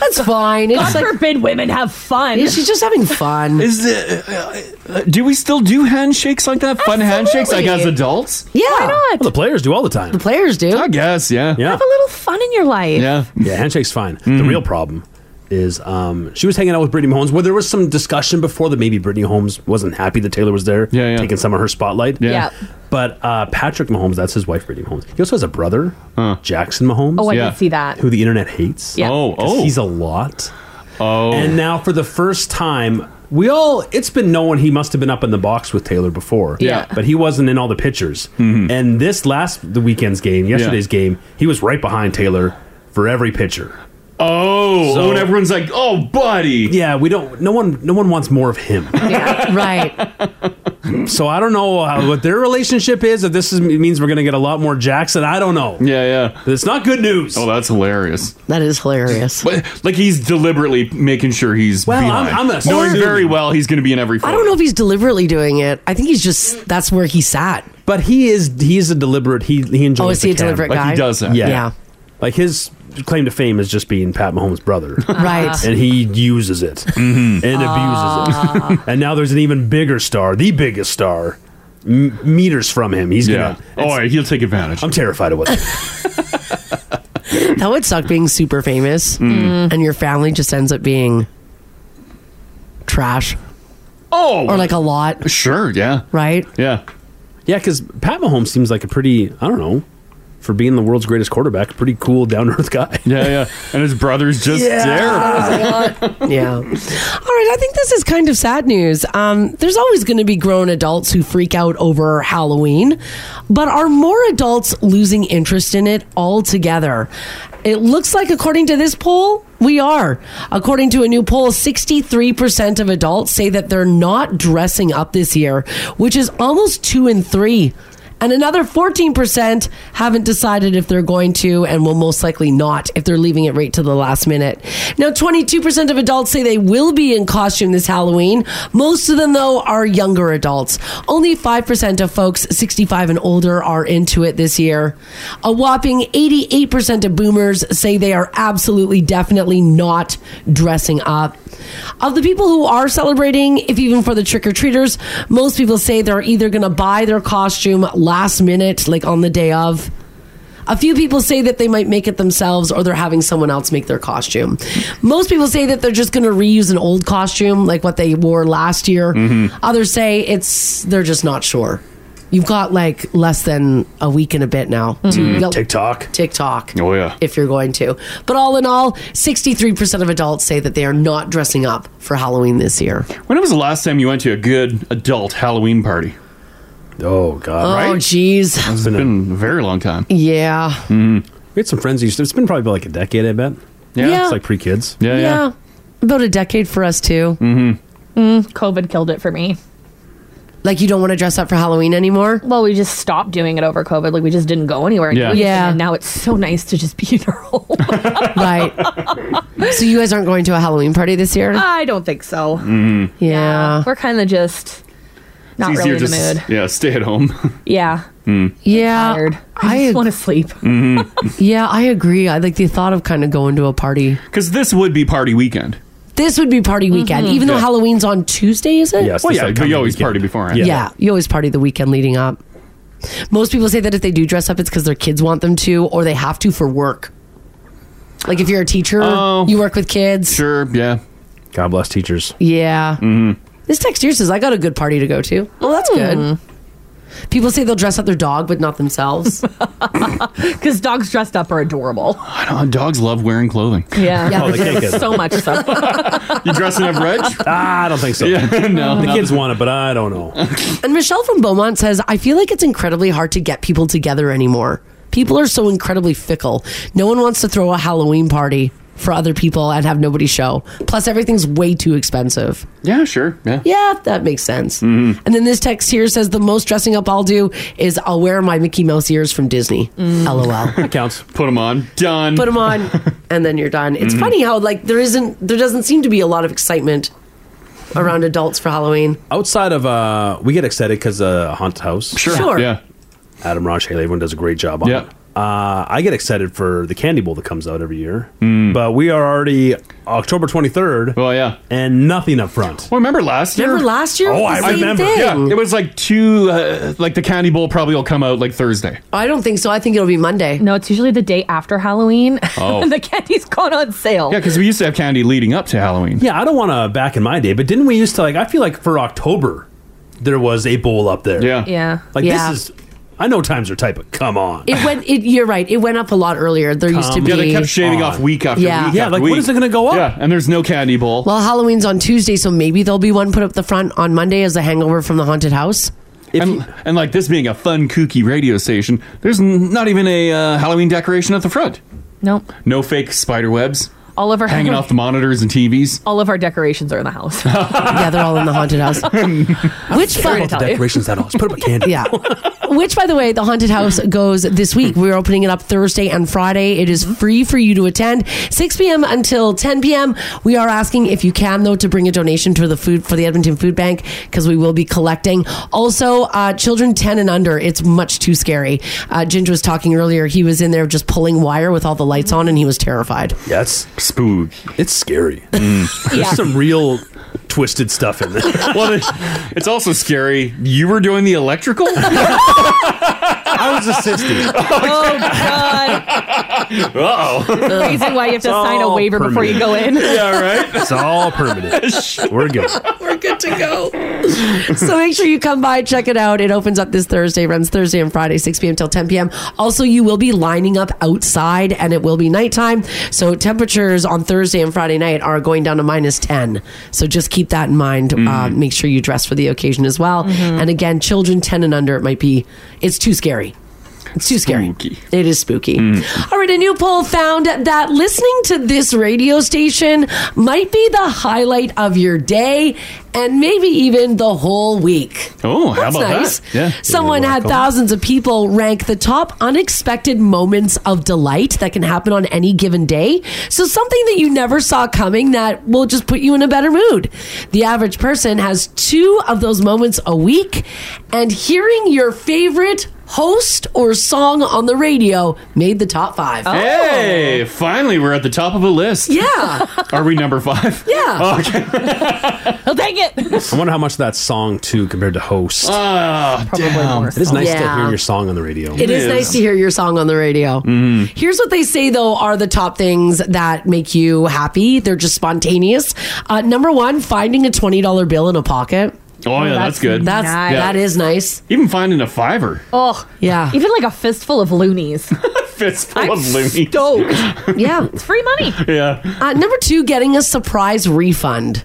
That's fine. It's
God
like,
forbid women have fun.
Yeah, she's just having fun.
Is the uh, uh, do we still do handshakes like that? Fun handshakes like as
Absolutely.
adults?
yeah,
Why
Well,
not?
the players do all the time.
players do.
I guess yeah
Yeah.
Have a little fun in your life.
yeah. Mm-hmm.
Yeah, handshake's fine. The real problem is um, she was hanging out with Brittany Holmes, where there was some discussion before that maybe Brittany Holmes wasn't happy that Taylor was there,
Yeah, yeah.
taking some of her spotlight.
Yeah.
Yeah.
But uh, Patrick Mahomes, that's his wife, Brittany Mahomes. He also has a brother, Jackson Mahomes,
Oh, I
Yeah.
did see that.
who the internet hates.
Yeah.
Oh
'Cause
oh
He's a lot.
oh.
And now for the first time, we all it's been known he must have been up in the box with Taylor before.
Yeah.
But he wasn't in all the pictures.
Mm-hmm.
And this last the weekend's game, yesterday's game, he was right behind Taylor for every picture.
Oh,
So-
oh, and everyone's like, "Oh, buddy."
Yeah, we don't no one no one wants more of him.
Right.
so I don't know how, what their relationship is if this is, means we're going to get a lot more Jackson, I don't know.
Yeah, yeah.
But It's not good news.
Oh, that's hilarious.
That is hilarious.
But like he's deliberately making sure he's
Well,
behind.
I'm- I'm
knowing
assuming-
very well he's going to be in every.
I
Photo.
don't know if he's deliberately doing it. I think he's just that's where he sat.
But he is he is a deliberate he he enjoys
Oh, is he a
the cam.
deliberate
Like
guy?
he does that.
Yeah.
Yeah.
Like his claim to fame is just being Pat Mahomes' brother.
Right.
and he uses it
Mm-hmm.
and
Ah.
abuses it. And now there's an even bigger star, the biggest star, m- meters from him. He's
Yeah. Oh,
gonna.
All right, he'll take advantage.
I'm terrified of what.
that would suck being super famous and your family just ends up being trash
oh,
or like a lot,
sure, yeah,
right?
yeah.
yeah, because Pat Mahomes seems like a pretty. I don't know. For being the world's greatest quarterback, pretty cool, down to earth guy.
Yeah, yeah, and his brother's just there.
Yeah. All right. I think this is kind of sad news. Um, there's always going to be grown adults who freak out over Halloween, but are more adults losing interest in it altogether? It looks like, according to this poll, we are. According to a new poll, 63% of adults say that they're not dressing up this year, which is almost two in three. And another 14% haven't decided if they're going to and will most likely not if they're leaving it right to the last minute. Now, 22% of adults say they will be in costume this Halloween. Most of them, though, are younger adults. Only 5% of folks 65 and older are into it this year. A whopping 88% of boomers say they are absolutely, definitely not dressing up. Of the people who are celebrating, if even for the trick or treaters, most people say they're either going to buy their costume last minute, like on the day of. A few people say that they might make it themselves or they're having someone else make their costume. Most people say that they're just going to reuse an old costume, like what they wore last year. Others say it's they're just not sure. You've got like less than a week and a bit now to go-
TikTok.
TikTok
Oh yeah,
if you're going to. But all in all, 63% of adults say that they are not dressing up for Halloween this year.
When was the last time you went to a good adult Halloween party?
Oh God,
Oh,
right?
jeez.
It's been, a very long time.
Yeah. Yeah.
Mm-hmm. We had some friends. who used to- It's been probably like a decade, I bet.
Yeah.
It's like pre kids.
yeah, Mm-hmm. yeah.
About a decade for us, too.
Mm, COVID killed it for me.
Like, you don't want to dress up for Halloween anymore?
Well, we just stopped doing it over COVID. Like we just didn't go anywhere. and
Yeah.
do anything,
Yeah.
And now it's so nice to just be in our home.
right. So, you guys aren't going to a Halloween party this year?
I don't think so.
Mm-hmm.
yeah.
We're kind of just not really in the mood.
yeah, stay at home. Mm.
Yeah.
Yeah. Tired. I,
I,
just want to sleep.
yeah, I agree. I like the thought of kind of going to a party.
Because this would be party weekend.
This would be party weekend, even though
Yeah.
Halloween's on Tuesday, is it?
Yes.
Well,
this
yeah, but
upcoming
you always
weekend.
party beforehand.
Yeah.
Yeah. you always party the weekend leading up. Most people say that if they do dress up, it's because their kids want them to, or they have to for work. Like if you're a teacher,
Oh.
you work with kids.
sure. Yeah, Mm-hmm.
God bless teachers.
Yeah. This text here says, "I got a good party to go to." Well, that's
Hmm.
good. People say they'll dress up their dog, but not themselves.
Because dogs dressed up are adorable.
I know dogs love wearing clothing.
Yeah.
Yeah.
Oh, they can't get.
So much so.
You dressing up, Reg?
Ah, I don't think so.
no,
The kids want it, but I don't know.
and Michelle from Beaumont says, "I feel like it's incredibly hard to get people together anymore. People are so incredibly fickle. No one wants to throw a Halloween party." for other people and have nobody show. Plus, everything's way too expensive.
Yeah, sure. Yeah. Mm-hmm.
Yeah, that makes sense. And then this text here says the most dressing up I'll do is I'll wear my Mickey Mouse ears from Disney.
Mm.
LOL.
That counts. Put them on. Done.
Put them on, and then you're done. It's
Mhm.
funny how like there isn't, there doesn't seem to be a lot of excitement around adults for Halloween.
Outside of uh, we get excited because uh, haunted house.
Sure. Sure. Yeah.
Adam Rosh, Haley, everyone does a great job on it. Uh, I get excited for the candy bowl that comes out every year, but we are already October twenty third.
Mm. Well, yeah,
and nothing up front.
Well, remember last year?
Remember last year?
Oh,
It was
I
the same
remember.
thing.
Yeah, it was like two. Uh, like the candy bowl probably will come out like Thursday.
I don't think so. I think it'll be Monday.
No, it's usually the day after Halloween.
Oh.
the candy's gone on sale.
Yeah, because we used to have candy leading up to Halloween.
Yeah, I don't want to back in my day, but didn't we used to like? I feel like for October, there was a bowl up there.
Yeah,
Yeah.
Like
Yeah.
this is. I know times are tight, but come on.
It went. It, you're right. It went up a lot earlier. There used to
Come
be.
Yeah, they kept shaving
on.
off week after
Yeah.
week.
Yeah, like, when is it
going to go up?
Yeah, and there's no candy bowl.
Well, Halloween's on Tuesday, so maybe there'll be one put up the front on Monday as a hangover from the haunted house.
and, and like this being a fun, kooky radio station, there's n- not even a uh, Halloween decoration at the front.
Nope.
No fake spider webs.
All of our
hanging off the monitors and TVs.
all of our decorations are in the house.
yeah, they're all in the haunted house. Which
Sorry
fun?
to tell you.
that Let's put up a candy.
Yeah. Which, by the way, the haunted house goes this week. We're opening it up Thursday and Friday. It is free for you to attend, 6 p.m. until 10 p.m. We are asking if you can, though, to bring a donation to the food for the Edmonton Food Bank because we will be collecting. Also, uh, children 10 and under, it's much too scary. Uh, Ginger was talking earlier. He was in there just pulling wire with all the lights on, and he was terrified.
Yeah, it's
spook.
It's scary.
Mm.
There's
Yeah.
some real twisted stuff in there.
well, it- it's also scary. You were doing the electrical.
I was assisting.
oh God!
Uh-oh.
The reason why you have to
It's
sign a
all
waiver before you go in.
permanent. It's all permanent. We're good.
We're good to go. so make sure you come by, check it out. It opens up this Thursday, runs Thursday and Friday, 6 p.m. till 10 p.m. Also, you will be lining up outside and it will be nighttime. So temperatures on Thursday and Friday night are going down to minus 10. So just keep that in mind. Uh, make sure you dress for the occasion as well. And again, children 10 and under, it might be, it's too scary. It's too scary. It is spooky. All right, a new poll found that listening to this radio station might be the highlight of your day and maybe even the whole week.
Oh, how
That's
about that?
nice.
Yeah.
Someone
You're
had
welcome.
thousands of people rank the top unexpected moments of delight that can happen on any given day. So something that you never saw coming that will just put you in a better mood. The average person has two of those moments a week, and hearing your favorite host or song on the radio made the top five.
Oh. Hey, finally, we're at the top of a list.
Yeah.
Are we number five? Oh,
Yeah.
Okay.
I'll take it.
I wonder how much of that song too compared to host.
Ah,
damn. It is nice to
Yeah.
hear your song on the radio.
It is nice to hear your song on the radio.
Mm-hmm.
Here's what they say, though, are the top things that make you happy. They're just spontaneous. Uh, number one, finding a $20 bill in a pocket.
Oh, yeah, that's, good.
That's
Yeah.
That is nice.
Even finding a fiver.
Oh
yeah.
Even like a fistful of loonies.
Fistful
I'm
of loonies.
stoked.
Yeah.
It's free money.
Yeah.
Uh, number two, getting a surprise refund.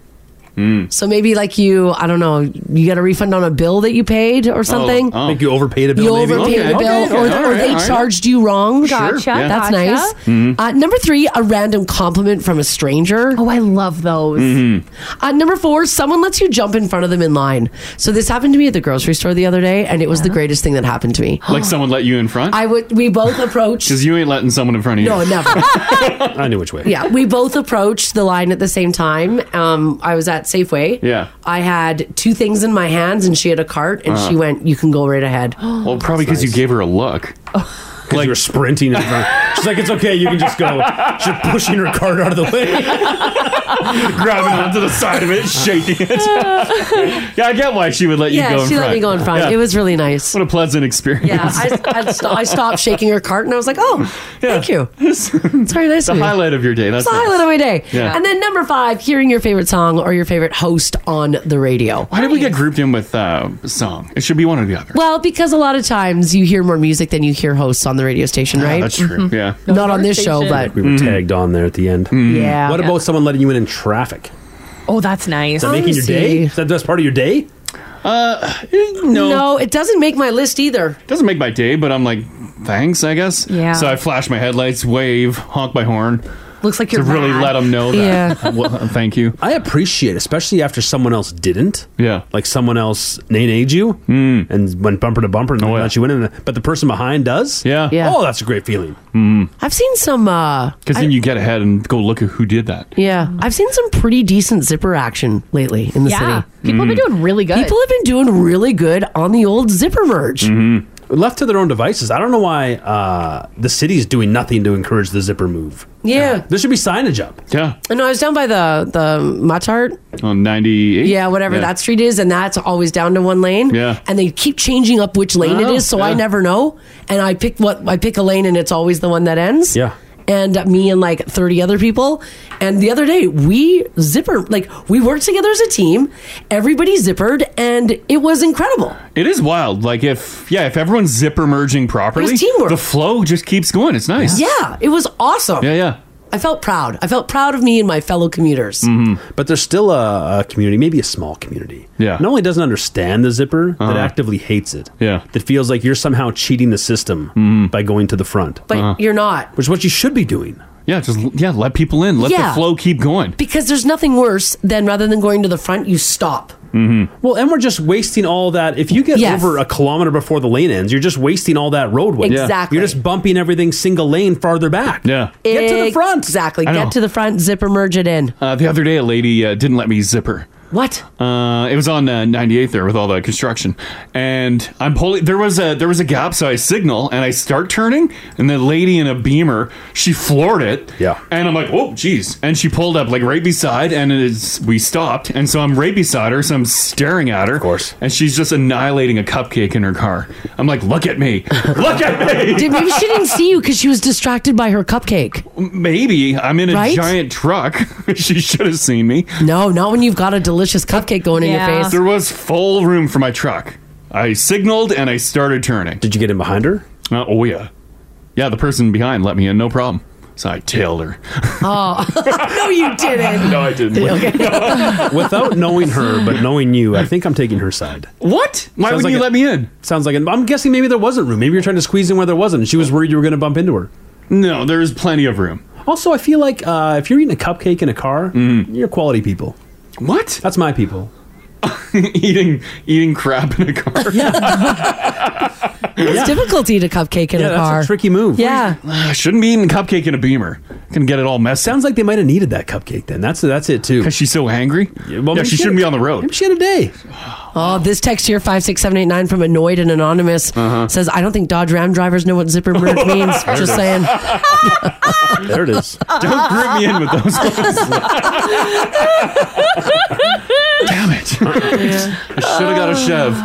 Hmm.
So maybe like you, I don't know, you got a refund on a bill that you paid
Oh,
or something.
I think you overpaid a bill.
You
maybe?
overpaid
Okay,
a bill, or,
okay, okay, all
or
right, all
they
right.
charged you wrong.
Gotcha, yeah.
That's
gotcha.
nice. Uh, number three, a random compliment from a stranger.
Oh, I love those.
Uh, number four, someone lets you jump in front of them in line. So this happened to me at the grocery store the other day, and it was the greatest thing that happened to me.
Like someone let you in front?
I would, we both approached.
Because you ain't letting someone in front of you.
No, never.
I knew which way.
yeah, we both approached the line at the same time. Um, I was at Safeway.
Yeah.
I had two things in my hands, and she had a cart, and
Uh-huh.
she went, "You can go right ahead."
Oh,
Well, probably because you gave her a look.
Like you were sprinting in front. She's like, it's okay, you can just go. She's pushing her cart out of the way.
Grabbing onto the side of it, shaking it. yeah, I get why she would let you
yeah,
go in
she
front.
let me go in front.
Yeah.
It was really nice.
What a pleasant experience.
Yeah, I, I, sto- I stopped shaking her cart, and I was like, "Oh, thank you."
it's
It's very nice.
the
of you.
highlight of your day. That's
It's the
nice.
highlight of my day.
Yeah.
And then number five, hearing your favorite song or your favorite host on the radio.
Why did we get grouped in with uh, song? It should be one or the other.
Well, because a lot of times you hear more music than you hear hosts on the radio station,
Yeah,
right? Mm-hmm.
that's true. Yeah. Mm-hmm.
Not on this show, but
We were tagged on there at the end.
yeah.
What about someone letting you in in traffic? Is
Oh, that's nice.
that making your day?
Honestly.
Is that the best part of your day?
Uh, No.
No, it doesn't make my list either.
Doesn't make my day, but I'm like, thanks, I guess.
Yeah.
So I flash my headlights, wave, honk my horn.
looks like
to
you're
really
mad.
let them know that.
Yeah.
Well, uh, thank you.
I appreciate, it, especially after someone else didn't.
Yeah, Mm.
like someone else nay-nayed you and went bumper to bumper
Oh,
and let you in, and, but the person behind does. Yeah.
Yeah.
Oh, that's a great feeling.
I've seen some. uh
Because Mm-hmm. then you get ahead and go look at who did that.
Yeah, Mm. I've seen some pretty decent zipper action lately in the
Yeah.
city.
People have been doing really good.
People have been doing really good on the old zipper merge.
Mm-hmm. Left to their own devices, I don't know why uh, the city's doing nothing to encourage the zipper move.
Yeah.
There should be signage up.
Yeah.
No, I was down by the the Matart.
On 98?
Yeah, whatever that street is, and that's always down to one lane.
Yeah.
and they keep changing up which lane it
Oh,
is, so I
yeah.
never know. And I pick what I pick a lane, and it's always the one that ends.
Yeah.
and uh, me and like thirty other people. And the other day, we zipper like we worked together as a team. Everybody zippered, and it was incredible.
It is wild. Like if yeah, if everyone's zipper merging properly,
teamwork.
the flow just keeps going. It's nice.
Yeah, it was awesome.
Yeah, yeah.
I felt proud. I felt proud of me and my fellow commuters.
But there's still a, a community, maybe a small community.
Mm-hmm. Yeah.
Not only doesn't understand the zipper,
Uh-huh.
that actively hates it.
Yeah. Mm-hmm.
That feels like you're somehow cheating the system by going to the front,
But you're not
which is what you should be doing.
Uh-huh. Yeah, just l- yeah, let people in. Let
Yeah.
the flow keep going.
because there's nothing worse than rather than going to the front, you stop.
Mm-hmm.
Well, and we're just wasting all that. If you get
Yes.
over a kilometer before the lane ends, you're just wasting all that roadway.
Yeah. Exactly.
You're just bumping everything single lane farther back.
Yeah.
Get to the front.
Exactly.
I know.
Get to the front, zipper merge it in.
Uh, the other day, a lady uh, didn't let me zipper.
What?
Uh, it was on uh, 98th there with all the construction, and I'm pulling. There was a there was a gap, so I signal and I start turning, and the lady in a beamer she floored it.
Yeah.
and I'm like, oh, jeez, and she pulled up like right beside, and it is we stopped, and so I'm right beside her, so I'm staring at her, of
course.
and she's just annihilating a cupcake in her car. I'm like, look at me, look at me.
Dude, maybe she didn't see you because she was distracted by her cupcake.
Maybe I'm in a
Right?
giant truck. she should have seen me.
No, not when you've got a delicious cupcake going in
Yeah.
your face.
There was full room for my truck. I signaled and I started turning.
Did you get in behind her?
Uh, oh yeah, yeah. The person behind let me in, no problem. So I tailed her.
Oh. No, you didn't.
No, I didn't.
Without knowing her, but knowing you, I think I'm taking her side.
What? Why
Sounds
would
like
you
a-
let me in?
Sounds like, I'm guessing maybe there wasn't room. Maybe you're trying to squeeze in where there wasn't. and She was worried you were going to bump into her.
No, there's plenty of room.
Also, I feel like uh, if you're eating a cupcake in a car, you're quality people.
Mm. What?
That's my people.
eating eating crap in a car.
It's difficult to eat a cupcake in
Yeah,
a
that's
car.
a tricky move.
Yeah.
I uh, shouldn't be eating cupcake in a beamer. Can get it all messed up
Sounds like they might have needed that cupcake then. That's that's it too.
because she's so angry. Yeah,
well, maybe
she shouldn't be on the
Maybe
road.
she had a day.
Oh, this text here, 56789 from Annoyed and Anonymous,
Uh-huh.
says, I don't think Dodge Ram drivers know what zipper merge means. Just saying.
There it is.
Don't group me in with those. ones. Damn it! I should have got a shove.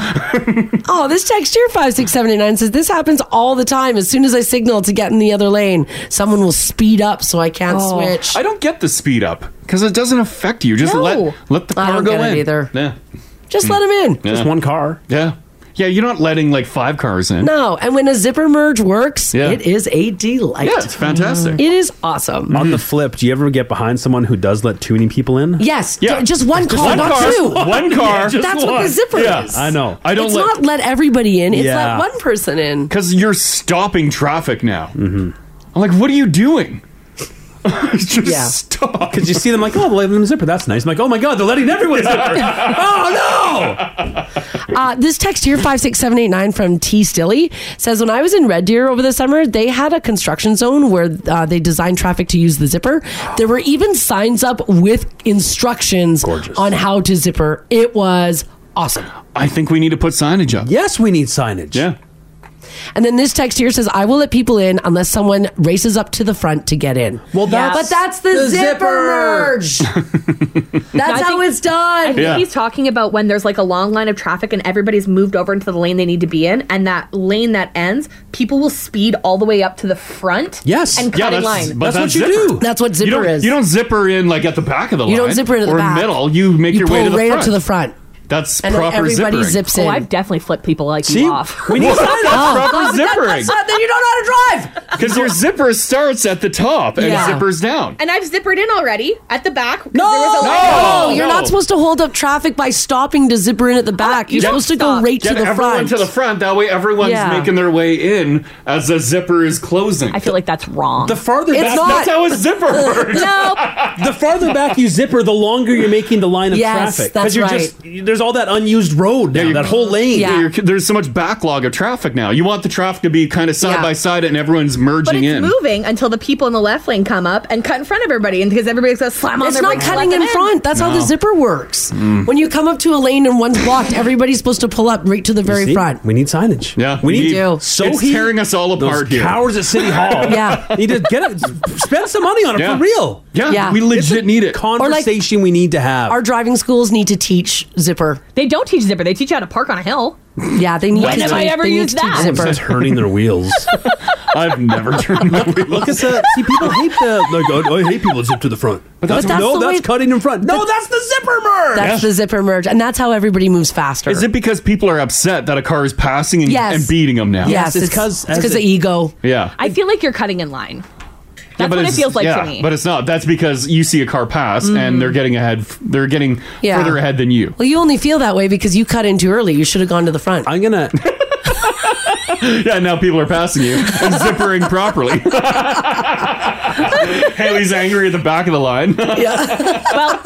Oh, this text here, 56789, says, This happens all the time. As soon as I signal to get in the other lane, someone will speed up so I can't
Oh.
switch.
I don't get the speed up because it doesn't affect you. Just
No.
let let the
I
car
don't
go
get it
in.
either.
Yeah. Hmm.
Just let him in.
Just one car.
Yeah. Yeah, you're not letting like five cars in.
No, and when a zipper merge works,
Yeah.
it is a delight.
Yeah, it's fantastic.
It is awesome.
On the flip, do you ever get behind someone who does let too many people in?
Yes,
Yeah.
ju- just one car,
one
not
car,
two.
one car.
just
That's what
one.
the zipper
Yeah,
is.
I know.
I don't
it's
let
not let everybody in. It's
Yeah.
let one person in.
because you're stopping traffic now. Mm-hmm. I'm like, what are you doing? just
Yeah.
stop.
Because you see them like, oh, they're letting them zipper. That's nice. I'm like, oh my God, they're letting everyone zipper. oh no!
Uh, this text here, 56789 from T. Stilly, says When I was in Red Deer over the summer, they had a construction zone where uh, they designed traffic to use the zipper. There were even signs up with instructions on how to zipper. It was awesome.
I think we need to put signage up.
Yes, we need signage.
Yeah.
And then this text here says, I will let people in unless someone races up to the front to get in.
Well, that's
But that's the,
The
zipper, merge.
zipper.
that's
I
how
think-
it's done.
I think
Yeah.
he's talking about when there's like a long line of traffic and everybody's moved over into the lane they need to be in, and that lane that ends, people will speed all the way up to the front.
Yes.
and
Yeah,
cut in
that's-
line.
but-
that's what
zipper.
you do.
That's what
You
zipper
don't,
is.
you don't zipper in like at the back of the line.
You don't zipper in at the
or
back.
middle. You make
You
your way
pull
to the
right
front.
up to the front.
That's
And then
proper
everybody
zippering.
zips in. Oh, I've definitely flipped people like
See?
you off.
We need to
What?
Oh.
Oh,
that's proper
God, that-
zippering.
that's not-
then you don't know how to drive.
Because your zipper starts at the top and
Yeah.
zippers down.
And I've zippered in already at the back. 'cause there was a light
No!
No, you're
No.
not supposed to hold up traffic by stopping to zipper in at the back. You're
Get-
supposed to go right to
Get
the
everyone
front.
to the front. That way, everyone's
Yeah.
making their way in as the zipper is closing. I feel
like that's wrong.
The
farther
that's,
back-
that's how a zipper works.
The farther back you zipper, the longer you're making the line of
Yes,
traffic.
that's
you're
right.
just there's all that unused road now, that whole lane.
you're- there's so much backlog of traffic now. You want the traffic to be kind of side
Yeah.
by side and everyone's merging
But it's
in.
moving until the people in the left lane come up and cut in front of everybody, and because everybody's gonna slam on
It's
their
not
brakes and let
cutting
them
in front. That's how the
No.
zipper works.
Mm.
When you come up to a lane and one's blocked, everybody's supposed to pull up right to the very
See?
front.
We need signage. Yeah, we
we
need
do.
So
It's
he-
tearing
us all
those
apart here.
Cowards at City Hall.
Yeah.
need to get it. Spend some money on it
Yeah.
for real.
Yeah, Yeah. we legit
It's a
need it.
Conversation we need to have.
Our driving schools need to teach zipper.
They don't teach zipper. They teach you how to park on a hill.
Yeah, they need
When
to
have I
teach-
ever
they need
used
to teach
that?
zipper.
Just turning their wheels.
I've never turned my wheels.
Look at that. See, people hate the. Like, I, I hate people that zip to the front. But
that's- that's
no,
the
that's
way-
cutting in front. No, that's the zipper merge.
That's the zipper merge. And that's how everybody moves faster.
Is it because people are upset that a car is passing and,
Yes.
and beating them now?
Yes, Yes, it's it's- 'cause- it's as 'cause it- of ego.
Yeah.
I feel like you're cutting in line. That's
Yeah, but
what it
it's-
feels like
yeah,
to me.
But it's not. That's because you see a car pass
Mm.
and they're getting ahead. f- They're getting
Yeah.
further ahead than you.
Well, you only feel that way because you cut in too early. You should have gone to the front.
I'm gonna.
yeah, now people are passing you and zippering properly. Haley's angry at the back of the line.
well,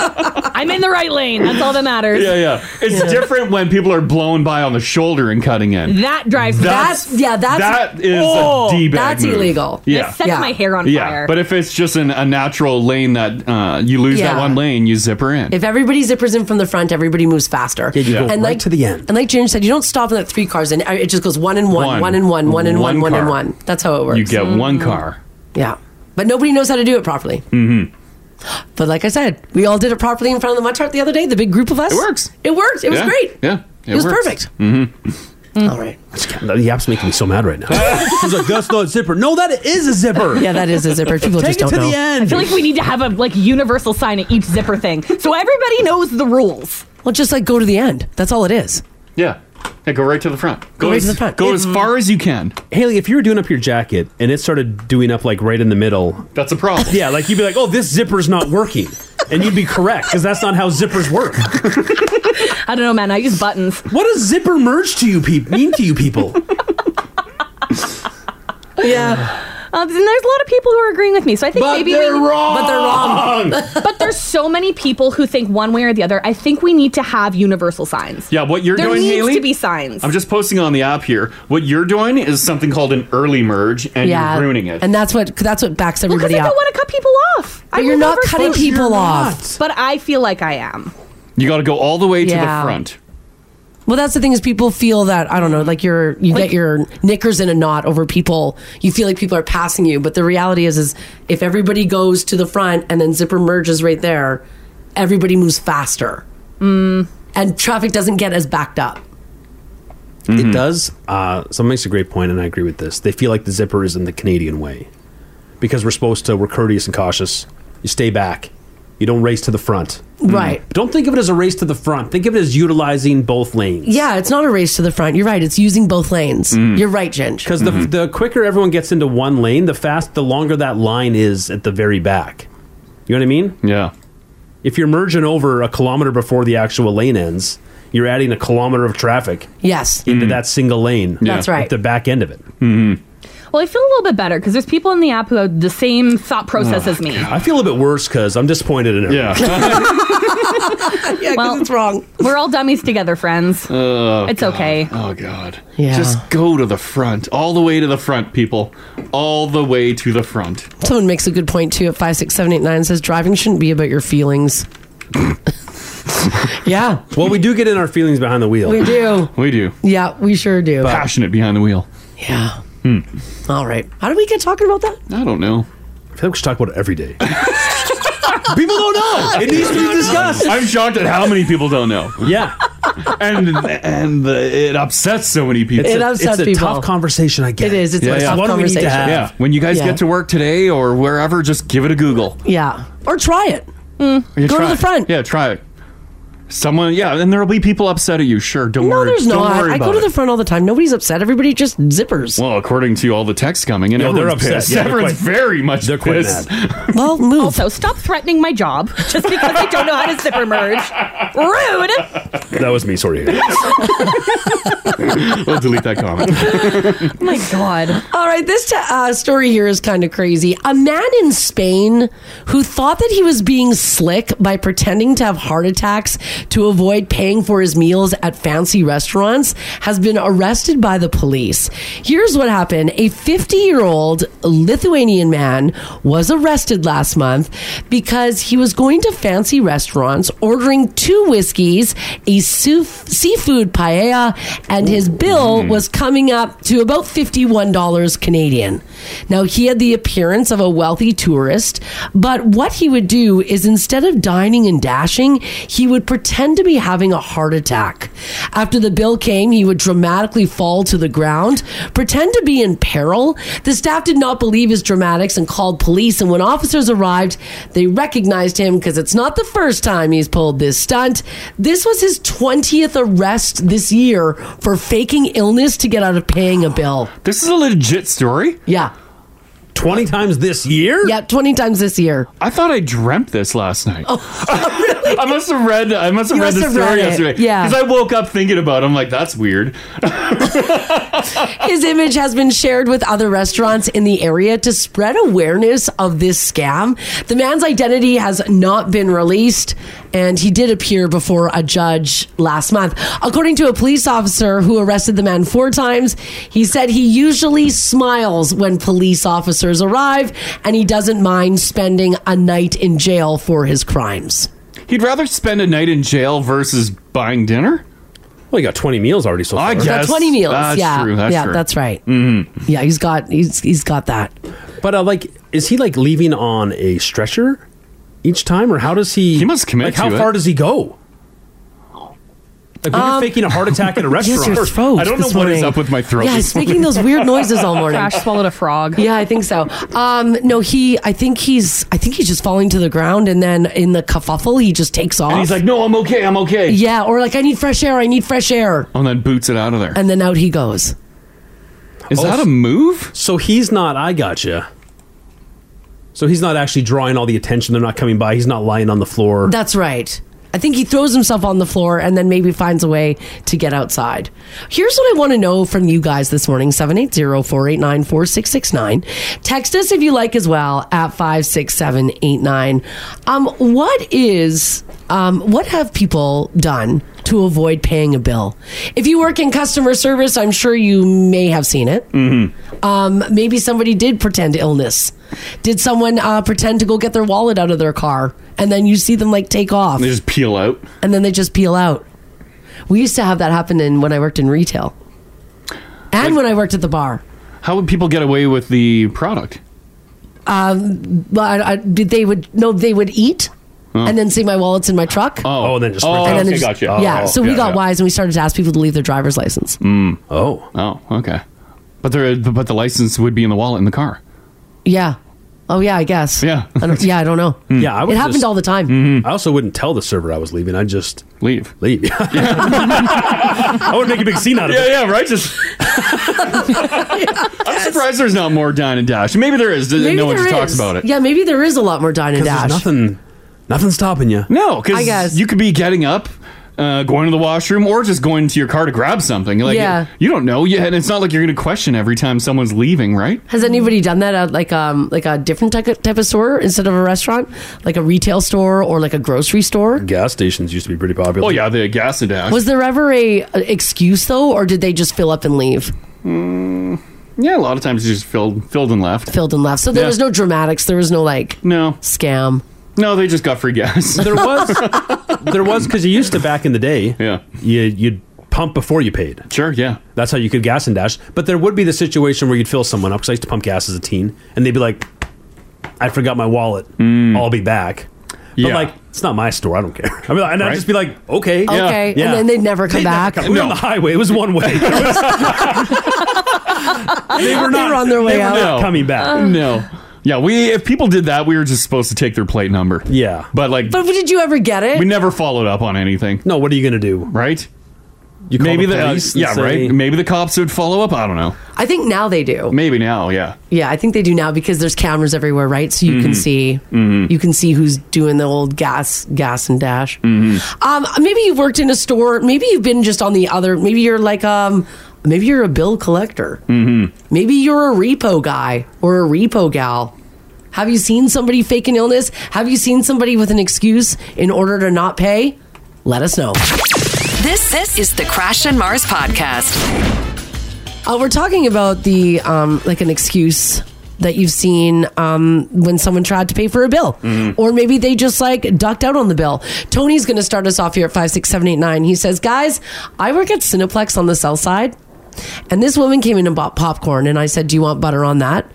I'm in the right lane. That's all that matters.
yeah, yeah. It's
Yeah. Mm-hmm.
different when people are blown by on the shoulder and cutting in.
That drives me.
That's-
nuts.
yeah, that's-
that is a d-bag
Oh, That's
move.
illegal.
Yeah,
It sets Yeah. my hair on
yeah.
fire.
But if it's just an, a natural lane that uh, you lose
Yeah.
that one lane, you zipper in.
If everybody zippers in from the front, everybody moves faster.
Yeah, you go
and
right
like
to the end.
And like Ginger said, you don't stop and let three cars in. It just goes one and one, one,
One.
and one, one and one,
One
one and
car.
one. That's how it works. Mm-hmm.
you get one car.
Yeah. But nobody knows how to do it properly.
Mm-hmm.
But like I said, we all did it properly in front of the Muttart the other day, the big group of us. It works. It worked. It was
Yeah.
great.
Yeah,
It was perfect.
Mm-hmm.
All right.
The app's making me so mad right now. He's like, that's not a zipper. No, that is a zipper.
Yeah, that is a zipper. People
Take
just
it
don't
to
know.
the end.
I feel like we need to have a like universal sign at each zipper thing, so everybody knows the rules.
Well, just like go to the end. That's all it is.
Yeah. Yeah, go right to the front.
Go right to the front.
Go as far as you can.
Haley, if you were doing up your jacket and it started doing up like right in the middle,
that's a problem.
Yeah, like you'd be like, "Oh, this zipper's not working," and you'd be correct because that's not how zippers work.
I don't know, man. I use buttons.
What does zipper merge to you peop mean to you people?
Yeah.
Um, and there's a lot of people who are agreeing with me, so I think
But
maybe
they're
we,
wrong! But they're wrong.
but there's so many people who think one way or the other. I think we need to have universal signs.
Yeah, what you're
there
doing,
needs
Haley?
to be signs.
I'm just posting on the app here. What you're doing is something called an early merge, and
yeah.
you're ruining it.
And that's what that's what backs
Well, 'cause
everybody
I
up.
don't want to cut people off.
But
I'm
you're not
universal.
cutting people You're off.
but I feel like I am.
you got to go all the way to
Yeah.
the front.
Well, that's the thing is people feel that I don't know, like you're you get your knickers in a knot over people. You feel like people are passing you, but the reality is, is if everybody goes to the front and then zipper merges right there, everybody moves faster, mm. and traffic doesn't get as backed up.
It does. Uh, someone makes a great point, and I agree with this. They feel like the zipper is in the Canadian way because we're supposed to. We're courteous and cautious. You stay back. You don't race to the front.
Right.
But don't think of it as a race to the front. Think of it as utilizing both lanes.
Yeah, it's not a race to the front. You're right. It's using both lanes. You're right, Ginge.
Because the, the quicker everyone gets into one lane, the fast, the longer that line is at the very back. You know what I mean?
Yeah.
If you're merging over a kilometer before the actual lane ends, you're adding a kilometer of traffic
yes
into that single lane.
Yeah. That's right.
At the back end of it. Mm-hmm.
Well, I feel a little bit better because there's people in the app who have the same
Oh
thought process as me.
Oh, I feel a bit worse because I'm disappointed in it. Yeah.
yeah, well, it's wrong.
We're all dummies together, friends. it's okay.
Oh God.
Yeah.
Just go to the front, all the way to the front, people, all the way to the front.
Someone makes a good point too at five six seven eight nine says driving shouldn't be about your feelings. yeah.
Well, we do get in our feelings behind the wheel.
We do.
We do.
Yeah, we sure do.
Passionate behind the wheel. Hmm.
Yeah. All right. How do we get talking about that?
I don't know.
I feel like we should talk about it every day. People don't know. It needs to be discussed.
I'm shocked at how many people don't know.
Yeah.
And and the, it upsets so many people.
It's a- it's a tough conversation. I get
It is. It's
Yeah,
a
yeah.
tough
What do we need
conversation.
to have?
Yeah. When you guys
Yeah.
get to work today or wherever, just give it a Google.
Yeah. Or try it.
You
Mm.
Go
try
to the
it.
front.
Yeah, try it. Someone, yeah, and there'll be people upset at you. Sure, don't
No,
worry.
there's
don't
not.
Worry
I go
about
to
it.
the front all the time. Nobody's upset. Everybody just zippers.
Well, according to all the texts coming in,
No, Oh, they're
everyone's
upset.
pissed.
Yeah, they're
everyone's
quite-
very much
they're quite
pissed.
Well, move.
Also, stop threatening my job just because I don't know how to zipper merge. Rude.
That was me. Sorry.
we'll delete that comment.
Oh my god.
All right, this t- uh, story here is kind of crazy. A man in Spain who thought that he was being slick by pretending to have heart attacks to avoid paying for his meals at fancy restaurants has been arrested by the police. Here's what happened a 50 year old Lithuanian man was arrested last month because he was going to fancy restaurants, ordering two whiskeys, a su- seafood paella, and his bill was coming up to about $51 Canadian. Now, he had the appearance of a wealthy tourist, but what he would do is instead of dining and dashing, he would pretend to be having a heart attack. After the bill came, he would dramatically fall to the ground, pretend to be in peril. The staff did not believe his dramatics and called police. And when officers arrived, they recognized him because it's not the first time he's pulled this stunt. This was his 20th arrest this year for faking illness to get out of paying a bill.
This is a legit story.
Yeah.
20 times this year?
Yeah, 20 times this year. Oh,
I thought I dreamt this last night. I must have read. I must have
You
read
must
the
have
story
read it,
yesterday.
yeah.
because I woke up thinking about. it. I'm like, that's weird.
His image has been shared with other restaurants in the area to spread awareness of this scam. The man's identity has not been released, and he did appear before a judge last month. According to a police officer who arrested the man four times, he said he usually smiles when police officers arrive, and he doesn't mind spending a night in jail for his crimes.
He'd rather spend a night in jail versus buying dinner.
Well, you got 20 meals already so far.
I
Got
guess
20 meals.
That's
yeah.
true. That's
yeah,
true.
that's right. Mm-hmm. Yeah, he's got he's, he's got that.
But uh, like, is he like leaving on a stretcher each time, or how does he?
He must commit
Like, how
to it.
far does he go? Like when you're faking a heart attack in a
Um, Yes,
restaurant.
your throat.
I don't know
this
what is
morning.
up with my throat
Yeah,
this
it's making those weird noises all morning.
Crash swallowed a frog.
Yeah, I think so. Um, no, he. I think he's. I think he's just falling to the ground, and then in the kerfuffle, he just takes off.
And he's like, no, I'm okay. I'm okay.
yeah, or like, I need fresh air. I need fresh air,
Oh, And then boots it out of there.
and then out he goes.
Is that a move?
Oh, So he's not. I gotcha. So he's not actually drawing all the attention. They're not coming by. He's not lying on the floor.
That's right. I think he throws himself on the floor and then maybe finds a way to get outside. Here's what I want to know from you guys this morning 780-489-4669. Text us if you like as well at 56789. Um what is um what have people done to avoid paying a bill? If you work in customer service, I'm sure you may have seen it.
Mm-hmm.
Um, maybe somebody did pretend illness. Did someone uh, pretend to go get their wallet out of their car? And then you see them like take off
They just peel out.
and then they just peel out. We used to have that happen in, when I worked in retail and when I worked at the bar.
How would people get away with the product?
Um, but I, I, did they would no they would eat and then see my wallets in my truck.
Oh, and then just.
Oh,
and then
okay,
they just-
gotcha.
Yeah,
Oh,
so we
yeah,
got
yeah.
wise and we started to ask people to leave their driver's license.
oh.
Oh, okay. But there, but the license would be in the wallet in the car.
Yeah. Oh yeah, I guess.
Yeah.
I don't, yeah, I don't know.
Yeah, I would
It happened
just-
all the time.
I also wouldn't tell the server I was leaving. I'd just
Mm-hmm. Leave.
leave. I would make a big scene out of it.
yeah, right. Just. I'm surprised there's not more dine and dash. Maybe there is.
Maybe
no one
there
just talks
is.
about it.
Yeah, maybe there is a lot more dine and
There's
dash.
nothing. Nothing stopping you.
No,
I guess.
because you could be getting up, uh, going to the washroom, or just going to your car to grab something. Like
Yeah.
you don't know, yeah, and it's not like you're going to question every time someone's leaving, right?
Has anybody done that at like um like a different type of, type of store instead of a restaurant, like a retail store or like a grocery store?
Gas stations used to be pretty popular.
Oh yeah, the gas and dash.
Was there ever a, a excuse though, or did they just fill up and leave,
Mm. yeah, a lot of times you just filled, filled and left.
filled and left? So there
Yeah.
was no dramatics. There was no like
No,
scam.
no, they just got free gas.
There was, there was, because you used to back in the day.
Yeah.
you you'd pump before you paid.
sure, yeah.
That's how you could gas and dash. But there would be the situation where you'd fill someone up. Because I used to pump gas as a teen, and they'd be like, "I forgot my wallet. I'll be back." But
Mm. Yeah.
like, it's not my store. I don't care. I mean, and I'd
Right.
just be like, "Okay,
Yeah.
Okay,
Yeah.
and then they'd never come back.
we were on the highway. It was one way. It was- they were not
on their way
they were
out. Uh.
not
No.
coming back.
no. Yeah, we if people did that, we were just supposed to take their plate number. Yeah, but like,
But did you ever get it?
we never followed up on anything. No, what are you gonna do? Right? You
call
maybe
the
uh,
police and
yeah,
say-
right. Maybe the cops would follow up. I don't know.
I think now they do.
Maybe now, yeah.
Yeah, I think they do now because there's cameras everywhere, right? So you can
Mhm.
see
Mhm.
you can see who's doing the old gas gas and dash.
Mhm.
Um, maybe you've worked in a store. Maybe you've been just on the other. Maybe you're like um, maybe you're a bill collector.
Mm-hmm.
Maybe you're a repo guy or a repo gal. Have you seen somebody fake an illness? Have you seen somebody with an excuse in order to not pay? Let us know.
This this is the Crash and Mars podcast.
Uh, we're talking about the um, like an excuse that you've seen um, when someone tried to pay for a bill, or maybe they just like ducked out on the bill. Tony's going to start us off here at five six seven eight nine. He says, "Guys, I work at Cineplex on the south side." And this woman came in and bought popcorn, and I said, Do you want butter on that?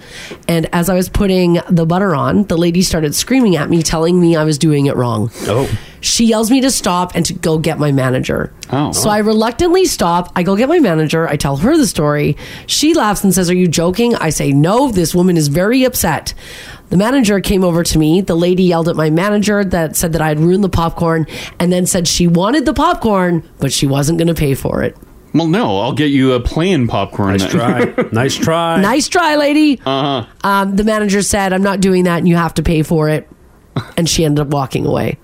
And as I was putting the butter on, the lady started screaming at me, telling me I was doing it wrong.
Oh.
She yells me to stop and to go get my manager. Oh. So I reluctantly stop. I go get my manager. I tell her the story. She laughs and says, Are you joking? I say, No, this woman is very upset. The manager came over to me. The lady yelled at my manager that said that I had ruined the popcorn and then said she wanted the popcorn, but she wasn't going to pay for it.
Well, no, I'll get you a plain popcorn. Nice try. nice try.
Nice try, lady.
Uh huh.
Um, the manager said, I'm not doing that and you have to pay for it. And she ended up walking away.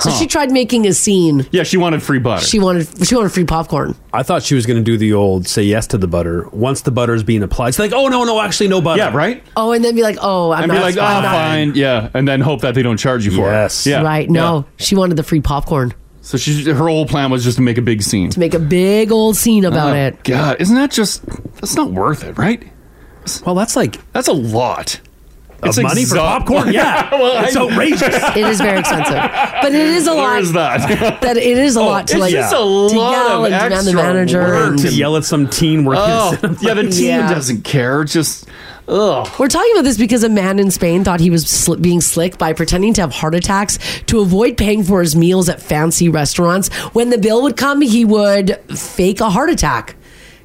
So
Huh.
she tried making a scene.
Yeah, she wanted free butter.
She wanted she wanted free popcorn.
I thought she was going to do the old say yes to the butter once the butter is being applied. She's like, oh no, no, actually no butter. Yeah,
right.
Oh, and then be like, oh, I'm
and
not.
be like, ah,
I'm not-
fine, yeah, and then hope that they don't charge you for
Yes.
it. Yeah.
Right? No, she wanted the free popcorn
Yeah. So she, her whole plan was just to make a big scene.
to make a big old scene
Uh-huh.
about
Oh,
it.
God, isn't that just? That's not worth it, right? Well, that's like that's a lot.
Of money for popcorn? Yeah. It's outrageous.
It is very expensive, but it is a lot.
Where is that?
that it is a
Oh,
lot to
it's
like
just a
to
lot
yell
of
and demand the
extra
manager.
work
and-
to yell at some teen working.
Oh, yeah, the teen
Yeah.
doesn't care. Just ugh.
We're talking about this because a man in Spain thought he was sl- being slick by pretending to have heart attacks to avoid paying for his meals at fancy restaurants. When the bill would come, he would fake a heart attack,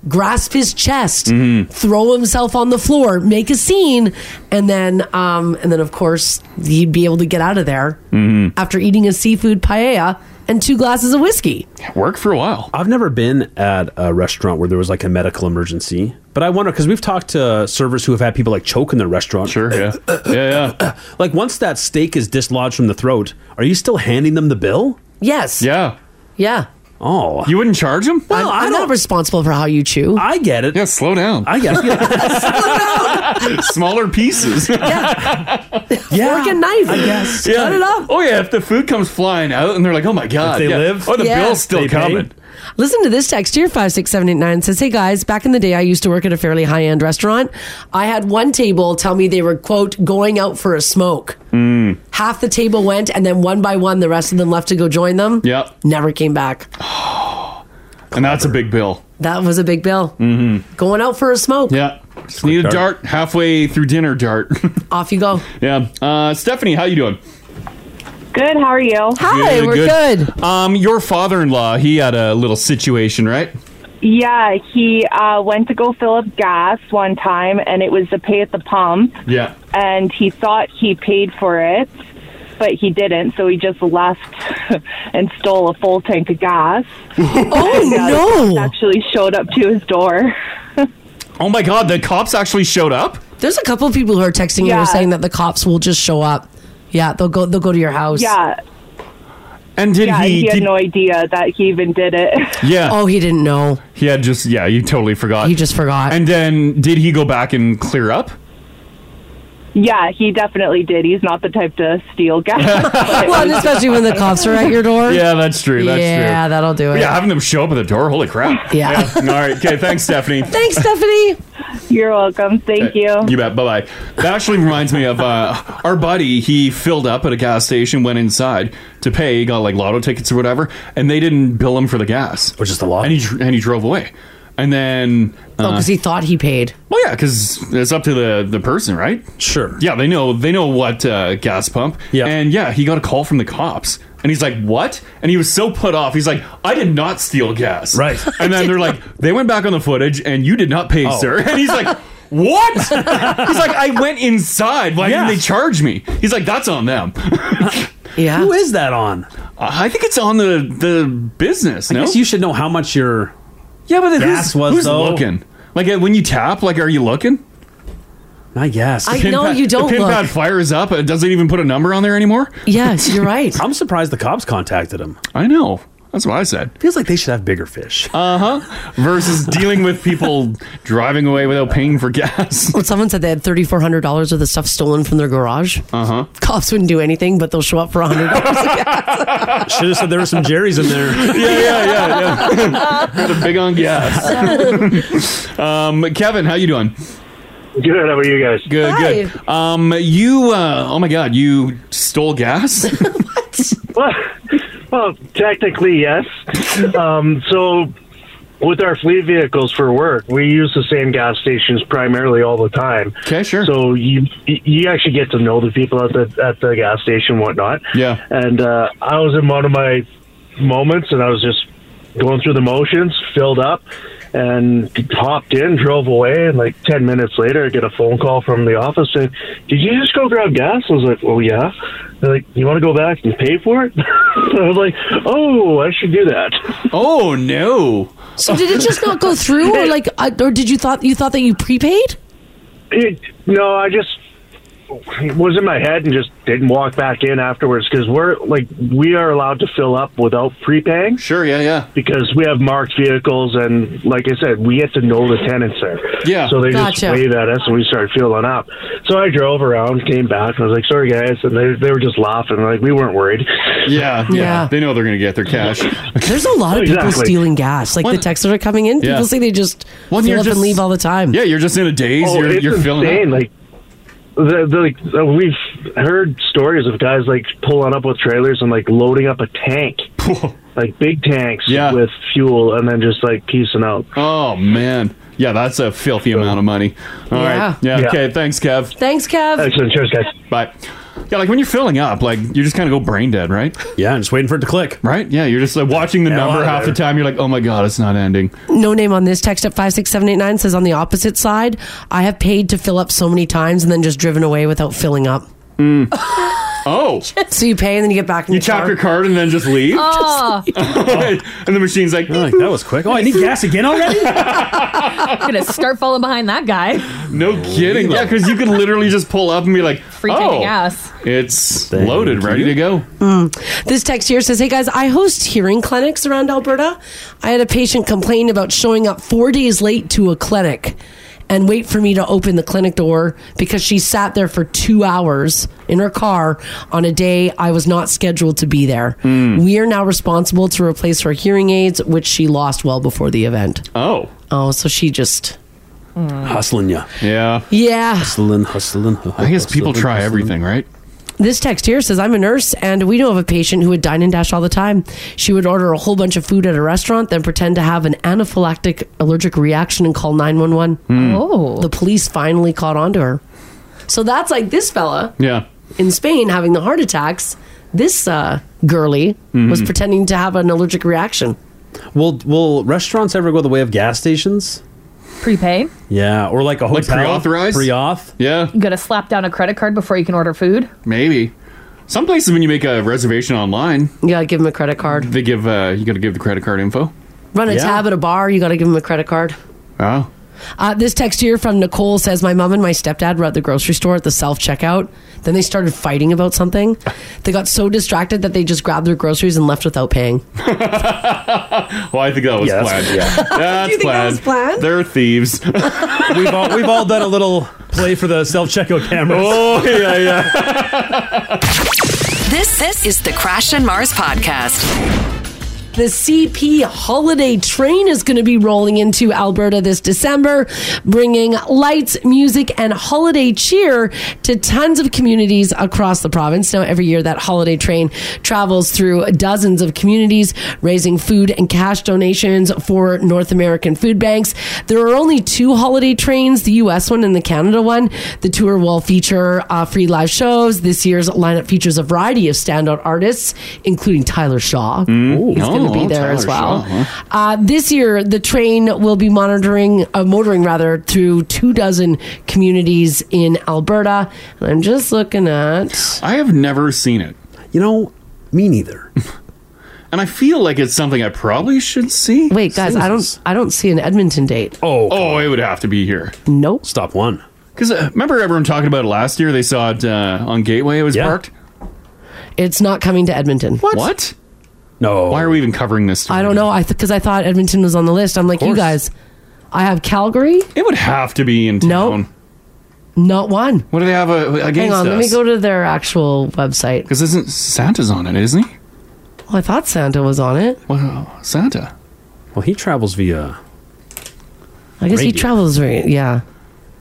grasp his chest, throw himself on the floor, make a scene, and then, um, and then of course, he'd be able to get out of there
Mhm.
after eating a seafood paella and two glasses of whiskey.
Work for a while.
I've never been at a restaurant where there was like a medical emergency, but I wonder because we've talked to servers who have had people like choke in their restaurant. Sure,
yeah, yeah, yeah.
Like once that steak is dislodged from the throat, are you still handing them the bill?
Yes.
Yeah.
Yeah.
Oh,
you wouldn't charge them?
I'm, I'm not responsible for how you chew.
I get it.
Yeah, slow down.
I get
Smaller pieces.
Fork and knife. I guess. Cut it up.
Oh yeah, if the food comes flying out and they're like, "Oh my god,"
they
yeah.
live,
Oh, the
Yeah.
bill's still
they pay.
coming.
Listen to this text here, 56789 says, Hey guys, back in the day, I used to work at a fairly high end restaurant. I had one table tell me they were, quote, going out for a smoke.
Mm.
Half the table went, and then one by one, the rest of them left to go join them.
Yep.
Never came back.
And that's a big bill.
That was a big bill.
Mm-hmm.
Going out for a smoke.
Yeah. Just need a dart. halfway through dinner. Dart.
Off you go.
yeah. Uh, Stephanie, how you doing?
Good. How are you?
good. Um, your father-in-law, he had a little situation, right?
Yeah, he uh, went to go fill up gas one time, and it was to pay at the pump,
Yeah.
and he thought he paid for it, but he didn't. So he just left and stole a full tank of gas.
oh
no! Actually, showed up to his door.
Oh my God, the cops actually showed up.
There's a couple of people who are texting you
Yeah.
and saying that the cops will just show up. Yeah, they'll go. They'll go to your house.
Yeah.
And did
yeah,
he-
had
did-
no idea that he even did it.
Yeah.
Oh, he didn't know.
He had just yeah, you totally forgot. He
just forgot.
And then did he go back and clear up?
Yeah, he definitely did. He's not the type to steal gas.
well, and especially when the cops are at your door.
Yeah, that's true. That's true.
Yeah, that'll do it.
Yeah, having them show up at the door. Holy crap.
Yeah.
All right. Okay. Thanks, Stephanie.
Thanks, Stephanie.
You're welcome. Thank you.
You bet. Bye bye. That actually reminds me of uh, our buddy. He filled up at a gas station, went inside to pay, he got like lotto tickets or whatever, and they didn't bill him for the gas, which is the law. And he dr- and he drove away. And then
Oh, because he thought he paid.
Well, yeah, because it's up to the the person, right? Sure. Yeah, they know they know what uh, gas pump. Yeah, and yeah, he got a call from the cops, and he's like, "What?" And he was so put off. He's like, "I did not steal gas." Right. And then they're like, "They went back on the footage, and you did not pay,
Oh.
sir." And he's like. What? He's like, I went inside. Why didn't they charge me? He's like, that's on them.
yeah.
Who is that on? I think it's on the the business.
I
no?
guess you should know how much your
yeah, but
gas
who's,
was
who's
though.
looking? Like uh, when you tap, like are you looking?
I guess.
I know you don't
The pin
look.
pad fires up. It doesn't even put a number on there anymore.
Yes, you're right.
I'm surprised the cops contacted him.
I know. That's what I said.
Feels like they should have bigger fish.
Uh huh. Versus dealing with people driving away without paying for gas.
Well, someone said they had thirty four hundred dollars worth of stuff stolen from their garage.
Uh huh.
Cops wouldn't do anything, but they'll show up for a hundred dollars.
Should have said there were some Jerry's in there.
yeah, yeah, yeah, yeah. Got a big on gas. um, Kevin, how you doing?
Good. How are you guys?
Good, good. Um, you, uh, oh my God, you stole gas.
Well, well, technically, yes. um, so, with our fleet vehicles for work, we use the same gas stations primarily all the time.
Okay, sure.
So you you actually get to know the people at the at the gas station, and whatnot.
yeah.
And uh, I was in one of my moments, and I was just going through the motions, filled up, and hopped in, drove away, and like ten minutes later, I get a phone call from the office saying, "Did you just go grab gas?" I was like, "Oh yeah." They're like, "You want to go back and pay for it?" I was like, "Oh, I should do that."
Oh no!
So did it just not go through, or like, I- or did you thought you thought that you prepaid?
It, no, I just it was in my head and just didn't walk back in afterwards because we're like we are allowed to fill up without prepaying.
Sure, yeah, yeah.
Because we have marked vehicles and like I said, we get to know the tenants there.
Yeah.
So they
Gotcha.
just wave at us and we start filling up. So I drove around, came back, and I was like, "Sorry guys," and they they were just laughing like we weren't worried.
Yeah, yeah,
Yeah.
They know they're gonna get their cash.
There's a lot of people stealing gas. Like the texts that are coming in,
Yeah.
people say they just
When
fill
you're
up
just-
and leave all the time.
Yeah, you're just in a daze.
Oh,
you're
it's
you're
insane.
filling up.
Like, the, the, like uh, we've heard stories of guys like pulling up with trailers and like loading up a tank, like big tanks with fuel, and then just like piecing out.
Oh man, yeah, that's a filthy amount of money. All right,
Yeah.
yeah.
Yeah.
Okay, thanks, Kev.
Thanks, Kev.
Cheers, guys.
Bye. Yeah, like when you're filling up, like you just kind of go brain dead, right?
Yeah, and just waiting for it to click.
Right? Yeah, you're just like watching the
Yeah,
number
I'm
half the
there.
time. You're like, oh my god, it's not ending.
No name on this text at 56789 says on the opposite side, I have paid to fill up so many times and then just driven away without filling up.
Hmm. Oh.
so you pay and then you get back in
You
your car.
tap your card and then just leave.
Oh.
and the machine's like,
that was quick. Oh, I need gas again already.
I'm gonna start falling behind that guy.
No kidding. Yeah, because you could literally just pull up and be like,
Free
oh,
tank of gas.
It's loaded, ready to go.
Mm. This text here says, Hey guys, I host hearing clinics around Alberta. I had a patient complain about showing up four days late to a clinic and wait for me to open the clinic door because she sat there for two hours in her car on a day I was not scheduled to be there. We are now responsible to replace her hearing aids, which she lost well before the event.
Oh.
Oh, so she just.
Hustling ya.
Yeah.
Hmm. Yeah.
Hustling, hustling. I
guess people try everything, right?
This text here says, I'm a nurse and we know of a patient who would dine and dash all the time. She would order a whole bunch of food at a restaurant, then pretend to have an anaphylactic allergic reaction and call 911.
Hmm.
Oh. The police finally caught on to her. So that's like this fella
Yeah.
in Spain having the heart attacks. This uh, girly was
Mhm.
pretending to have an allergic reaction.
Will will restaurants ever go the way of gas stations?
Prepay.
Yeah, or like a
Like
hotel
pre-authorized?
pre-auth.
Yeah,
You gotta slap down a credit card before you can order food.
maybe. Some places, when you make a reservation online,
you gotta give them a credit card.
They give uh, you gotta give the credit card info.
Run a
Yeah.
tab at a bar, you got to give them a credit card.
Oh,
Uh, this text here from Nicole says, My mom and my stepdad were at the grocery store at the self checkout. Then they started fighting about something. They got so distracted that they just grabbed their groceries and left without paying.
well, I think that was
Yeah, that's-
planned.
yeah.
that's planned. They're thieves.
we've all we've all done a little play for the self checkout cameras.
Oh yeah, yeah.
This this is the Crash and Mars podcast.
The CP holiday train is going to be rolling into Alberta this December, bringing lights, music, and holiday cheer to tons of communities across the province. Now, every year that holiday train travels through dozens of communities, raising food and cash donations for North American food banks. There are only two holiday trains the US one and the Canada one. The tour will feature uh, free live shows. This year's lineup features a variety of standout artists, including Tyler Shaw.
Mm.
He's going going to be there as well. Uh, this year, the train will be monitoring, uh, motoring rather, through two dozen communities in Alberta. And I'm just looking at.
I have never seen it.
You know, me neither.
and I feel like it's something I probably should see.
Wait, guys, I don't, I don't see an Edmonton date.
Oh,
oh, it would have to be here.
Nope.
Stop one.
Because uh, remember everyone talking about it last year? They saw it uh, on Gateway. It was parked.
It's not coming to Edmonton.
What? What? No. Why are we even covering this?
I don't know. I because I thought Edmonton was on the list. I'm like, you guys, I have Calgary.
It would have to be in town.
Not one.
What do they have uh, against
Hang on, let me
us?
go to their actual website.
Because isn't Santa's on it, isn't he?
Well, I thought Santa was on it.
Wow, Santa.
Well, he travels via.
I guess he travels right. Yeah.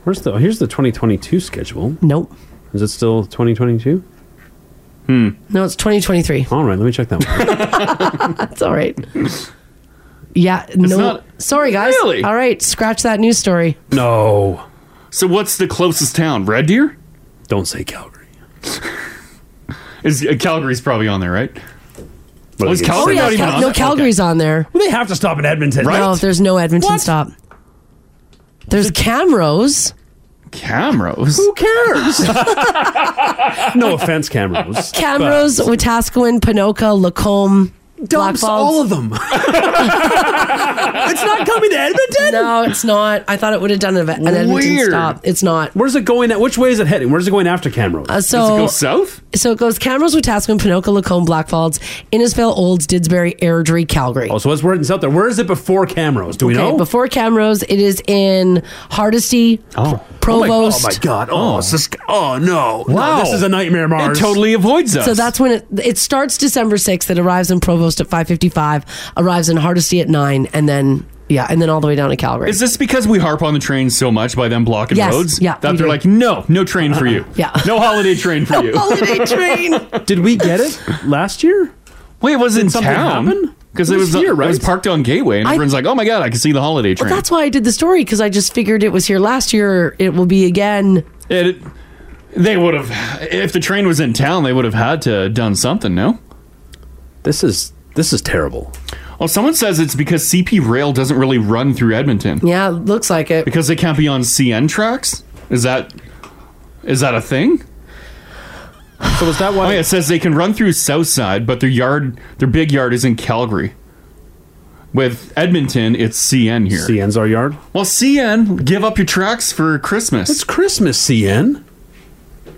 Where's the? Here's the 2022 schedule.
Nope.
Is it still 2022? Hmm.
No, it's 2023.
All right, let me check that one.
That's all right. Yeah. no.
not-
Sorry, guys.
Really?
All right. Scratch that news story.
No.
So what's the closest town? Red Deer?
Don't say Calgary.
Is uh, Calgary's probably on there, right? Well, is
Oh,
Calgary
yeah,
not even
Cal-
on
no,
it?
Calgary's on there.
Well, they have to stop in Edmonton,
right?
No, if there's no Edmonton stop. There's Camrose.
Camrose.
Who cares? no offense, Camrose.
Camrose, Wetaskiwin, Pinoca, Lacombe. Dumps all of
them.
it's
not coming to Edmonton.
No, it's not. I thought it would have done an Ed- an Edmonton
Weird.
stop. It's not.
Where's it going? At, which way is it heading? Where's it going after Camrose?
Uh, so So it goes Camrose, Wetaskiwin, Pinoca, Lacombe, Black Falls, Innisfail, Olds, Didsbury, Airdrie, Calgary.
Oh, so it's where it's out there. Where is it before Camrose? Do we know?
Before Camrose, it is in Hardisty,
oh.
Provost.
Oh my, God. Oh, This is, oh no. No,
Wow.
this is a nightmare, Mars.
So that's when it it starts December 6th. It arrives in Provost at 5:55, arrives in Hardisty at 9 and then yeah, and then all the way down to Calgary.
Is this because we harp on the train so much by them blocking
Yes,
roads?
yeah,
That
we
they're
do.
like, no, no train for you.
Yeah.
No holiday train for you.
Holiday train.
Did we get it last year?
Wait, it was
Did
in
something
town.
happen?
Because
It
it,
was
was uh,
here,
it was
right?
parked on Gateway, and
I-
everyone's like, oh my God, I can see the holiday
well,
train.
that's why I did the story cuz I just figured it was here last year. It will be again.
It, it- they would have, if the train was in town, they would have had to done something. No,
this is this is terrible.
Well, someone says it's because CP Rail doesn't really run through Edmonton
Yeah, looks like it.
because they can't be on CN tracks. Is that is that a thing?
So is that why?
Oh yeah, it says they can run through South Side, but their yard, their big yard, is in Calgary. With Edmonton, it's CN here.
CN's our yard.
Well, CN, give up your tracks for Christmas. It's
Christmas, CN.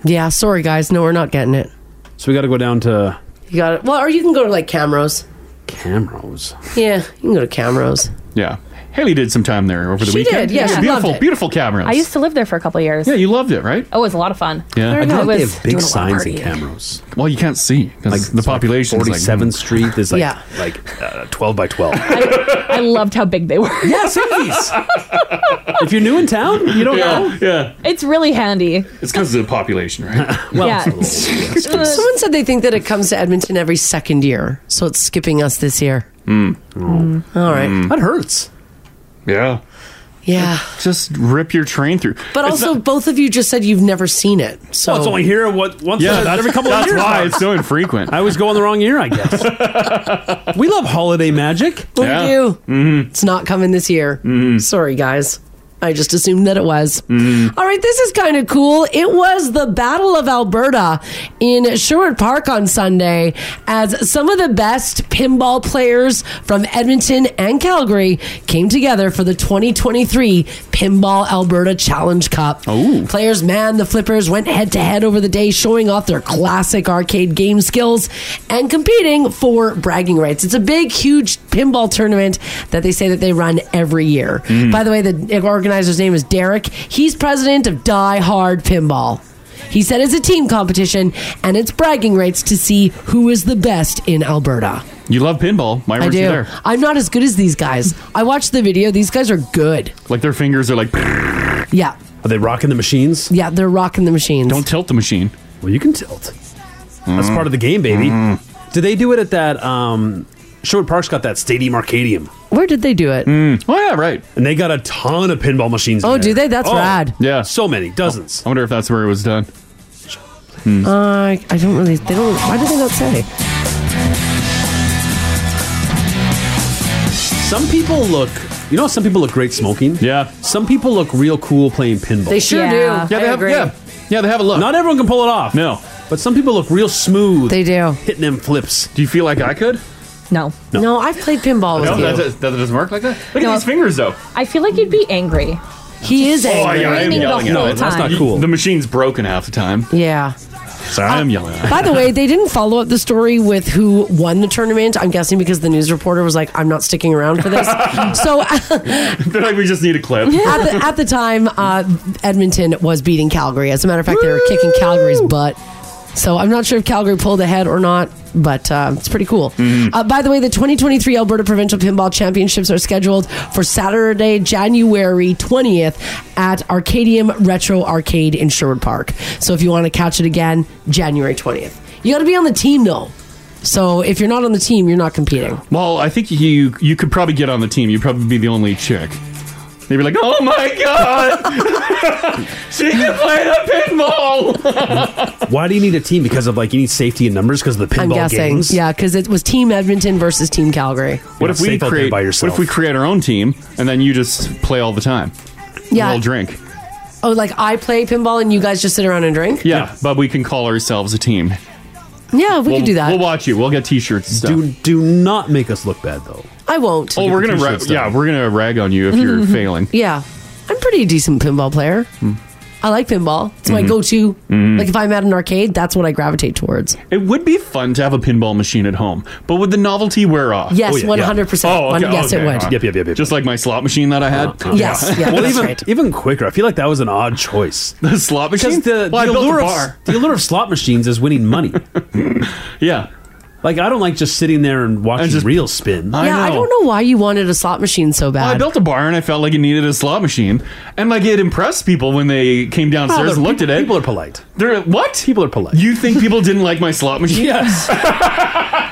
Yeah, sorry guys, no we're not getting it.
So we got to go down to
You got it. Well, or you can go to like Camrose.
Camrose.
Yeah, you can go to Camrose.
Yeah, Haley did some time there over the
She
weekend.
did, yeah, she
beautiful,
loved it.
beautiful cameras.
I used to live there for a couple of years.
yeah, you loved it, right?
Oh, it was a lot of fun.
Yeah,
I,
doubt
was doing a lot
Big
of
signs in
partying.
Camrose.
Well, you can't see because the population.
Forty seventh Street is like
Yeah.
like uh, twelve by twelve.
I loved how big they were.
Yes, if you're new in town, you don't
Yeah,
know.
Yeah,
it's really handy.
it's because of the population, right?
Well,
yeah.
Someone said they think that it comes to Edmonton every second year, so it's skipping us this year.
Mm.
Oh.
All right.
That hurts.
Yeah.
Yeah.
Just rip your train through.
But
It's
also,
not-
both of you just said you've never seen it. So
Well, it's only here what once
Yeah,
a-
that's-
every couple
that's
of years.
why it's so infrequent.
I was going the wrong year, I guess. we love holiday magic.
We do. It's not coming this year. Sorry, guys. I just assumed that it was. All right, this is kind of cool. It was the Battle of Alberta in Sherwood Park on Sunday as some of the best pinball players from Edmonton and Calgary came together for the 2023 Pinball Alberta Challenge Cup. Players man the flippers, went head to head over the day, showing off their classic arcade game skills and competing for bragging rights. It's a big, huge pinball tournament that they say that they run every year.
Mm.
By the way, the organizer's name is Derek. He's president of Die Hard Pinball. He said it's a team competition and it's bragging rights to see who is the best in Alberta.
you love pinball. My
I
words
do.
are there.
I'm not as good as these guys. I watched the video. These guys are good.
Like their fingers are like. Are
Yeah.
they rocking the machines?
Yeah, they're rocking the machines. Don't
tilt the machine.
Well, you can tilt. That's
Mm-hmm.
part of the game, baby. Do they do it at that? Um, Sherwood Park's got that Stadium Arcadium.
Where did they do it?
Oh yeah, right.
And they got a ton of pinball machines. in
Oh, do
there.
they? That's rad.
Yeah,
so many, dozens.
I wonder if that's where it was done. Mm.
Uh, I don't really. They don't. Why do they not say?
Some people look, you know, some people look great smoking. Yeah. Some people look real cool playing pinball.
They sure Yeah, do.
Yeah, they
I
have.
agree.
Yeah,
yeah, they have a look.
Not everyone can pull it off. No, but some people look real smooth. They
do
hitting them flips. Do
you feel like I could?
No.
No, I've played pinball with
No,
you.
that, that, that doesn't work like that. Look
No.
at these fingers, though.
I feel like you'd be angry.
He is
Oh, yeah, I am yelling at it. The machine's broken half the time.
Yeah.
So I am yelling at it.
By the way, they didn't follow up the story with who won the tournament. I'm guessing because the news reporter was like, "I'm not sticking around for this." so uh,
They're like, we just need a clip.
at, the, at the time, uh, Edmonton was beating Calgary. As a matter of fact, they were kicking Calgary's butt. So I'm not sure if Calgary pulled ahead or not, but uh, it's pretty cool. Uh, by the way, the 2023 Alberta Provincial Pinball Championships are scheduled for Saturday, January 20th at Arcadium Retro Arcade in Sherwood Park. So if you want to catch it again, January 20th. You got to be on the team though. So if you're not on the team, you're not competing.
Well, I think you you could probably get on the team. You'd probably be the only chick. They'd be like, oh my god, she can play the pinball.
Why do you need a team? Because of like you need safety in numbers because of the pinball
I'm guessing.
games.
Yeah, because it was Team Edmonton versus Team Calgary.
what if we
safe out there
create?
by
What
yourself.
if we create our own team and then you just play all the time?
Yeah.
we'll drink.
Oh, like I play pinball and you guys just sit around and drink?
Yeah, but we can call ourselves a team.
Yeah, we
we'll,
could do that.
We'll watch you. We'll get t-shirts. And stuff.
Do do not make us look bad though.
I won't.
Oh, we're gonna ra-
T-shirts,
yeah, we're gonna rag on you if you're failing.
Mm-hmm.
Hmm.
Yeah. I'm pretty decent pinball player. I like pinball. It's my
Mhm.
go-to.
Mhm.
Like if I'm at an arcade, that's what I gravitate towards.
It would be fun to have a pinball machine at home, but would the novelty wear off?
Yes, 100%.
Oh, okay,
Yes, it
okay.
would.
Yep, yep, yep, yep. Just like my slot machine that I had.
well, even even quicker. I feel like that was an odd choice.
The slot machine.
Because the,
Well, I
the
built a
allure
bar.
Of, the allure of slot machines is winning money.
yeah.
Like I don't like just sitting there and watching real spin.
yeah, I don't know why you wanted a slot machine so
Well, I
bad.
built a bar and I felt like it needed a slot machine, and like it impressed people when they came downstairs
they're-
and looked at it. People
are polite.
They're what? People
are polite.
You think people didn't like my slot machine?
Yes.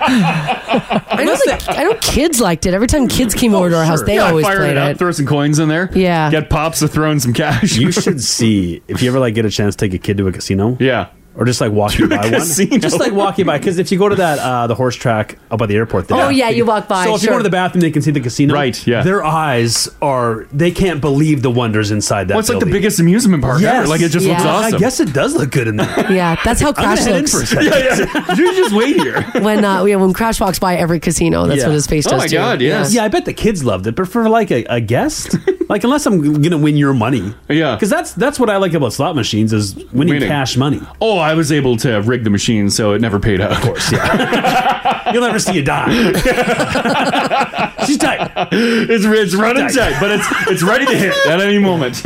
I, know, like, I know kids liked it. Every time kids came over to our house, they
Oh, yeah,
always
fire
played
it up,
it.
throw some coins in there.
Yeah.
Get pops to throw in some cash.
You should see if you ever like get a chance to take a kid to a casino.
Yeah.
Or just like walking
To a
by
casino.
one. Just like walking by because if you go to that uh, the horse track up by the airport there.
Oh, yeah, you walk by,
So if you
sure.
go to the bathroom they can see the casino. Right, yeah. Their eyes are they can't believe the wonders inside that.
Well, it's like the
building.
biggest amusement park ever.
Yes.
Like it just looks
Yeah.
awesome.
I guess it does look good in there.
Yeah, that's how
I'm gonna
Crash
head in
looks.
for a second.
yeah, yeah. You just wait here.
when uh, yeah, when Crash walks by every casino, Oh, that's what his
Oh
face does. too.
Yeah. I bet the kids loved it, but for like a, a guest, like unless I'm gonna win your money, yeah, because that's that's what I like about slot machines is winning,
Winning.
cash money.
Oh, I was able to rig the machine so it never paid out. Of course,
yeah. You'll never see you die. She's tight.
It's, it's running tight, but it's it's ready to hit at any moment.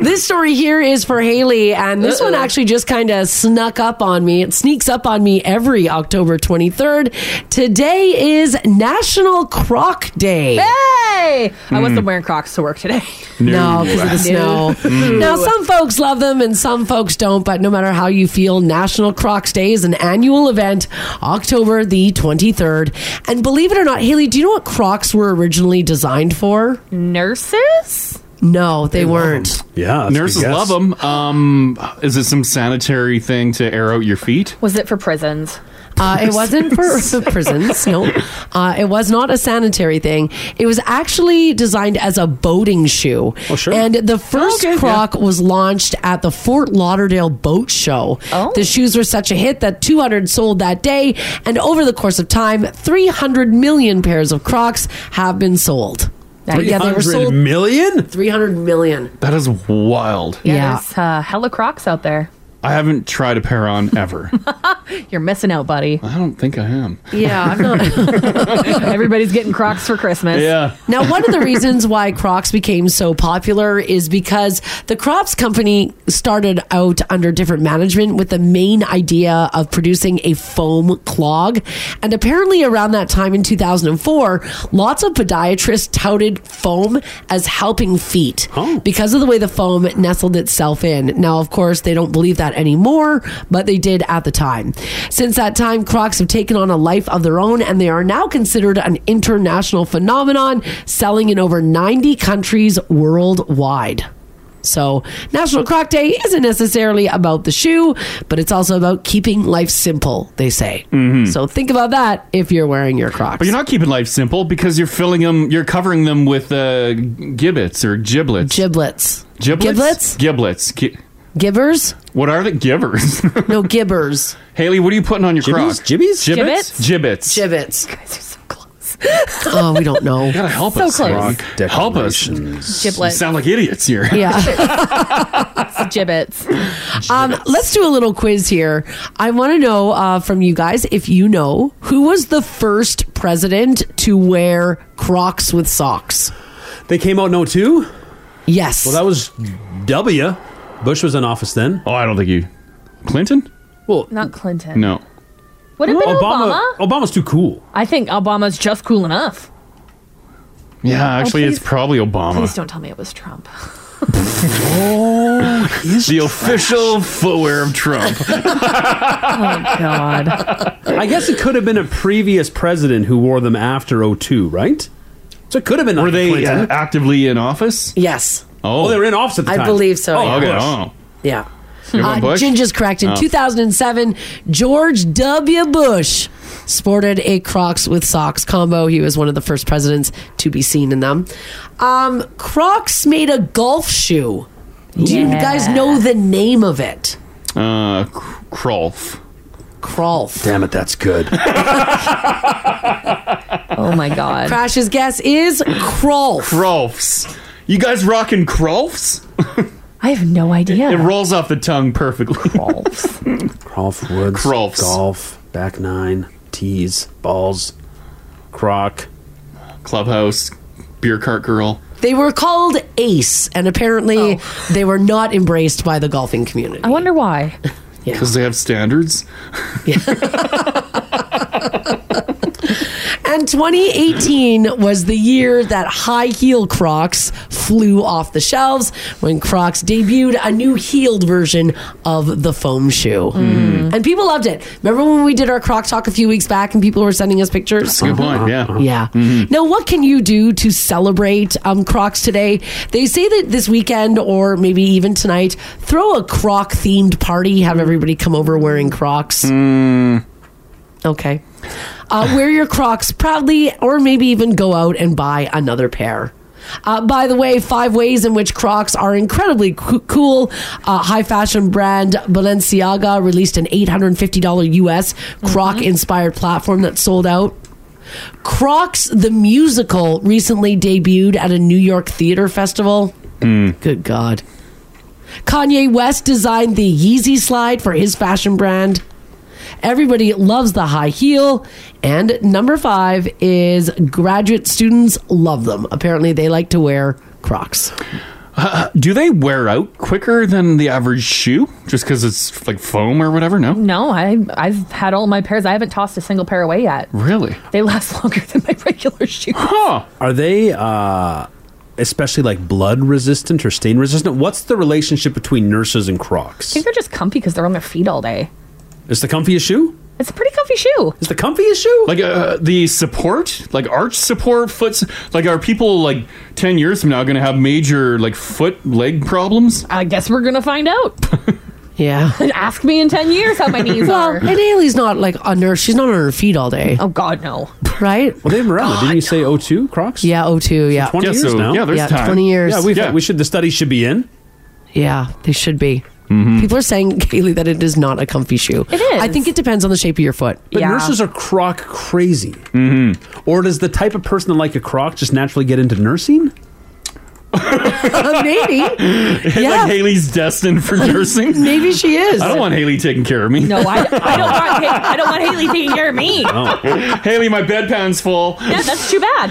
This story here is for Haley, and this one actually just kind of snuck up on me. It sneaks up on me every October 23rd. Today is National Croc Day.
Hey! I wasn't
Mm.
wearing Crocs to work today.
No, Hmm. because of the snow.
No.
Now, some folks love them and some folks don't, but no matter how you feel, National Crocs Day is an annual event, October the 23rd. And believe it or not, Haley, do you know what Crocs were originally designed for?
Mm. Nurses?
No, they, weren't.
Yeah,
nurses love them. Um, is it some sanitary thing to air out your feet?
Was it for prisons?
Uh, it wasn't for, for prisons. No, uh, it was not a sanitary thing. It was actually designed as a boating shoe. Oh, sure. And the first Croc was launched at the Fort Lauderdale Boat Show. Oh. The shoes were such a hit that 200 sold that day, and over the course of time, 300 million pairs of Crocs have been sold. Yeah, they were sold.
million?
300 million.
That is wild.
Yeah. There's uh, hella Crocs out there.
I haven't tried a pair on ever.
You're missing out, buddy.
I don't think I am.
Yeah, I'm not.
Everybody's getting Crocs for Christmas.
Yeah.
Now, one of the reasons why Crocs became so popular is because the Crocs company started out under different management with the main idea of producing a foam clog. And apparently, around that time in 2004, lots of podiatrists touted foam as helping feet because of the way the foam nestled itself in. Now, of course, they don't believe that anymore, but they did at the time. Since that time, Crocs have taken on a life of their own and they are now considered an international phenomenon, selling in over 90 countries worldwide. So, National Crock Day isn't necessarily about the shoe, but it's also about keeping life simple, they say.
Mhm.
So, think about that if you're wearing your Crocs.
But you're not keeping life simple because you're filling them, you're covering them with uh, gibbets or giblets.
Giblets.
Giblets? Giblets. Gi-
Givers?
What are the givers?
no, gibbers.
Haley, what are you putting on your
Jibbies?
croc?
Jibbies?
Gibbets? Gibbets.
Gibbets. You guys are so close. oh, we don't know.
gotta help
So
us.
close.
Croc help us. You
Giblets.
sound like idiots here.
Yeah.
gibbets.
Um, let's do a little quiz here. I want to know uh, from you guys if you know who was the first president to wear Crocs with socks.
They came out no two.
Yes.
Well, that was W. Bush was in office then.
Oh, I don't think you. Clinton?
Well,
not Clinton.
No.
Would it have been Obama?
Obama. Obama's too cool.
I think Obama's just cool enough.
Yeah, actually, it's
please-
probably
Please
Obama.
don't tell me it was Trump.
Oh, the official footwear of Trump.
God.
I guess it could have been a previous president who wore them after 02, right? So it could have been. Were
they uh, actively in office?
Yes.
Oh.
Oh, they were in office at the
I
time.
believe so,
Oh,
yeah.
okay.
Bush.
Oh.
Yeah. Uh,
You're going Bush?
Ginger's correct. In
Oh.
2007, George W. Bush sported a Crocs with socks combo. He was one of the first presidents to be seen in them. Um, Crocs made a golf shoe. Do you
Yeah.
guys know the name of it?
Uh, cr- Krolf.
Krolf.
Damn it, that's good.
oh my god.
Crash's guess is Krolf.
Krolfs. You guys rocking Krolfs?
I have no idea.
It rolls off the tongue perfectly. Krolfs.
Krolf Woods.
Krolfs.
Golf. Back nine. Tees. Balls. Croc.
Clubhouse. Beer cart girl.
They were called Ace, and apparently they were not embraced by the golfing community. I
wonder why.
Because they have standards.
And 2018 was the year that high heel Crocs flew off the shelves when Crocs debuted a new heeled version of the foam shoe.
Mm.
And people loved it. Remember when we did our Croc talk a few weeks back and people were sending us pictures?
That's a good
Uh-huh.
point. Yeah. Mm-hmm.
Yeah. Now, what can you do to celebrate um, Crocs today? They say that this weekend or maybe even tonight, throw a Croc themed party, have everybody come over wearing Crocs. Okay. Uh, wear your Crocs proudly or maybe even go out and buy another pair. Uh, by the way, five ways in which Crocs are incredibly coo- cool. Uh, high fashion brand Balenciaga released an $850 US Croc inspired platform that sold out. Crocs the musical recently debuted at a New York theater festival.
Hmm.
Good God. Kanye West designed the Yeezy slide for his fashion brand. Everybody loves the high heel. And number five is graduate students love them. Apparently, they like to wear Crocs.
Uh, do they wear out quicker than the average shoe? Just because it's like foam or whatever? No.
No, I I've had all my pairs. I haven't tossed a single pair away yet.
Really?
They last longer than my regular shoes.
Are they uh especially like blood resistant or stain resistant? What's the relationship between nurses and
I
Crocs?
think they're just comfy because they're on their feet all day.
Is the comfiest shoe?
It's a pretty comfy shoe.
Is the comfiest shoe?
Like uh, the support, like arch support, foot. s- Like, are people like ten years from now going to have major like foot leg problems?
I guess we're gonna find out.
Yeah.
Ask me in ten years how my knees
well,
are.
and Haley's not like on her, she's not on her feet all day.
Oh, God, no.
Right?
Well, David Morella, didn't you say 02 Crocs?
Yeah, 02, yeah.
20
Yeah,
years
so-
now.
yeah, there's Yeah, time. 20 years.
Yeah, we've,
Yeah.
we should. The study should be in.
Yeah, they should be.
Mm-hmm.
People are saying, Kaylee, that it is not a comfy shoe. It is. I think it depends on the shape of your foot.
But nurses are Croc crazy. Mm-hmm. Or does the type of person that like a Croc just naturally get into nursing?
Maybe.
like Haley's destined for nursing.
Maybe she is.
I don't want Haley taking care of me.
No, I, I don't want Ha- I don't want Haley taking care of me.
Oh.
Haley, my bedpan's full.
Yeah, that's too bad.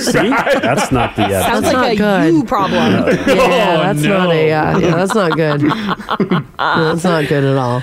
See? That's
not the.
uh,
Sounds
that's
like a
not
you problem.
Oh,
Yeah, that's
no.
not a. Uh, yeah, that's not good. No, that's not good at all.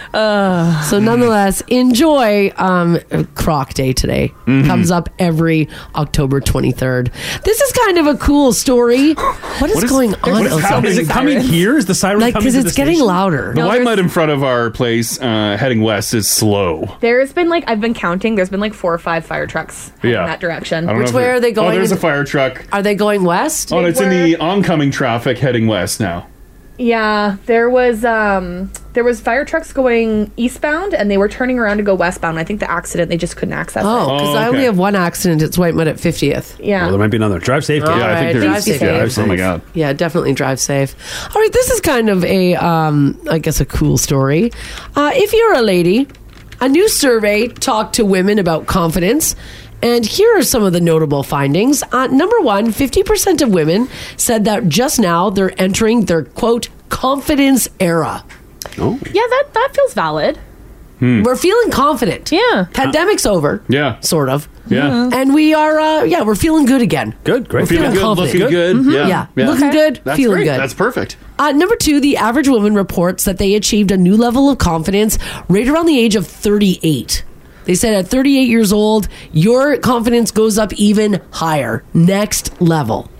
so, nonetheless, enjoy um, Croc Day today.
Mm-hmm.
Comes up every October 23rd. This is kind of a cool story. What is, going on?
is
outside?
happening? Is it coming here? Is the siren
Like,
coming
because
to
it's
the
getting
station?
louder.
The white mud in front of our place, uh, heading west, is slow.
There's been like I've been counting. There's been like four or five fire trucks heading
Yeah.
that direction.
I don't know if it- Oh, there's a fire truck.
Are they going west?
Oh, and it's in the oncoming traffic heading west now.
Yeah, there was um there was fire trucks going eastbound and they were turning around to go westbound. I think the accident they just couldn't access.
Oh,
it.
because I only have one accident. It's White Mud at 50th.
Yeah.
Well, there might be another. Drive safety.
All right, drive Oh safe.
Oh
Yeah, definitely drive safe. All right, this is kind of a, um, I guess, a cool story. Uh, if you're a lady, a new survey talked to women about confidence. And here are some of the notable findings. Uh, number one, 50% of women said that just now they're entering their quote confidence era.
Yeah, that that feels valid.
Hmm.
We're feeling confident.
Yeah. Mm-hmm.
Pandemic's over.
Yeah.
Sort of.
Yeah.
Mm-hmm.
And we are, uh, yeah, we're feeling good again.
Good,
We're
great.
feeling confident.
looking good.
Mm-hmm.
Mhm.
Yeah.
Yeah. Looking good,
That's
feeling
great.
good.
That's perfect.
Uh, number two, the average woman reports that they achieved a new level of confidence right around the age of 38. They said at 38 years old, your confidence goes up even higher, next level.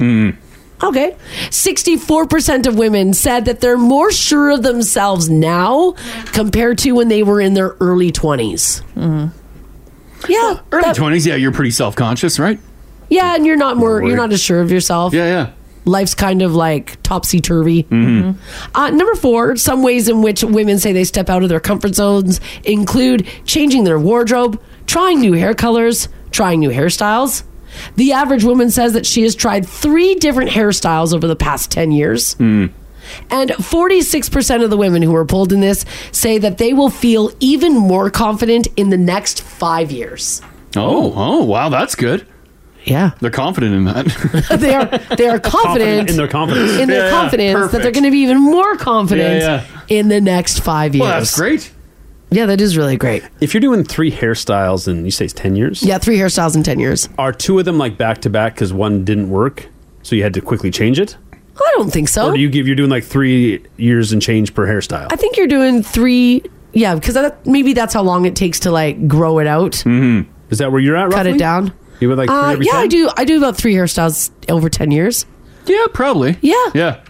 Okay. 64% of women said that they're more sure of themselves now compared to when they were in their early 20s. Yeah.
Early twenties. Yeah, you're pretty self conscious, right?
Yeah, and you're not more,
worried.
you're not as sure of yourself.
Yeah, yeah.
Life's kind of like topsy turvy.
Mm-hmm.
Uh, number four, some ways in which women say they step out of their comfort zones include changing their wardrobe, trying new hair colors, trying new hairstyles. The average woman says that she has tried three different hairstyles over the past 10 years.
Hmm.
And 46% of the women who were polled in this say that they will feel even more confident in the next five years.
Oh, oh, wow, that's good.
Yeah,
they're confident in that.
they are they are confident
in their confidence.
in their
Yeah,
confidence that they're
perfect.
going to be even more confident
Yeah,
in the next five years.
Well, that's
great.
Yeah, that is really great.
If you're doing three hairstyles in, you say it's 10 years?
Yeah, three hairstyles in ten years.
Are two of them like back to back because one didn't work? So you had to quickly change it?
I don't think so.
Or do you give, you're doing like three years and change per hairstyle?
I think you're doing three. Yeah, because that, maybe that's how long it takes to like grow it out.
Mm-hmm. Is that where you're at,
Cut it
roughly?
down.
You would like three
Uh,
every
yeah, I
time?
do. I do about three hairstyles over ten years.
Yeah, probably.
Yeah,
Yeah.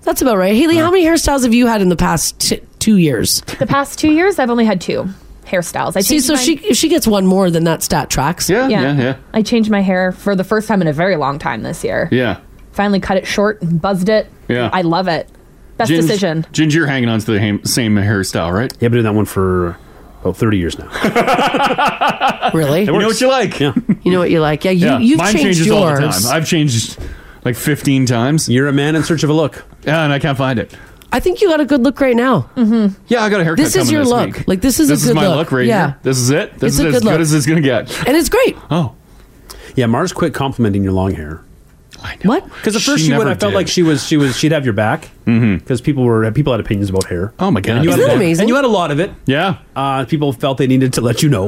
that's about right. Haley, how many hairstyles have you had in the past t- two years?
The past two years, I've only had two hairstyles. I
See,
changed
so
my-
she if she gets one more, then that stat tracks.
I changed my hair for the first time in a very long time this year.
Yeah.
Finally cut it short, and buzzed it.
Yeah.
I love it. Best
Ginge-
decision.
Ginge, you're hanging on to the ham- same hairstyle, right?
Yeah, I've been doing that one for about 30 years now.
Really?
You know what you like. Yeah.
You know what you like. Yeah, Uh, you,
yeah.
you've
Mine
changed
changes
yours.
all the time. I've changed like 15 times.
You're a man in search of a look.
Yeah, and I can't find it.
I think you got a good look right now. Mm-hmm.
Yeah, I got a haircut.
This is
coming
your look.
week.
Like, this is a
this is
good
my
look.
look, right
Yeah.
here. This is it.
It's
This is
a
as
good
good,
look.
as it's gonna get.
And it's great.
Oh.
Yeah, Mars quit complimenting your long hair.
What?
Because at first
She
she, would,
never
I felt
did.
like she was, she was, she'd have your back. Mm-hmm. Because people were, people had opinions about hair.
Oh my god!
And you, had
Isn't
a
that
lot-
amazing?
and you had a lot of it.
Yeah.
Uh, people felt they needed to let you know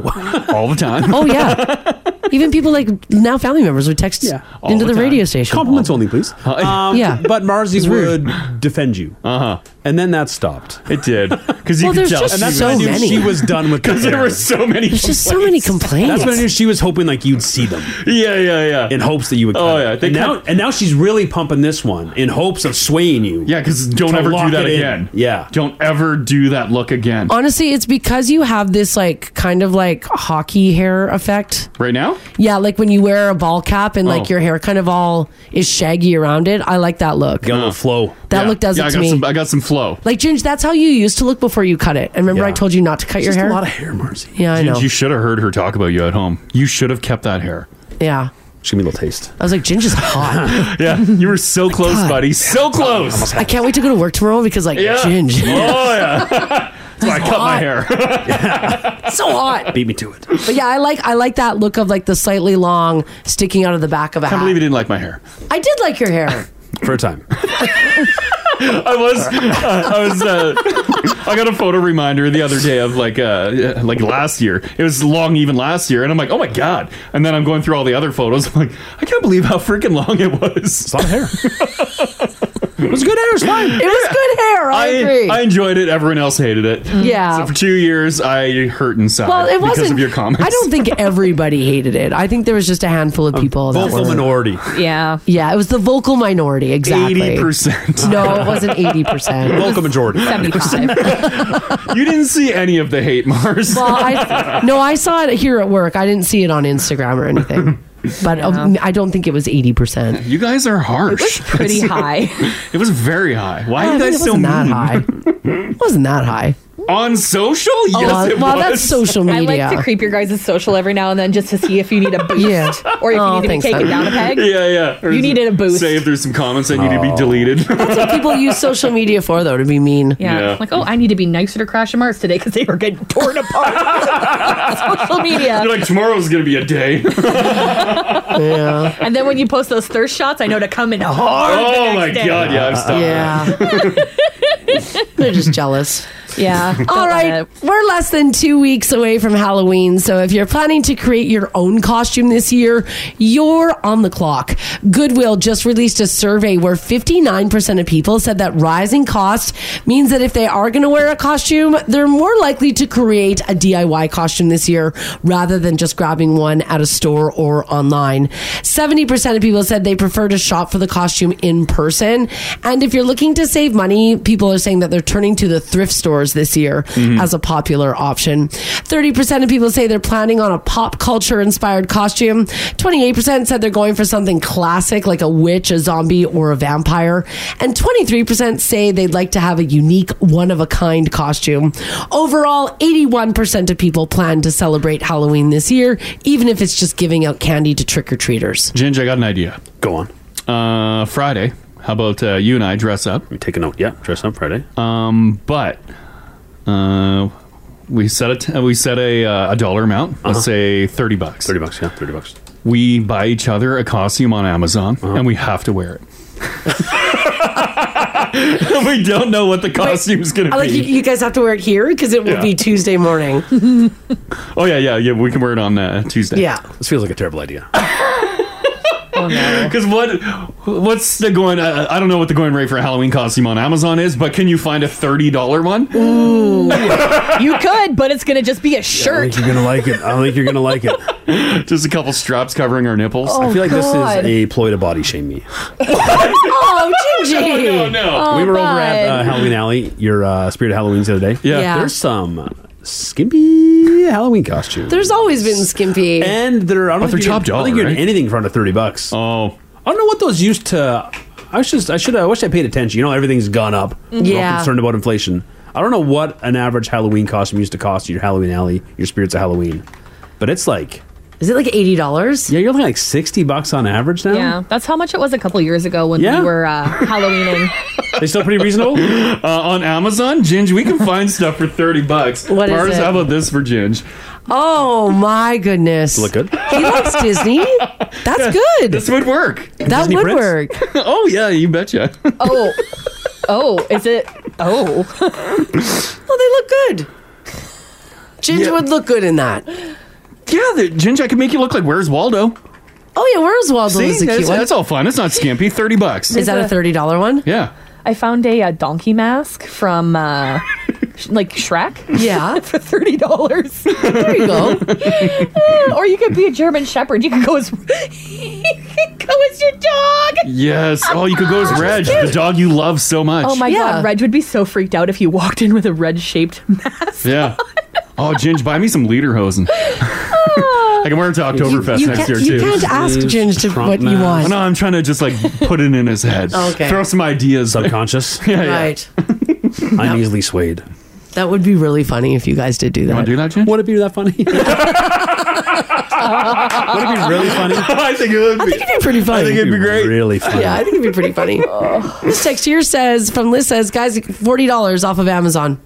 all
the time.
Oh yeah. Even people like now family members would text into the, radio station.
Compliments only, please. Um,
Yeah.
But Marzi
It's weird.
would defend you. Uh huh. And then that stopped.
Uh-huh. It did because
you Well, could there's tell just she so was-
when I knew
many.
She was done with the
'Cause there
hair.
were so many
There's just so many complaints.
That's when I knew she was hoping like you'd see them.
Yeah, yeah, yeah.
In hopes that you would. Oh yeah. And now, and now she's really pumping this one in hopes of swaying you.
Yeah, because don't
to
ever do
lock
that
it in.
again.
Yeah.
Don't ever do that look again.
Honestly, it's because you have this like kind of like hockey hair effect.
Right now?
Yeah, like when you wear a ball cap and
Oh.
like your hair kind of all is shaggy around it. I like that look.
Got a little flow.
That look does
yeah,
it
I
to
got
me.
Some, I got some flow.
Like Ginge, that's how you used to look before you cut it. And remember, I told you not to cut your
Just
hair.
a lot of hair, Marcy.
Yeah, I
Ginge,
know.
You should have heard her talk about you at home. You should have kept that hair.
yeah,
Just give me a little taste.
I was like, Ginge is hot.
yeah, Oh, you were so close, buddy. So close.
I can't wait to go to work tomorrow because like
Yeah.
Ginge.
Oh yeah. That's why I cut my hair.
so hot.
Beat me to it.
But yeah, I like I like that look of like the slightly long sticking out of the back of a
I can't
hat.
believe you didn't like my hair.
I did like your hair.
For a time.
I was, uh, I was, uh, I got a photo reminder the other day of like, uh, like last year. It was long, even last year, and I'm like, oh my god! And then I'm going through all the other photos. I'm like, I can't believe how freaking long it was. It's
a lot of hair. it was good hair. It was fine.
It was good hair. I, agree.
I enjoyed it. Everyone else hated it.
Yeah.
So for two years, I hurt inside.
well, it
because
wasn't
of your comments.
I don't think everybody hated it. I think there was just a handful of people. that
Vocal
were-
minority.
Yeah, yeah. It was the vocal minority. Exactly.
80%.
No, it wasn't eighty percent.
Vocal majority.
you didn't see any of the hate, Mars.
Well, I, no, I saw it here at work. I didn't see it on Instagram or anything. but um, I don't think it was 80%.
You guys are harsh.
It was pretty high.
it was very high. Why
I
are you
think
guys
it
so
wasn't
mean?
that high. It wasn't that high.
On social?
Oh,
yes,
uh,
it
well,
was.
that's social
I
media.
like to creep your guys' social every now and then just to see if you need a boost or if
Oh,
you need to be taken down a peg.
Yeah, yeah.
You needed a boost.
Say if there's some comments that need to be deleted.
That's what people use social media for, though, to be mean.
Yeah. Like, oh, I need to be nicer to Crash and Mars today because they were getting torn apart. Social media.
You're like, tomorrow's going to be a day.
yeah.
And then when you post those thirst shots, I know to come in hard. the
Oh,
next
my
day.
God. Yeah, I've stopped.
Yeah. They're just jealous.
Yeah.
All right. We're less than two weeks away from Halloween. So if you're planning to create your own costume this year, you're on the clock. Goodwill just released a survey where 59% of people said that rising cost means that if they are going to wear a costume, they're more likely to create a DIY costume this year rather than just grabbing one at a store or online. 70% of people said they prefer to shop for the costume in person. And if you're looking to save money, people are saying that they're turning to the thrift stores this year
Mm-hmm.
Mhm.
as a popular option. 30% of people say they're planning on a pop culture inspired costume. 28% said they're going for something classic like a witch, a zombie, or a vampire. And 23% say they'd like to have a unique, one of a kind costume. Overall, 81% of people plan to celebrate Halloween this year, even if it's just giving out candy to trick or treaters.
Ginger, I got an idea.
Go on.
Uh, Friday. How about uh, you and I dress up? We
take a note. Yeah, dress up Friday.
Um, but uh, we set a t- we set a uh, a dollar amount. Let's
Uh-huh.
say thirty bucks. Thirty
bucks. Yeah, thirty bucks.
We buy each other a costume on Amazon,
Uh-huh.
and we have to wear it. we don't know what the costume's going to
I
be.
like you, you guys have to wear it here because it will
Yeah.
be Tuesday morning.
oh yeah, yeah, yeah. We can wear it on uh, Tuesday.
Yeah.
This feels like a terrible idea.
Because what what's the going? Uh, I don't know what the going rate for a Halloween costume on Amazon is, but can you find a thirty dollar one?
Ooh. you could, but it's going to just be a shirt.
you're gonna like it. I think you're gonna like it.
Just a couple straps covering our nipples.
Oh.
I feel like
God.
this is a ploy to body shame me.
oh,
Gingy.
No, no, no. Oh,
we were over at uh,
God.
Halloween Alley, your uh, Spirit of Halloween's the other day.
Yeah. Yeah.
There's some uh, skimpy Halloween costumes.
There's always been skimpy.
And they're, I don't
But
think
they're
you can-
top
I don't think
dollar,
you're
right?
anything for under thirty bucks.
Oh,
I don't know what those used to. I was just. I should. I wish I paid attention. You know, everything's gone up.
Mhm.
We're all
Yeah.
concerned about inflation. I don't know what an average Halloween costume used to cost you, your Halloween alley, your spirits of Halloween, but it's like.
Is it like eighty dollars?
Yeah, you're looking like sixty bucks on average now.
Yeah, that's how much it was a couple years ago when
Yeah.
we were uh, Halloweening.
They still pretty reasonable
uh, on Amazon. Ginge, we can find stuff for thirty bucks.
What is
Mars,
it?
how about this for Ginge?
Oh my goodness!
Look good.
He likes Disney. That's good.
This would work.
That
Disney
would
Prince?
work.
oh yeah, you betcha.
oh, oh, is it? Oh,
well, Oh, they look good. Ginger would look good in that.
Yeah, the, Ginger, I could make you look like Where's Waldo.
Oh yeah, where's Waldo?
See,
is a cute
that's,
one.
that's all fun. It's not skimpy. Thirty bucks.
Is that a thirty dollar one?
Yeah.
I found a, uh donkey mask from uh, sh- like Shrek.
Yeah,
for thirty dollars. There
you go.
or you could be a German Shepherd. You could go as you could go as your dog.
Yes. Oh, you could go as Reg, the dog you love so much.
Oh my god, Reg would be so freaked out if you walked in with a red shaped mask.
Yeah. Oh, Ginge, buy me some Lederhosen.
Ah.
I can wear it to Oktoberfest
you
next
can't-
year,
you
too.
can't ask Please, Ginge to Trump what you mask. want.
No, I'm trying to just like put it in his head.
Okay.
Throw some ideas.
Subconscious.
yeah, yeah.
Right.
I'm easily swayed.
That would be really funny if you guys did do that.
do that, Ginge?
Would it be that funny? would it be really funny?
I think it would.
I think it'd be pretty funny. I think
it'd be great. Really funny.
Yeah, I think it'd be pretty funny. this text here says from Liz says, guys, forty dollars off of Amazon.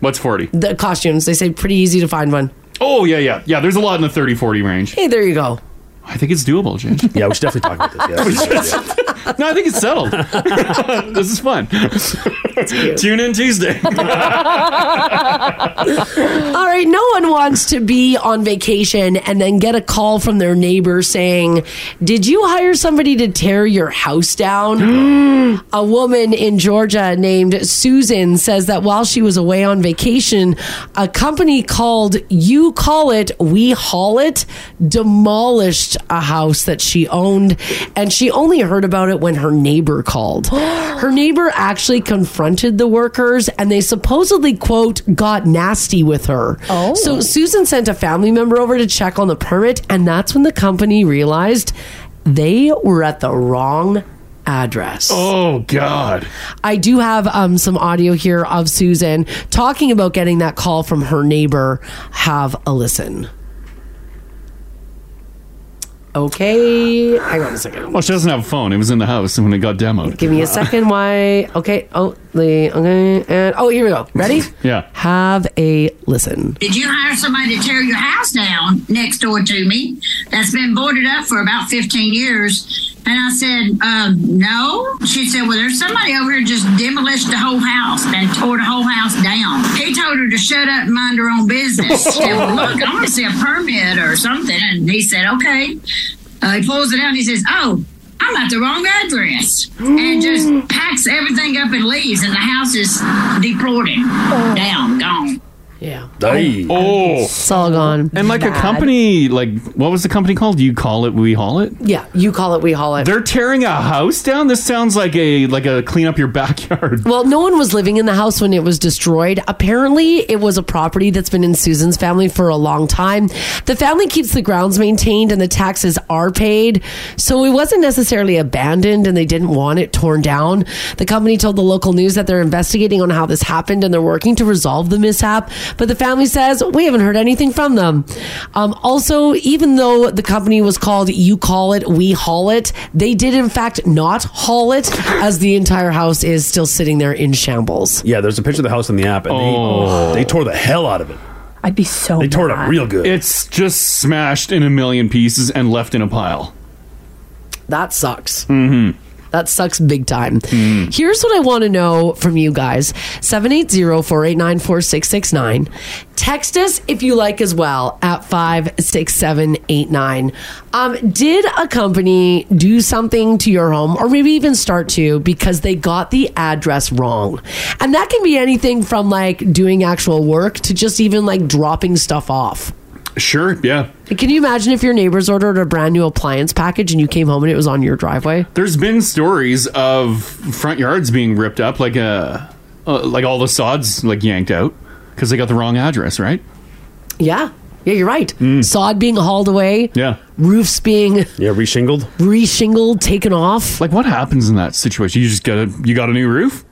What's 40?
The costumes. They say pretty easy to find one.
Oh, yeah, yeah. Yeah, there's a lot in the 30 40 range.
Hey, there you go.
I think it's doable, Ginge.
Yeah, we should definitely talk about this.
no, I think it's settled. this is fun. Tune in Tuesday.
All right, no one wants to be on vacation and then get a call from their neighbor saying, Did you hire somebody to tear your house down? a woman in Georgia named Susan says that while she was away on vacation, a company called You Call It, We Haul It demolished a house that she owned. And she only heard about it it when her neighbor called. Her neighbor actually confronted the workers and they supposedly, quote, got nasty with her. Oh. So Susan sent a family member over to check on the permit, and that's when the company realized they were at the wrong address.
Oh, God.
I do have um, some audio here of Susan talking about getting that call from her neighbor. Have a listen. Okay, hang on a second.
Well, she doesn't have a phone. It was in the house when it got demoed.
Give me a second. Why? Okay. Oh, the okay, and oh, here we go. Ready?
yeah.
Have a listen.
Did you hire somebody to tear your house down next door to me that's been boarded up for about 15 years? And I said, um, no. She said, well, there's somebody over here just demolished the whole house and tore the whole house down. He told her to shut up and mind her own business. She said, well, look, I want to see a permit or something. And he said, okay. Uh, he pulls it out and he says, oh, I'm at the wrong address. And just packs everything up and leaves. And the house is deported, down, gone.
Oh,
it's all gone.
And like a
Bad.
company, like what was the company called? You call it, we haul it.
Yeah, you call it, we haul it.
They're tearing a house down. This sounds like a like a clean up your backyard.
Well, no one was living in the house when it was destroyed. Apparently, it was a property that's been in Susan's family for a long time. The family keeps the grounds maintained and the taxes are paid. So it wasn't necessarily abandoned and they didn't want it torn down. The company told the local news that they're investigating on how this happened and they're working to resolve the mishap. But the family says we haven't heard anything from them. Um, also, even though the company was called You Call It, We Haul It, they did in fact not haul it as the entire house is still sitting there in shambles.
Yeah, there's a picture of the house in the app, and
Oh.
they, they tore the hell out of it.
I'd be so.
They tore it up real good.
It's just smashed in a million pieces and left in a pile.
That sucks. Mm-hmm. That sucks big time.
Mm-hmm.
Here's what I want to know from you guys 780 489 4669. Text us if you like as well at 56789. Um, did a company do something to your home or maybe even start to because they got the address wrong? And that can be anything from like doing actual work to just even like dropping stuff off.
Sure. Yeah.
Can you imagine if your neighbors ordered a brand new appliance package and you came home and it was on your driveway?
There's been stories of front yards being ripped up, like uh, uh like all the sods like yanked out because they got the wrong address, right?
Yeah. Yeah, you're right. Sod being hauled away.
Mm. Yeah.
Roofs being
Yeah, reshingled.
reshingled, taken off.
Like what happens in that situation? You just got a you got a new roof.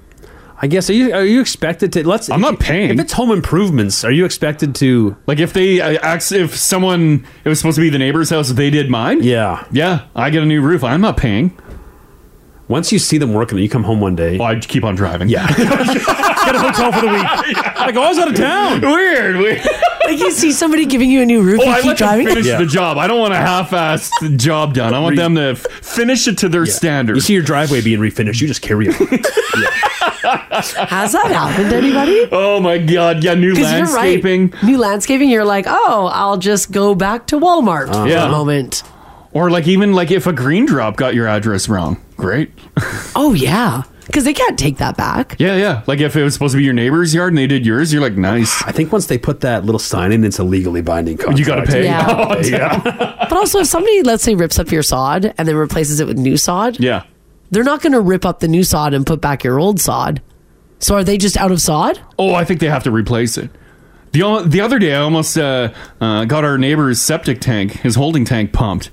I guess are you are you expected to? Let's. I'm not
paying.
If it's home improvements, are you expected to?
Like if they uh, acts if someone it was supposed to be the neighbor's house, they did mine.
Yeah,
yeah. I get a new roof. I'm not paying.
Once you see them working, you come home one day.
Well, I keep on driving.
Yeah, get a hotel for the week. Like, oh, I was out of town.
Weird. Weird.
like you see somebody giving you a new roof,
Oh,
you
I
keep
let them
driving.
finish the job. I don't want a half-assed job done. I want them to f- finish it to their standard. You see
your driveway being refinished, you just carry it.
Has that happened to anybody?
Oh my god, yeah, new
'Cause
landscaping.
You're right. New landscaping, you're like, oh, I'll just go back to Walmart
Uh-huh.
Ah.
Um, for a moment.
Or like even like if a green drop got your address wrong. Great.
Oh, yeah. Because they can't take that back.
Yeah, yeah. Like if it was supposed to be your neighbor's yard and they did yours, you're like, nice.
I think once they put that little sign in, it's a legally binding contract.
You gotta pay.
Yeah.
Oh, damn.
but also, if somebody, let's say, rips up your sod and then replaces it with new sod,
yeah.
they're not going to rip up the new sod and put back your old sod. So are they just out of sod?
Oh, I think they have to replace it. The o- the other day, I almost uh, uh, got our neighbor's septic tank, his holding tank, pumped.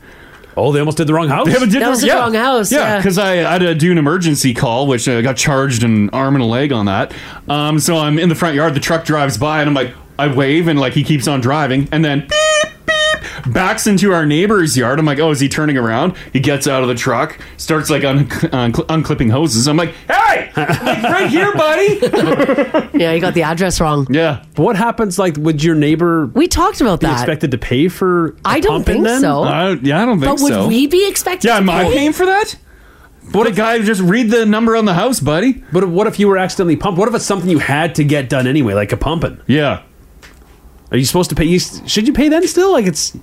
Oh, they almost did the wrong house.
They haven't did
That was the wrong house,
Yeah,
yeah.
because I, I had to do an emergency call, which uh, got charged an arm and a leg on that. Um, so I'm in the front yard. The truck drives by, and I'm like, I wave, and like he keeps on driving, and then beep beep backs into our neighbor's yard. I'm like, oh, is he turning around? He gets out of the truck, starts like un- un- unclipping hoses. I'm like, hey, I'm like, right here, buddy.
yeah, you got the address wrong.
Yeah.
But what happens, like, would your neighbor
We talked about
be
that.
expected to pay for?
I don't think so. I
yeah, I don't
but would we be expected
Yeah,
to
am I
pay?
paying for that? What a guy just read the number on the house, buddy.
But what if you were accidentally pumped? What if it's something you had to get done anyway, like a pumping?
Yeah.
Are you supposed to pay? You, should you pay then still? Like it's.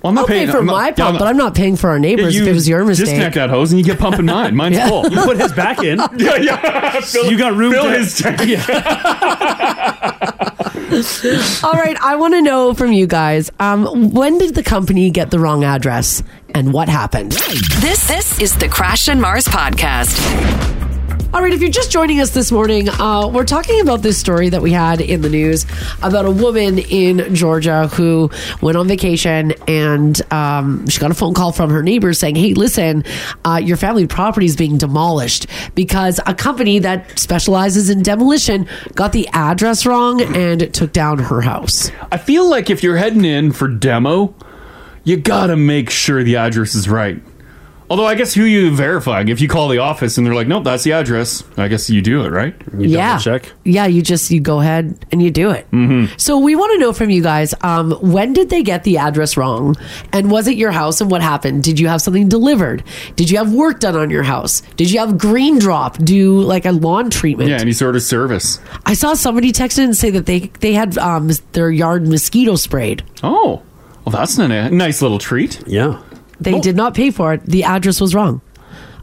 Well, I'm
I'll pay for my pump, but I'm not paying for our neighbors if it was your mistake.
Disconnect that hose and you get pumping mine. Mine's
Yeah.
full.
You put his back in.
yeah, yeah.
you got room
fill
to
his tank.
All right, I want to know from you guys. Um, when did the company get the wrong address, and what happened?
This this is the Crash and Mars podcast.
All right, if you're just joining us this morning, uh, we're talking about this story that we had in the news about a woman in Georgia who went on vacation and um, she got a phone call from her neighbor saying, Hey, listen, uh, your family property is being demolished because a company that specializes in demolition got the address wrong and took down her house.
I feel like if you're heading in for demo, you gotta make sure the address is right. Although I guess who you verifying? If you call the office and they're like, "Nope, that's the address," I guess you do it, right?
yeah. Yeah, you just you go ahead and you do it.
Mm-hmm.
So we want to know from you guys, um, when did they get the address wrong? And was it your house and what happened? Did you have something delivered? Did you have work done on your house? Did you have green drop do like a lawn treatment?
Yeah, any sort of service.
I saw somebody text in and say that they they had um, their yard mosquito sprayed.
Oh, well, that's a ni- nice little treat. Yeah.
They did not pay for it. The address was wrong.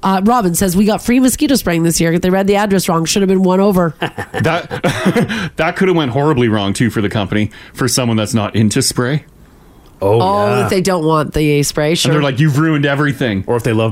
Uh, Robin says we got free mosquito spraying this year. They read the address wrong. Should have been one over.
That that could have went horribly wrong too for the company for someone that's not into spray.
Oh, if they don't want the spray, sure.
and they're like, "You've ruined everything."
Or if they love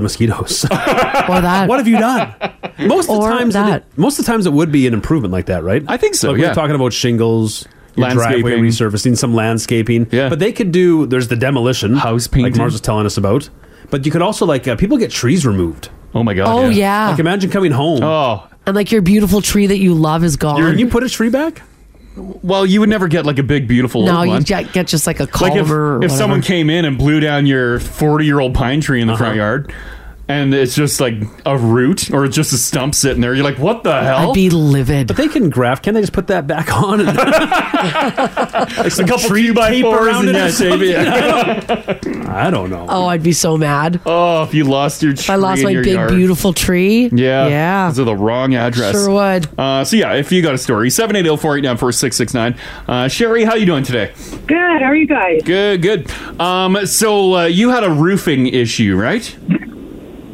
mosquitoes.
or that.
What have you done? Most of the times,
that.
It, most of the times, it would be an improvement like that, right? I
think so,
Like we
yeah.
We're talking about shingles, your driveway
Landscaping.
resurfacing, some landscaping. Yeah, but they could do. There's the demolition, house painting, like Mars was telling us about. But you could also like uh, people get trees removed.
Oh my god!
Oh, yeah.
Like imagine coming home.
Oh,
and like your beautiful tree that you love is gone.
you put a tree back?
Well, you would never get like a big beautiful
no,
old
you
one.
ju- get just like a
like
culver.
if,
or
if someone
whatever.
came in and blew down your 40 year old pine tree in the front yard and it's just like a root or just a stump sitting there you're like what the hell
I'd be livid. But
they can graft. Can they just put that back on? And
It's a couple tree by
tape
fours
around
and
it or
yeah,
something.
baby.
I don't know.
Oh, I'd be so mad.
Oh, if you lost your tree
I lost
in
my
your
big
yard.
beautiful tree.
Yeah.
Yeah.
Those are the wrong address.
Sure would.
Uh, so yeah, if you got a story, 780-489-4669. Uh, Sherry, how you doing today?
Good. How are you guys?
Good, good. Um, so uh, you had a roofing issue, right?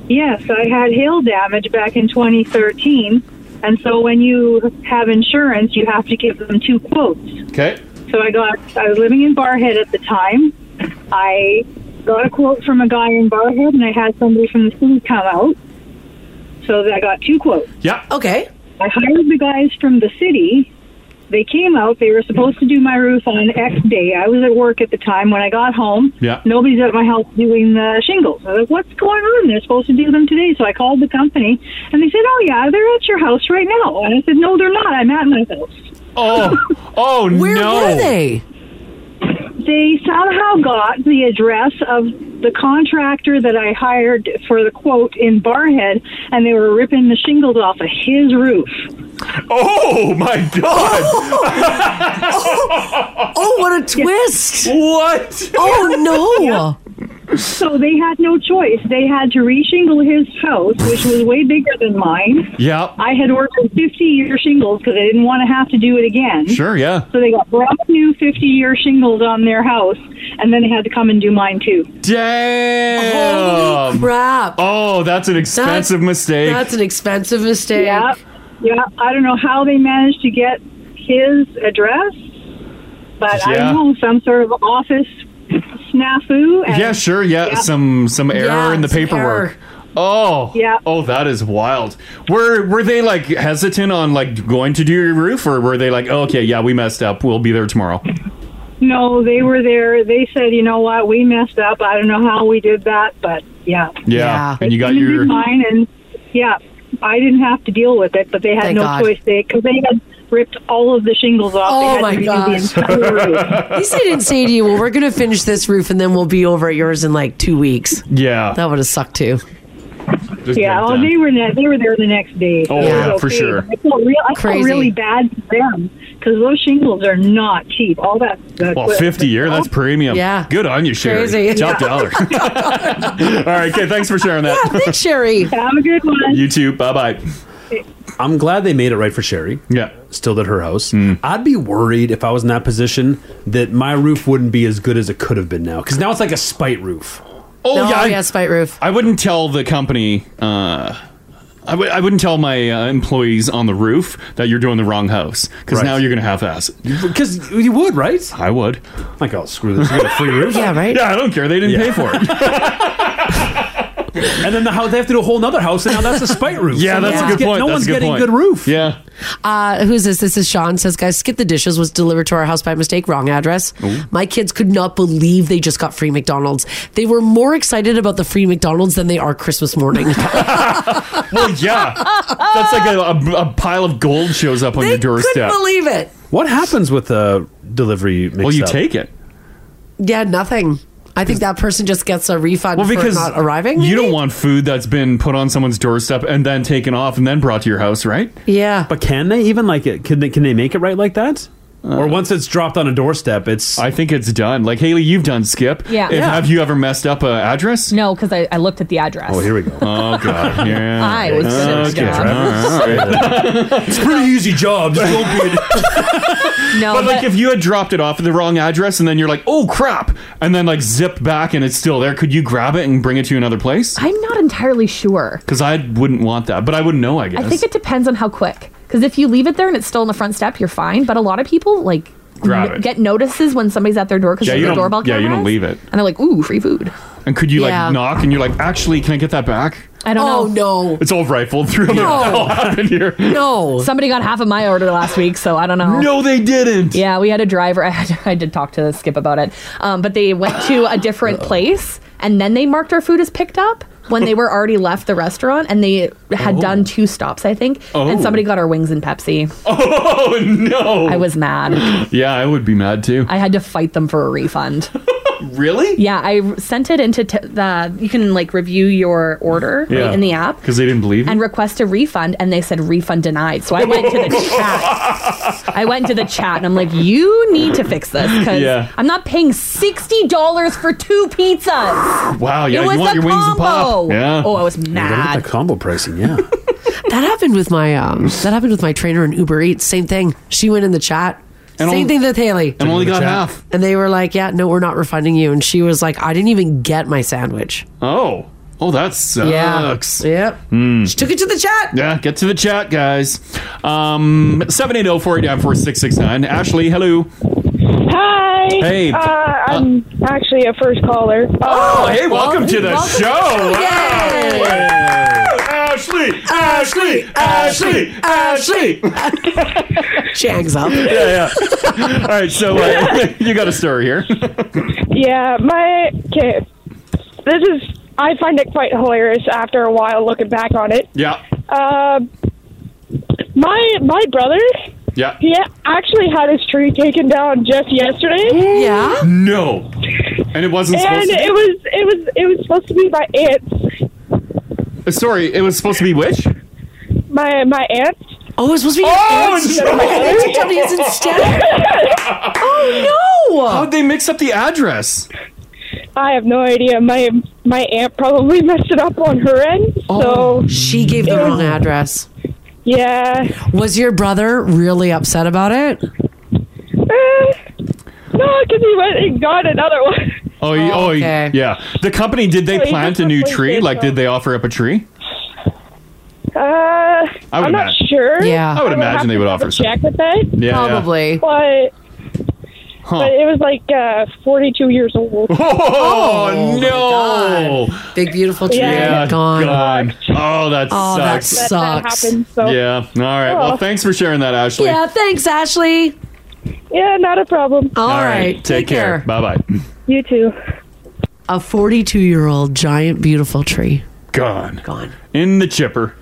Yes, I had hail damage back in 2013. And so when you have insurance, you have to give them two quotes.
Okay.
So I got, I was living in Barhead at the time. I got a quote from a guy in Barhead and I had somebody from the city come out. So I got two quotes.
Yeah.
Okay.
I hired the guys from the city. They came out. They were supposed to do my roof on X day. I was at work at the time. When I got home,
Yeah.
nobody's at my house doing the shingles. I was like, what's going on? They're supposed to do them today. So I called the company and they said, oh, yeah, they're at your house right now. And I said, no, they're not. I'm at my house.
Oh, oh
Where
no.
were they? They somehow got the address of the contractor that I hired for the quote in Barhead and they were ripping the shingles off of his roof.
Oh my god!
oh,
what a twist!
What?
Oh no!
So they had no choice. They had to reshingle his house, which was way bigger than mine.
Yeah.
I had ordered 50 year shingles because I didn't want to have to do it again.
Sure, yeah.
So they got brand new 50 year shingles on their house, and then they had to come and do mine too.
Damn!
Holy
crap!
Oh, that's an expensive mistake.
That's an expensive mistake.
Yeah. Yeah. I don't know how they managed to get his address, but I
Yeah.
don't know, some sort of office snafu. And
yeah, sure, yeah,
yeah.
Some some error
Yeah,
in the
some
paperwork.
error.
Oh,
Yeah.
Oh, that is wild. Were were they like hesitant on like going to do your roof, or were they like, "Oh, okay, yeah, we messed up, we'll be there tomorrow?
No, they were there. They said, you know what, we messed up. I don't know how we did that, but yeah.
Yeah, and you got
They
your
did mine, and yeah, I didn't have to deal with it, but they had
Thank
no
God.
choice. They because they had ripped all of the shingles off.
Oh,
they had
my
to redo
gosh.
The entire roof.
At least they didn't say to you, well, we're going to finish this roof and then we'll be over at yours in like two weeks.
Yeah.
That would have sucked too.
yeah, oh, they were ne- they were there the next day. so
Oh,
it was
yeah, for
okay.
sure.
I felt, real, I felt
Crazy.
really bad for them because those shingles are not cheap. All that. that
well, fifty year. That's premium.
Yeah.
good on you, Sherry.
Crazy.
Top
Yeah.
dollar. All right, okay. Thanks for sharing that.
Thanks, Sherry.
Have a good one.
You too. Bye bye.
I'm glad they made it right for Sherry.
Yeah. Mm.
Still at her house. I'd be worried if I was in that position that my roof wouldn't be as good as it could have been now. Because now it's like a spite roof.
Oh
No,
yeah,
yeah, spite roof.
I wouldn't tell the company. Uh, I w- I wouldn't tell my uh, employees on the roof that you're doing the wrong house because now you're going to half ass it.
Because you would, right?
I would.
Like, oh, screw this. You get a free roof?
Yeah, right? Yeah, I don't care. They didn't pay for it.
and then the house, they have to do a whole other house, and now that's a spite roof.
Yeah,
So
that's
no
a
one's
good
get-
point.
No
That's
one's
a good
getting
point.
good roof.
Yeah.
Uh, who's this? This is Sean. Says, guys, skip the dishes was delivered to our house by mistake. Wrong address.
Ooh.
My kids could not believe they just got free McDonald's. They were more excited about the free McDonald's than they are Christmas morning.
well, yeah. That's like a, a, a pile of gold shows up on your doorstep.
Couldn't believe it.
What happens with the delivery mix Well,
you take it.
Yeah, nothing. I think that person just gets a refund
Well, because
for not arriving.
you don't want food that's been put on someone's doorstep and then taken off and then brought to your house, right?
Yeah.
But can they even like it? Can they can they make it right like that? or once it's dropped on a doorstep, it's.
I think it's done. Like Haley, you've done skip.
Yeah.
If-
Yeah.
Have you ever messed up an address?
No, because I, I looked at the address.
here we go. Oh god. Yeah.
I was
okay.
good at
all right.
it's a pretty easy job. Just don't be
No,
but, like if you had dropped it off at the wrong address and then you're like, oh crap, and then like zipped back and it's still there, could you grab it and bring it to another place?
I'm not entirely sure.
Because I wouldn't want that, but I wouldn't know. I guess.
I think it depends on how quick. Because if you leave it there and it's still in the front step, you're fine. But a lot of people like
Grab
n-
it.
get notices when somebody's at their door because
yeah,
of
you
the
don't.
doorbell
yeah, you don't
cameras,
leave it.
And they're like, "Ooh, free food."
And could you
Yeah.
like knock and you're like, actually, can I get that back?
I don't
Oh,
know.
no.
It's all rifled through.
No.
What happened here?
No.
Somebody got half of my order last week, so I don't know.
No, they didn't.
Yeah, we had a driver. I, had, I did talk to Skip about it. Um, but they went to a different place and then they marked our food as picked up when they were already left the restaurant and they had
Oh.
done two stops, I think.
Oh.
And somebody got our wings and Pepsi.
Oh, no.
I was mad.
Yeah, I would be mad too.
I had to fight them for a refund.
really?
Yeah, I sent it into t- the. You can like review your order right, in the app.
because they didn't believe it.
and request a refund and they said refund denied so i went to the chat i went to the chat and i'm like you need to fix this because
Yeah.
i'm not paying $60 for two pizzas
Wow, yeah,
it
you
was
want
the
your wings and pop.
combo.
Yeah.
oh i was
Look
mad
at the combo pricing, yeah.
That happened with my um. That happened with my trainer in Uber Eats. Same thing. She went in the chat.
And
Same
only-
thing with Haley.
and only got half.
And they were like, "Yeah, no, we're not refunding you." And she was like, "I didn't even get my sandwich."
Oh, oh, that sucks.
Yep.
Hmm.
She took it to the chat.
Yeah, get to the chat, guys. Um, 780-489-4669. Ashley, hello.
Hi.
Hey.
Uh, I'm actually a first caller. Uh,
Oh, hey, welcome to the show. Wow. Ashley, Ashley, Ashley, Ashley.
She hangs up.
Yeah, yeah. All right, so uh, you got a story here.
Yeah, my okay. This is I find it quite hilarious after a while looking back on it.
Yeah,
Uh, my my brother,
yeah.
he actually had his tree taken down just yesterday.
Yeah.
No. And it wasn't
and
supposed to be.
it was it was it was supposed to be my aunt's
Uh, Sorry, it was supposed to be which?
my my aunt.
Oh, it was supposed to be
your
aunt? no.
My
They took
W's instead.
oh
no!
How'd they mix up the address?
I have no idea. My my aunt probably messed it up on her end. So
Oh. she gave the wrong address.
Yeah.
Was your brother really upset about it?
No, because he went and got another one.
Oh, y- oh, y- yeah. The company did they
So you
plant
just
a new
replace
tree?
it,
Like, did they offer up a tree?
Uh,
I would
I'm not
imagine-
sure.
Yeah. I would imagine
have
they
to
would
double
offer some.
Check with that.
Yeah, yeah. Probably.
But,
Huh.
but it was like uh, 42 years old.
Oh, no!
Big beautiful tree
Yeah,
gone.
gone. Oh, that
Oh, that That-
sucks.
that sucks. happened, so-
Yeah. All right. Well,
Oh.
thanks for sharing that, Ashley.
Yeah. Thanks, Ashley.
Yeah, not a problem.
All right.
Take, care. Bye bye.
You too.
A 42 year old giant beautiful tree.
Gone.
Gone.
In the chipper.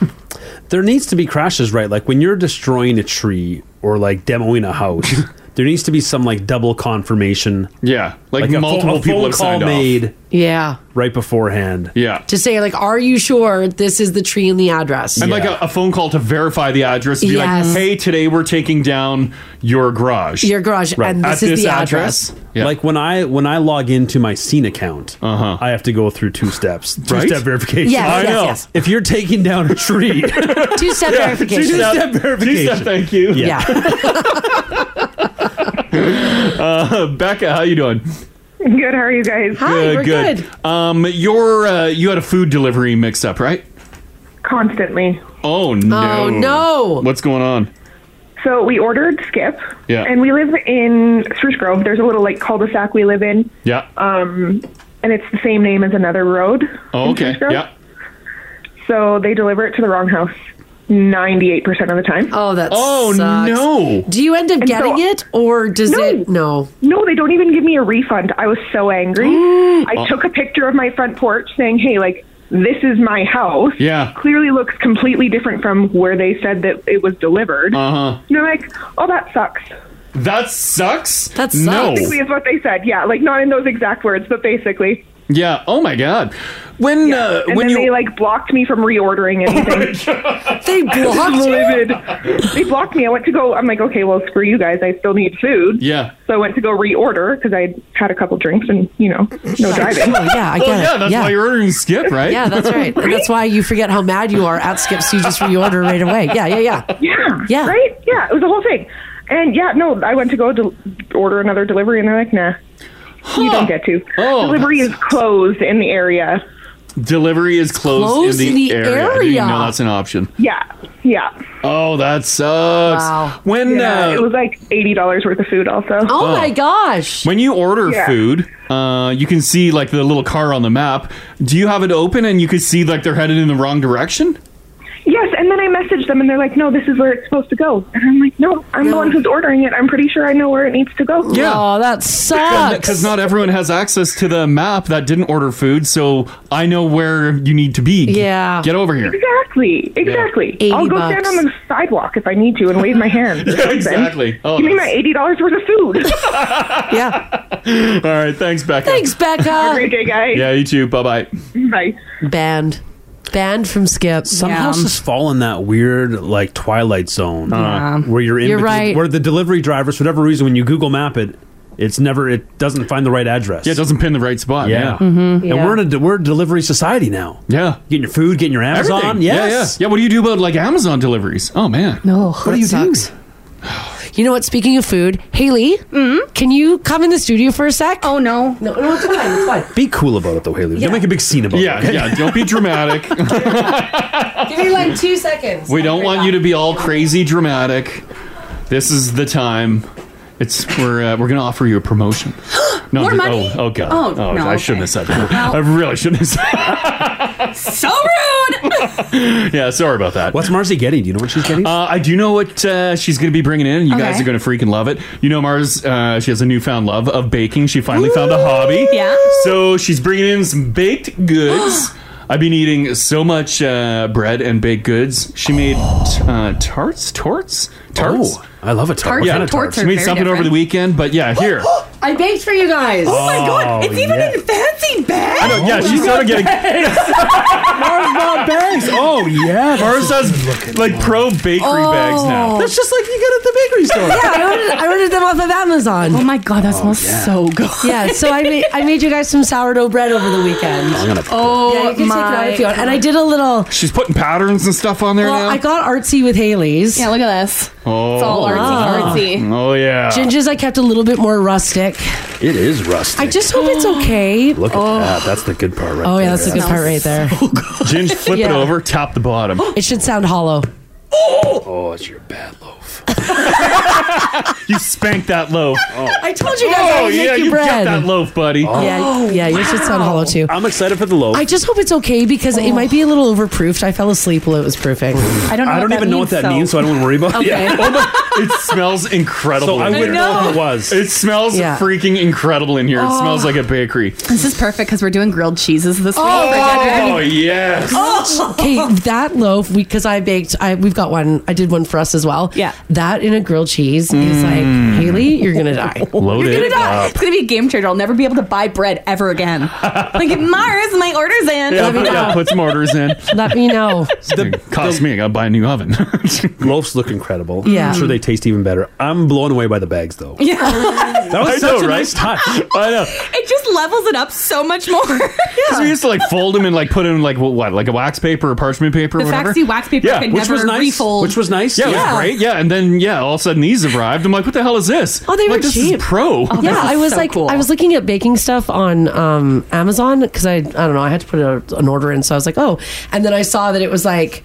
there needs to be crashes, right? Like when you're destroying a tree or like demoing a house, there needs to be some like double confirmation.
Yeah. Like,
a pho-
multiple
a
people
phone
have
call
signed off.
made
Yeah.
right beforehand.
Yeah.
To say, like, are you sure this is the tree and the address?
And like a, a phone call to verify the address and be
Yes.
like, hey, today we're taking down your garage.
Your garage, Right. and this is the address.
Like when I when I log into my Scene account, uh-huh. I have to go through two steps, two
Right?
step verification.
Yes, I yes, know. yes.
If you're taking down a tree,
two step
Yeah,
verification.
Two step verification.
thank you.
Yeah.
Uh, Becca, how you doing?
Good. How are you guys?
Um, your uh, you had a food delivery mix up, right?
constantly.
Oh no!
no.
What's going on?
So we ordered skip,
Yeah.
and we live in Spruce Grove. There's a little like cul-de-sac we live in,
Yeah.
um, and it's the same name as another road.
Oh, okay.
Grove?
Yeah.
So they deliver it to the wrong house ninety-eight percent of the time.
Oh, that's no! Do you end up getting it or does it? No.
No, they don't even give me a refund. I was so angry. I
Oh.
took a picture of my front porch saying, hey, like, this is my house.
Yeah.
Clearly looks completely different from where they said that it was delivered.
Uh huh.
And they're like, oh, that sucks.
That sucks. That No.
Basically, is what they said. Yeah, like, not in those exact words, but basically.
Yeah. Oh my god. When uh,
And
when
then
you
they, like, blocked me from reordering
Oh
anything.
they
blocked you?
They blocked me. I went to go, I'm like, okay, well, screw you guys. I still need food.
yeah.
So I went to go reorder because I had a couple drinks and, you know, no driving.
Oh,
well, Oh, yeah, that's why you're ordering skip, right?
Yeah, that's right. And that's why you forget how mad you are at skips. You just reorder right away. Yeah, yeah, yeah.
Yeah.
Yeah.
Right? Yeah. It was the whole thing. And yeah, no, I went to go to order another delivery, and they're like, nah. You don't get
Oh,
to. delivery is closed in the area.
Delivery is closed,
Closed
in
in
the
the
area. I didn't even know
area.
that's an option.
Yeah. Yeah.
Oh, that sucks. When
Yeah,
uh,
it was like eighty dollars worth of food also.
Oh Oh. my
gosh.
When you order
Yeah.
food, uh, you can see like the little car on the map. Do you have it open and you can see like they're headed in the wrong direction?
Yes, and then I messaged them and they're like, No, this is where it's supposed to go. And I'm like, No, I'm the one who's ordering it. I'm pretty sure I know where it needs to go.
Yeah.
Oh, that
Because not everyone has access to the map that didn't order food, so I know where you need to be.
Yeah.
Get over here.
Exactly. Exactly. I'll
80
go stand
bucks.
on the sidewalk if I need to and wave my hand.
Yeah, exactly. Oh,
Give me my
that's-
eighty dollars worth of food.
All right. Thanks, Becca.
Thanks, Becca. Have a great
day, guys.
Yeah, you too. Bye bye.
Bye.
Banned. Banned from skip.
Some houses fall in that weird like twilight zone
Uh-huh.
Yeah.
where you're in
You're
between-
right.
where the delivery drivers for whatever reason when you Google map it it's never it doesn't find the right address yeah it
doesn't pin the right spot
yeah,
yeah. Mhm.
and
Mm-hmm.
Yeah.
we're in a de- we're a delivery society now
yeah
getting your food getting your Amazon
Everything.
yes
Yeah, yeah. Yeah. What do you do about like Amazon deliveries? Oh man.
No, what do you sucks. You know what? Speaking of food, Haley, can you come in the studio for a sec? Oh no, no, no, it's fine, it's fine.
be cool about it though Haley
Yeah.
don't make a big scene about
Yeah,
it
yeah, don't be dramatic
Give me like two seconds.
We don't want you to be all crazy dramatic. This is the time. It's we're uh, we're gonna offer you a promotion.
More
th-
money?
Oh, oh god.
Oh,
Oh,
no,
I
okay.
shouldn't have said that.
Well-
I really shouldn't have said.
So rude!
yeah, sorry about that.
What's Marcy getting? Do you know what she's getting?
Uh, I do know what uh, she's gonna be bringing in. You guys
Okay.
are gonna freaking love it. You know, Mars. Uh, she has a newfound love of baking. She finally found a hobby.
Yeah.
So she's bringing in some baked goods. I've been eating so much uh, bread and baked goods. She made uh, tarts, torts, tarts.
Oh, I love a tart.
tart.
Tarts and torts
She
are
made
very
something over the
different. Oh
weekend, but yeah, here.
I baked for you guys. Oh
Oh my God, it's Oh, even yeah.
in fancy bags.
I know, yeah, she's not getting-
Mars bought bags. Oh yeah,
Mars has like pro bakery bags now.
That's just like you get at the bakery store.
yeah, I ordered, I ordered them off of Amazon. Oh my god, that smells so good. Yeah, so I made I made you guys some sourdough bread over the weekend.
I'm gonna-
oh, yeah, you can take it out if you want. And I did a little.
She's putting patterns and stuff on there
Well,
now.
I got artsy with Haley's. Yeah,
look at this.
oh,
it's all artsy, artsy.
Oh yeah,
Ginger's I kept a little bit more rustic.
It is rusty.
I just hope it's okay.
Look at
oh.
that. That's the good part, right?
Oh, yeah,
there.
that's the good part right there.
Ginge, flip it
Yeah.
over, top the bottom.
It should sound hollow.
Oh, it's your bad
loaf. you spanked that loaf.
Oh.
I told you guys I would make
Oh, yeah,
you
you got
bread.
that loaf, buddy.
Yeah, yeah, yours should sound hollow too.
I'm excited for the loaf.
I just hope it's okay because it might be a little overproofed. I fell asleep while it was proofing. I
I don't even know what that means, so I don't want to worry about
Okay.
it. Yeah.
Oh
It smells incredible.
So I
in
wouldn't
here.
know if it was.
It smells
Yeah.
freaking incredible in here. It
Oh.
smells like a bakery.
This is perfect because we're doing grilled cheeses this week.
Oh, yes.
Oh,
Oh!
Okay, that loaf because I baked. I we've got one. I did one for us as well. Yeah, that in a grilled cheese is
Mm.
like Haley, you're gonna die.
Load
You're gonna die. It's gonna be a game changer. I'll never be able to buy bread ever again. like Mars, my order's in.
Yeah, put, yeah, put some orders in.
Let me know.
cost me. I gotta buy a new oven.
Loafs look incredible.
Yeah.
I'm sure they taste even better. I'm blown away by the bags, though.
Yeah.
That was such a nice touch.
I know.
It just levels it up so much more.
Because we used to like fold them and like put them in like what, what like a wax paper or parchment paper or
The
whatever.
faxy wax paper
yeah,
could
which
never
was nice.
refold.
Which was nice. Yeah,
Yeah.
It was great. Yeah, and then yeah, all of a sudden these arrived. I'm like, what the hell is this?
Oh, they
I'm
were
like, this
cheap. Oh,
Is pro.
Oh,
yeah, I was like, I was looking at baking stuff on um, Amazon because I, I don't know, I had to put a, an order in, so I was like, oh, and then I saw that it was like,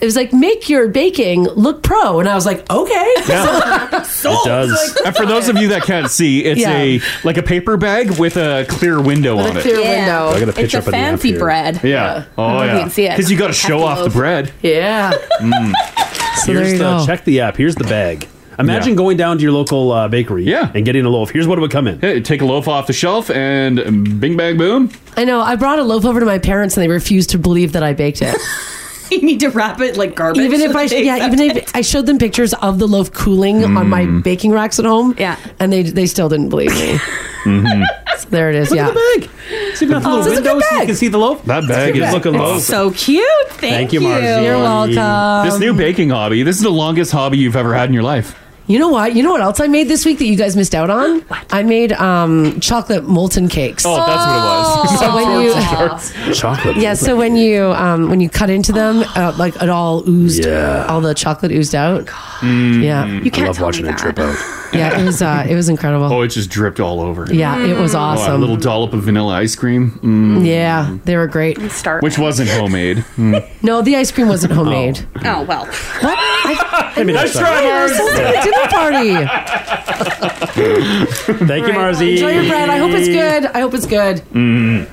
it was like make your baking look pro, and I was like, okay,
Yeah.
Sold.
It does. and for those of you that can't see, it's
Yeah.
a like a paper bag with a clear window
With a
on it.
clear Yeah. window.
I got a
It's
picture
a
up of the app
fancy
here.
bread.
Yeah.
Yeah. I don't
Oh
know if
yeah.
you can see it.
Because you got to show
Hefty
off the
loaf.
bread.
yeah.
Mm.
So
Here's
there you
the,
go.
Check the app. Here's the bag. Imagine going down to your local uh, bakery yeah. and getting a loaf. Here's what it would come in.
Hey, take a loaf off the shelf and um, bing bang boom.
I know. I brought a loaf over to my parents, and they refused to believe that I baked it.
you need to wrap it like garbage.
even if
so
I,
they
yeah,
accept
even if I showed them pictures of the loaf cooling on my
Mm.
baking racks at home, yeah, and they they still didn't believe me. so there it is.
Look
yeah,
at the bag. So you've got the
Oh,
little
this is a
window
good
so you
bag.
can see the loaf.
That bag is looking
It's loaf. so
cute.
Thank you, you. Marzi.
You're welcome.
This new baking hobby. This is the longest hobby you've ever had in your life.
You know what? You know what else I made this week that you guys missed out on? I made um, chocolate molten cakes.
Oh, that's what it was.
So when you-
chocolate.
Yeah, so when you um, when you cut into them, uh, like it all oozed, all the chocolate oozed out. Yeah. You
can't Mm, I love watching it drip out.
Yeah, it was uh, it was incredible.
Oh, it just dripped all over.
Yeah, it was
Oh, a
awesome.
little dollop of vanilla ice cream. Mm.
Yeah, they were great. Start.
Which wasn't homemade. Mm.
No, the ice cream wasn't homemade.
Oh well.
What? I,
I mean, Nice that's try,
Yeah,
Mars.
sounds like a dinner party.
Thank you, Marzi.
Enjoy your bread. I hope it's good. I hope it's good.
Mm.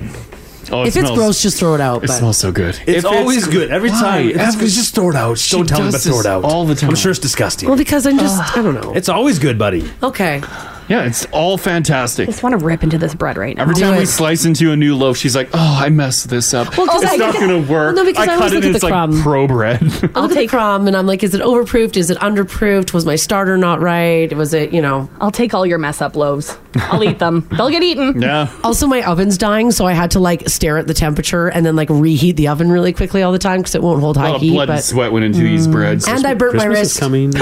Oh, it
if it's
smells-
gross, just throw it out.
It
but-
smells so good.
It's always good. Every time. It's good. Just throw it out. Don't tell me
does
to throw
this
it out.
all the time.
I'm sure it's disgusting.
Well, because I'm just I don't know.
It's always good, buddy.
Okay.
Yeah, it's all fantastic.
just want to rip into this bread right now.
Every time we slice into a new loaf, she's like, "Oh, I messed this up.
Well, 'cause
it's
I
not
look at-
going to work."
Well, no, because I always
cut it
look
and
at
it's
the
like
crumb.
pro bread.
I look at the crumb and I'm like, is it overproofed? Is it underproofed? Was my starter not right? Was it, you know?
I'll take all your mess up loaves. I'll eat them. They'll get eaten.
Yeah.
Also, my oven's dying, so I had to like stare at the temperature and then like reheat the oven really quickly all the time because it won't hold
A
high
lot of
heat.
blood
but Mm.
and sweat went into these breads.
And I burnt my
Christmas is
wrist.
coming.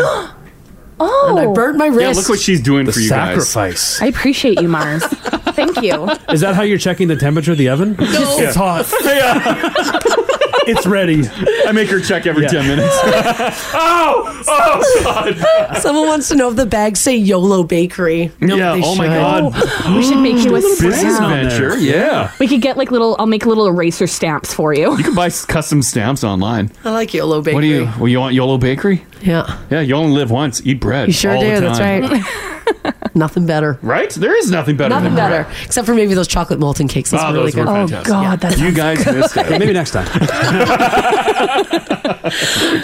oh,
and I burnt my
Yeah,
wrist.
look what she's doing
The
for you guys.
sacrifice.
I appreciate you, Mars. Thank you.
Is that how you're checking the temperature of the oven?
No.
It's hot. It's ready.
I make her check every 10 minutes.
oh,
oh, God.
Someone wants to know if the bags say YOLO Bakery.
yeah.
They
Oh my
should.
God.
We should make you a
business
stamp.
venture. Yeah.
We could get like little. I'll make little eraser stamps for you.
You can buy s- custom stamps online.
I like YOLO Bakery.
What do you? Well, you want YOLO Bakery?
Yeah.
Yeah. You only live once. Eat bread.
You sure
all the
do. That's
time.
right. Nothing better.
Right? There is nothing better.
Nothing
than bread.
better. Except for maybe those chocolate molten cakes. Those
Ah,
were really
those were
good.
Oh,
fantastic.
Yeah.
you guys missed it.
Maybe next time.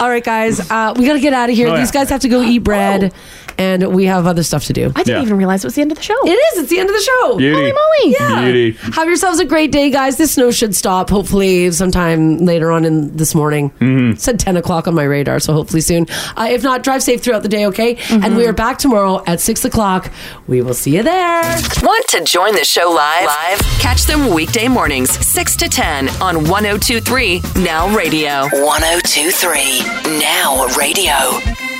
All right, guys, uh, we got to get out of here.
Oh, yeah.
These guys have to go eat bread, and we have other stuff to do.
I didn't even realize it was the end of the show. It
is. It's the end of the show.
Holy
Beauty.
moly!
Yeah.
Beauty.
Have yourselves a great day, guys. The snow should stop hopefully sometime later on in this morning. It said 10 o'clock on my radar, so hopefully soon. Uh, if not, drive safe throughout the day, okay? And we are back tomorrow at 6 o'clock. We will see you there.
Want to join the show live? Live? Catch them weekday mornings, 6 to 10 on 1023 Now Radio. 1023 Now Radio.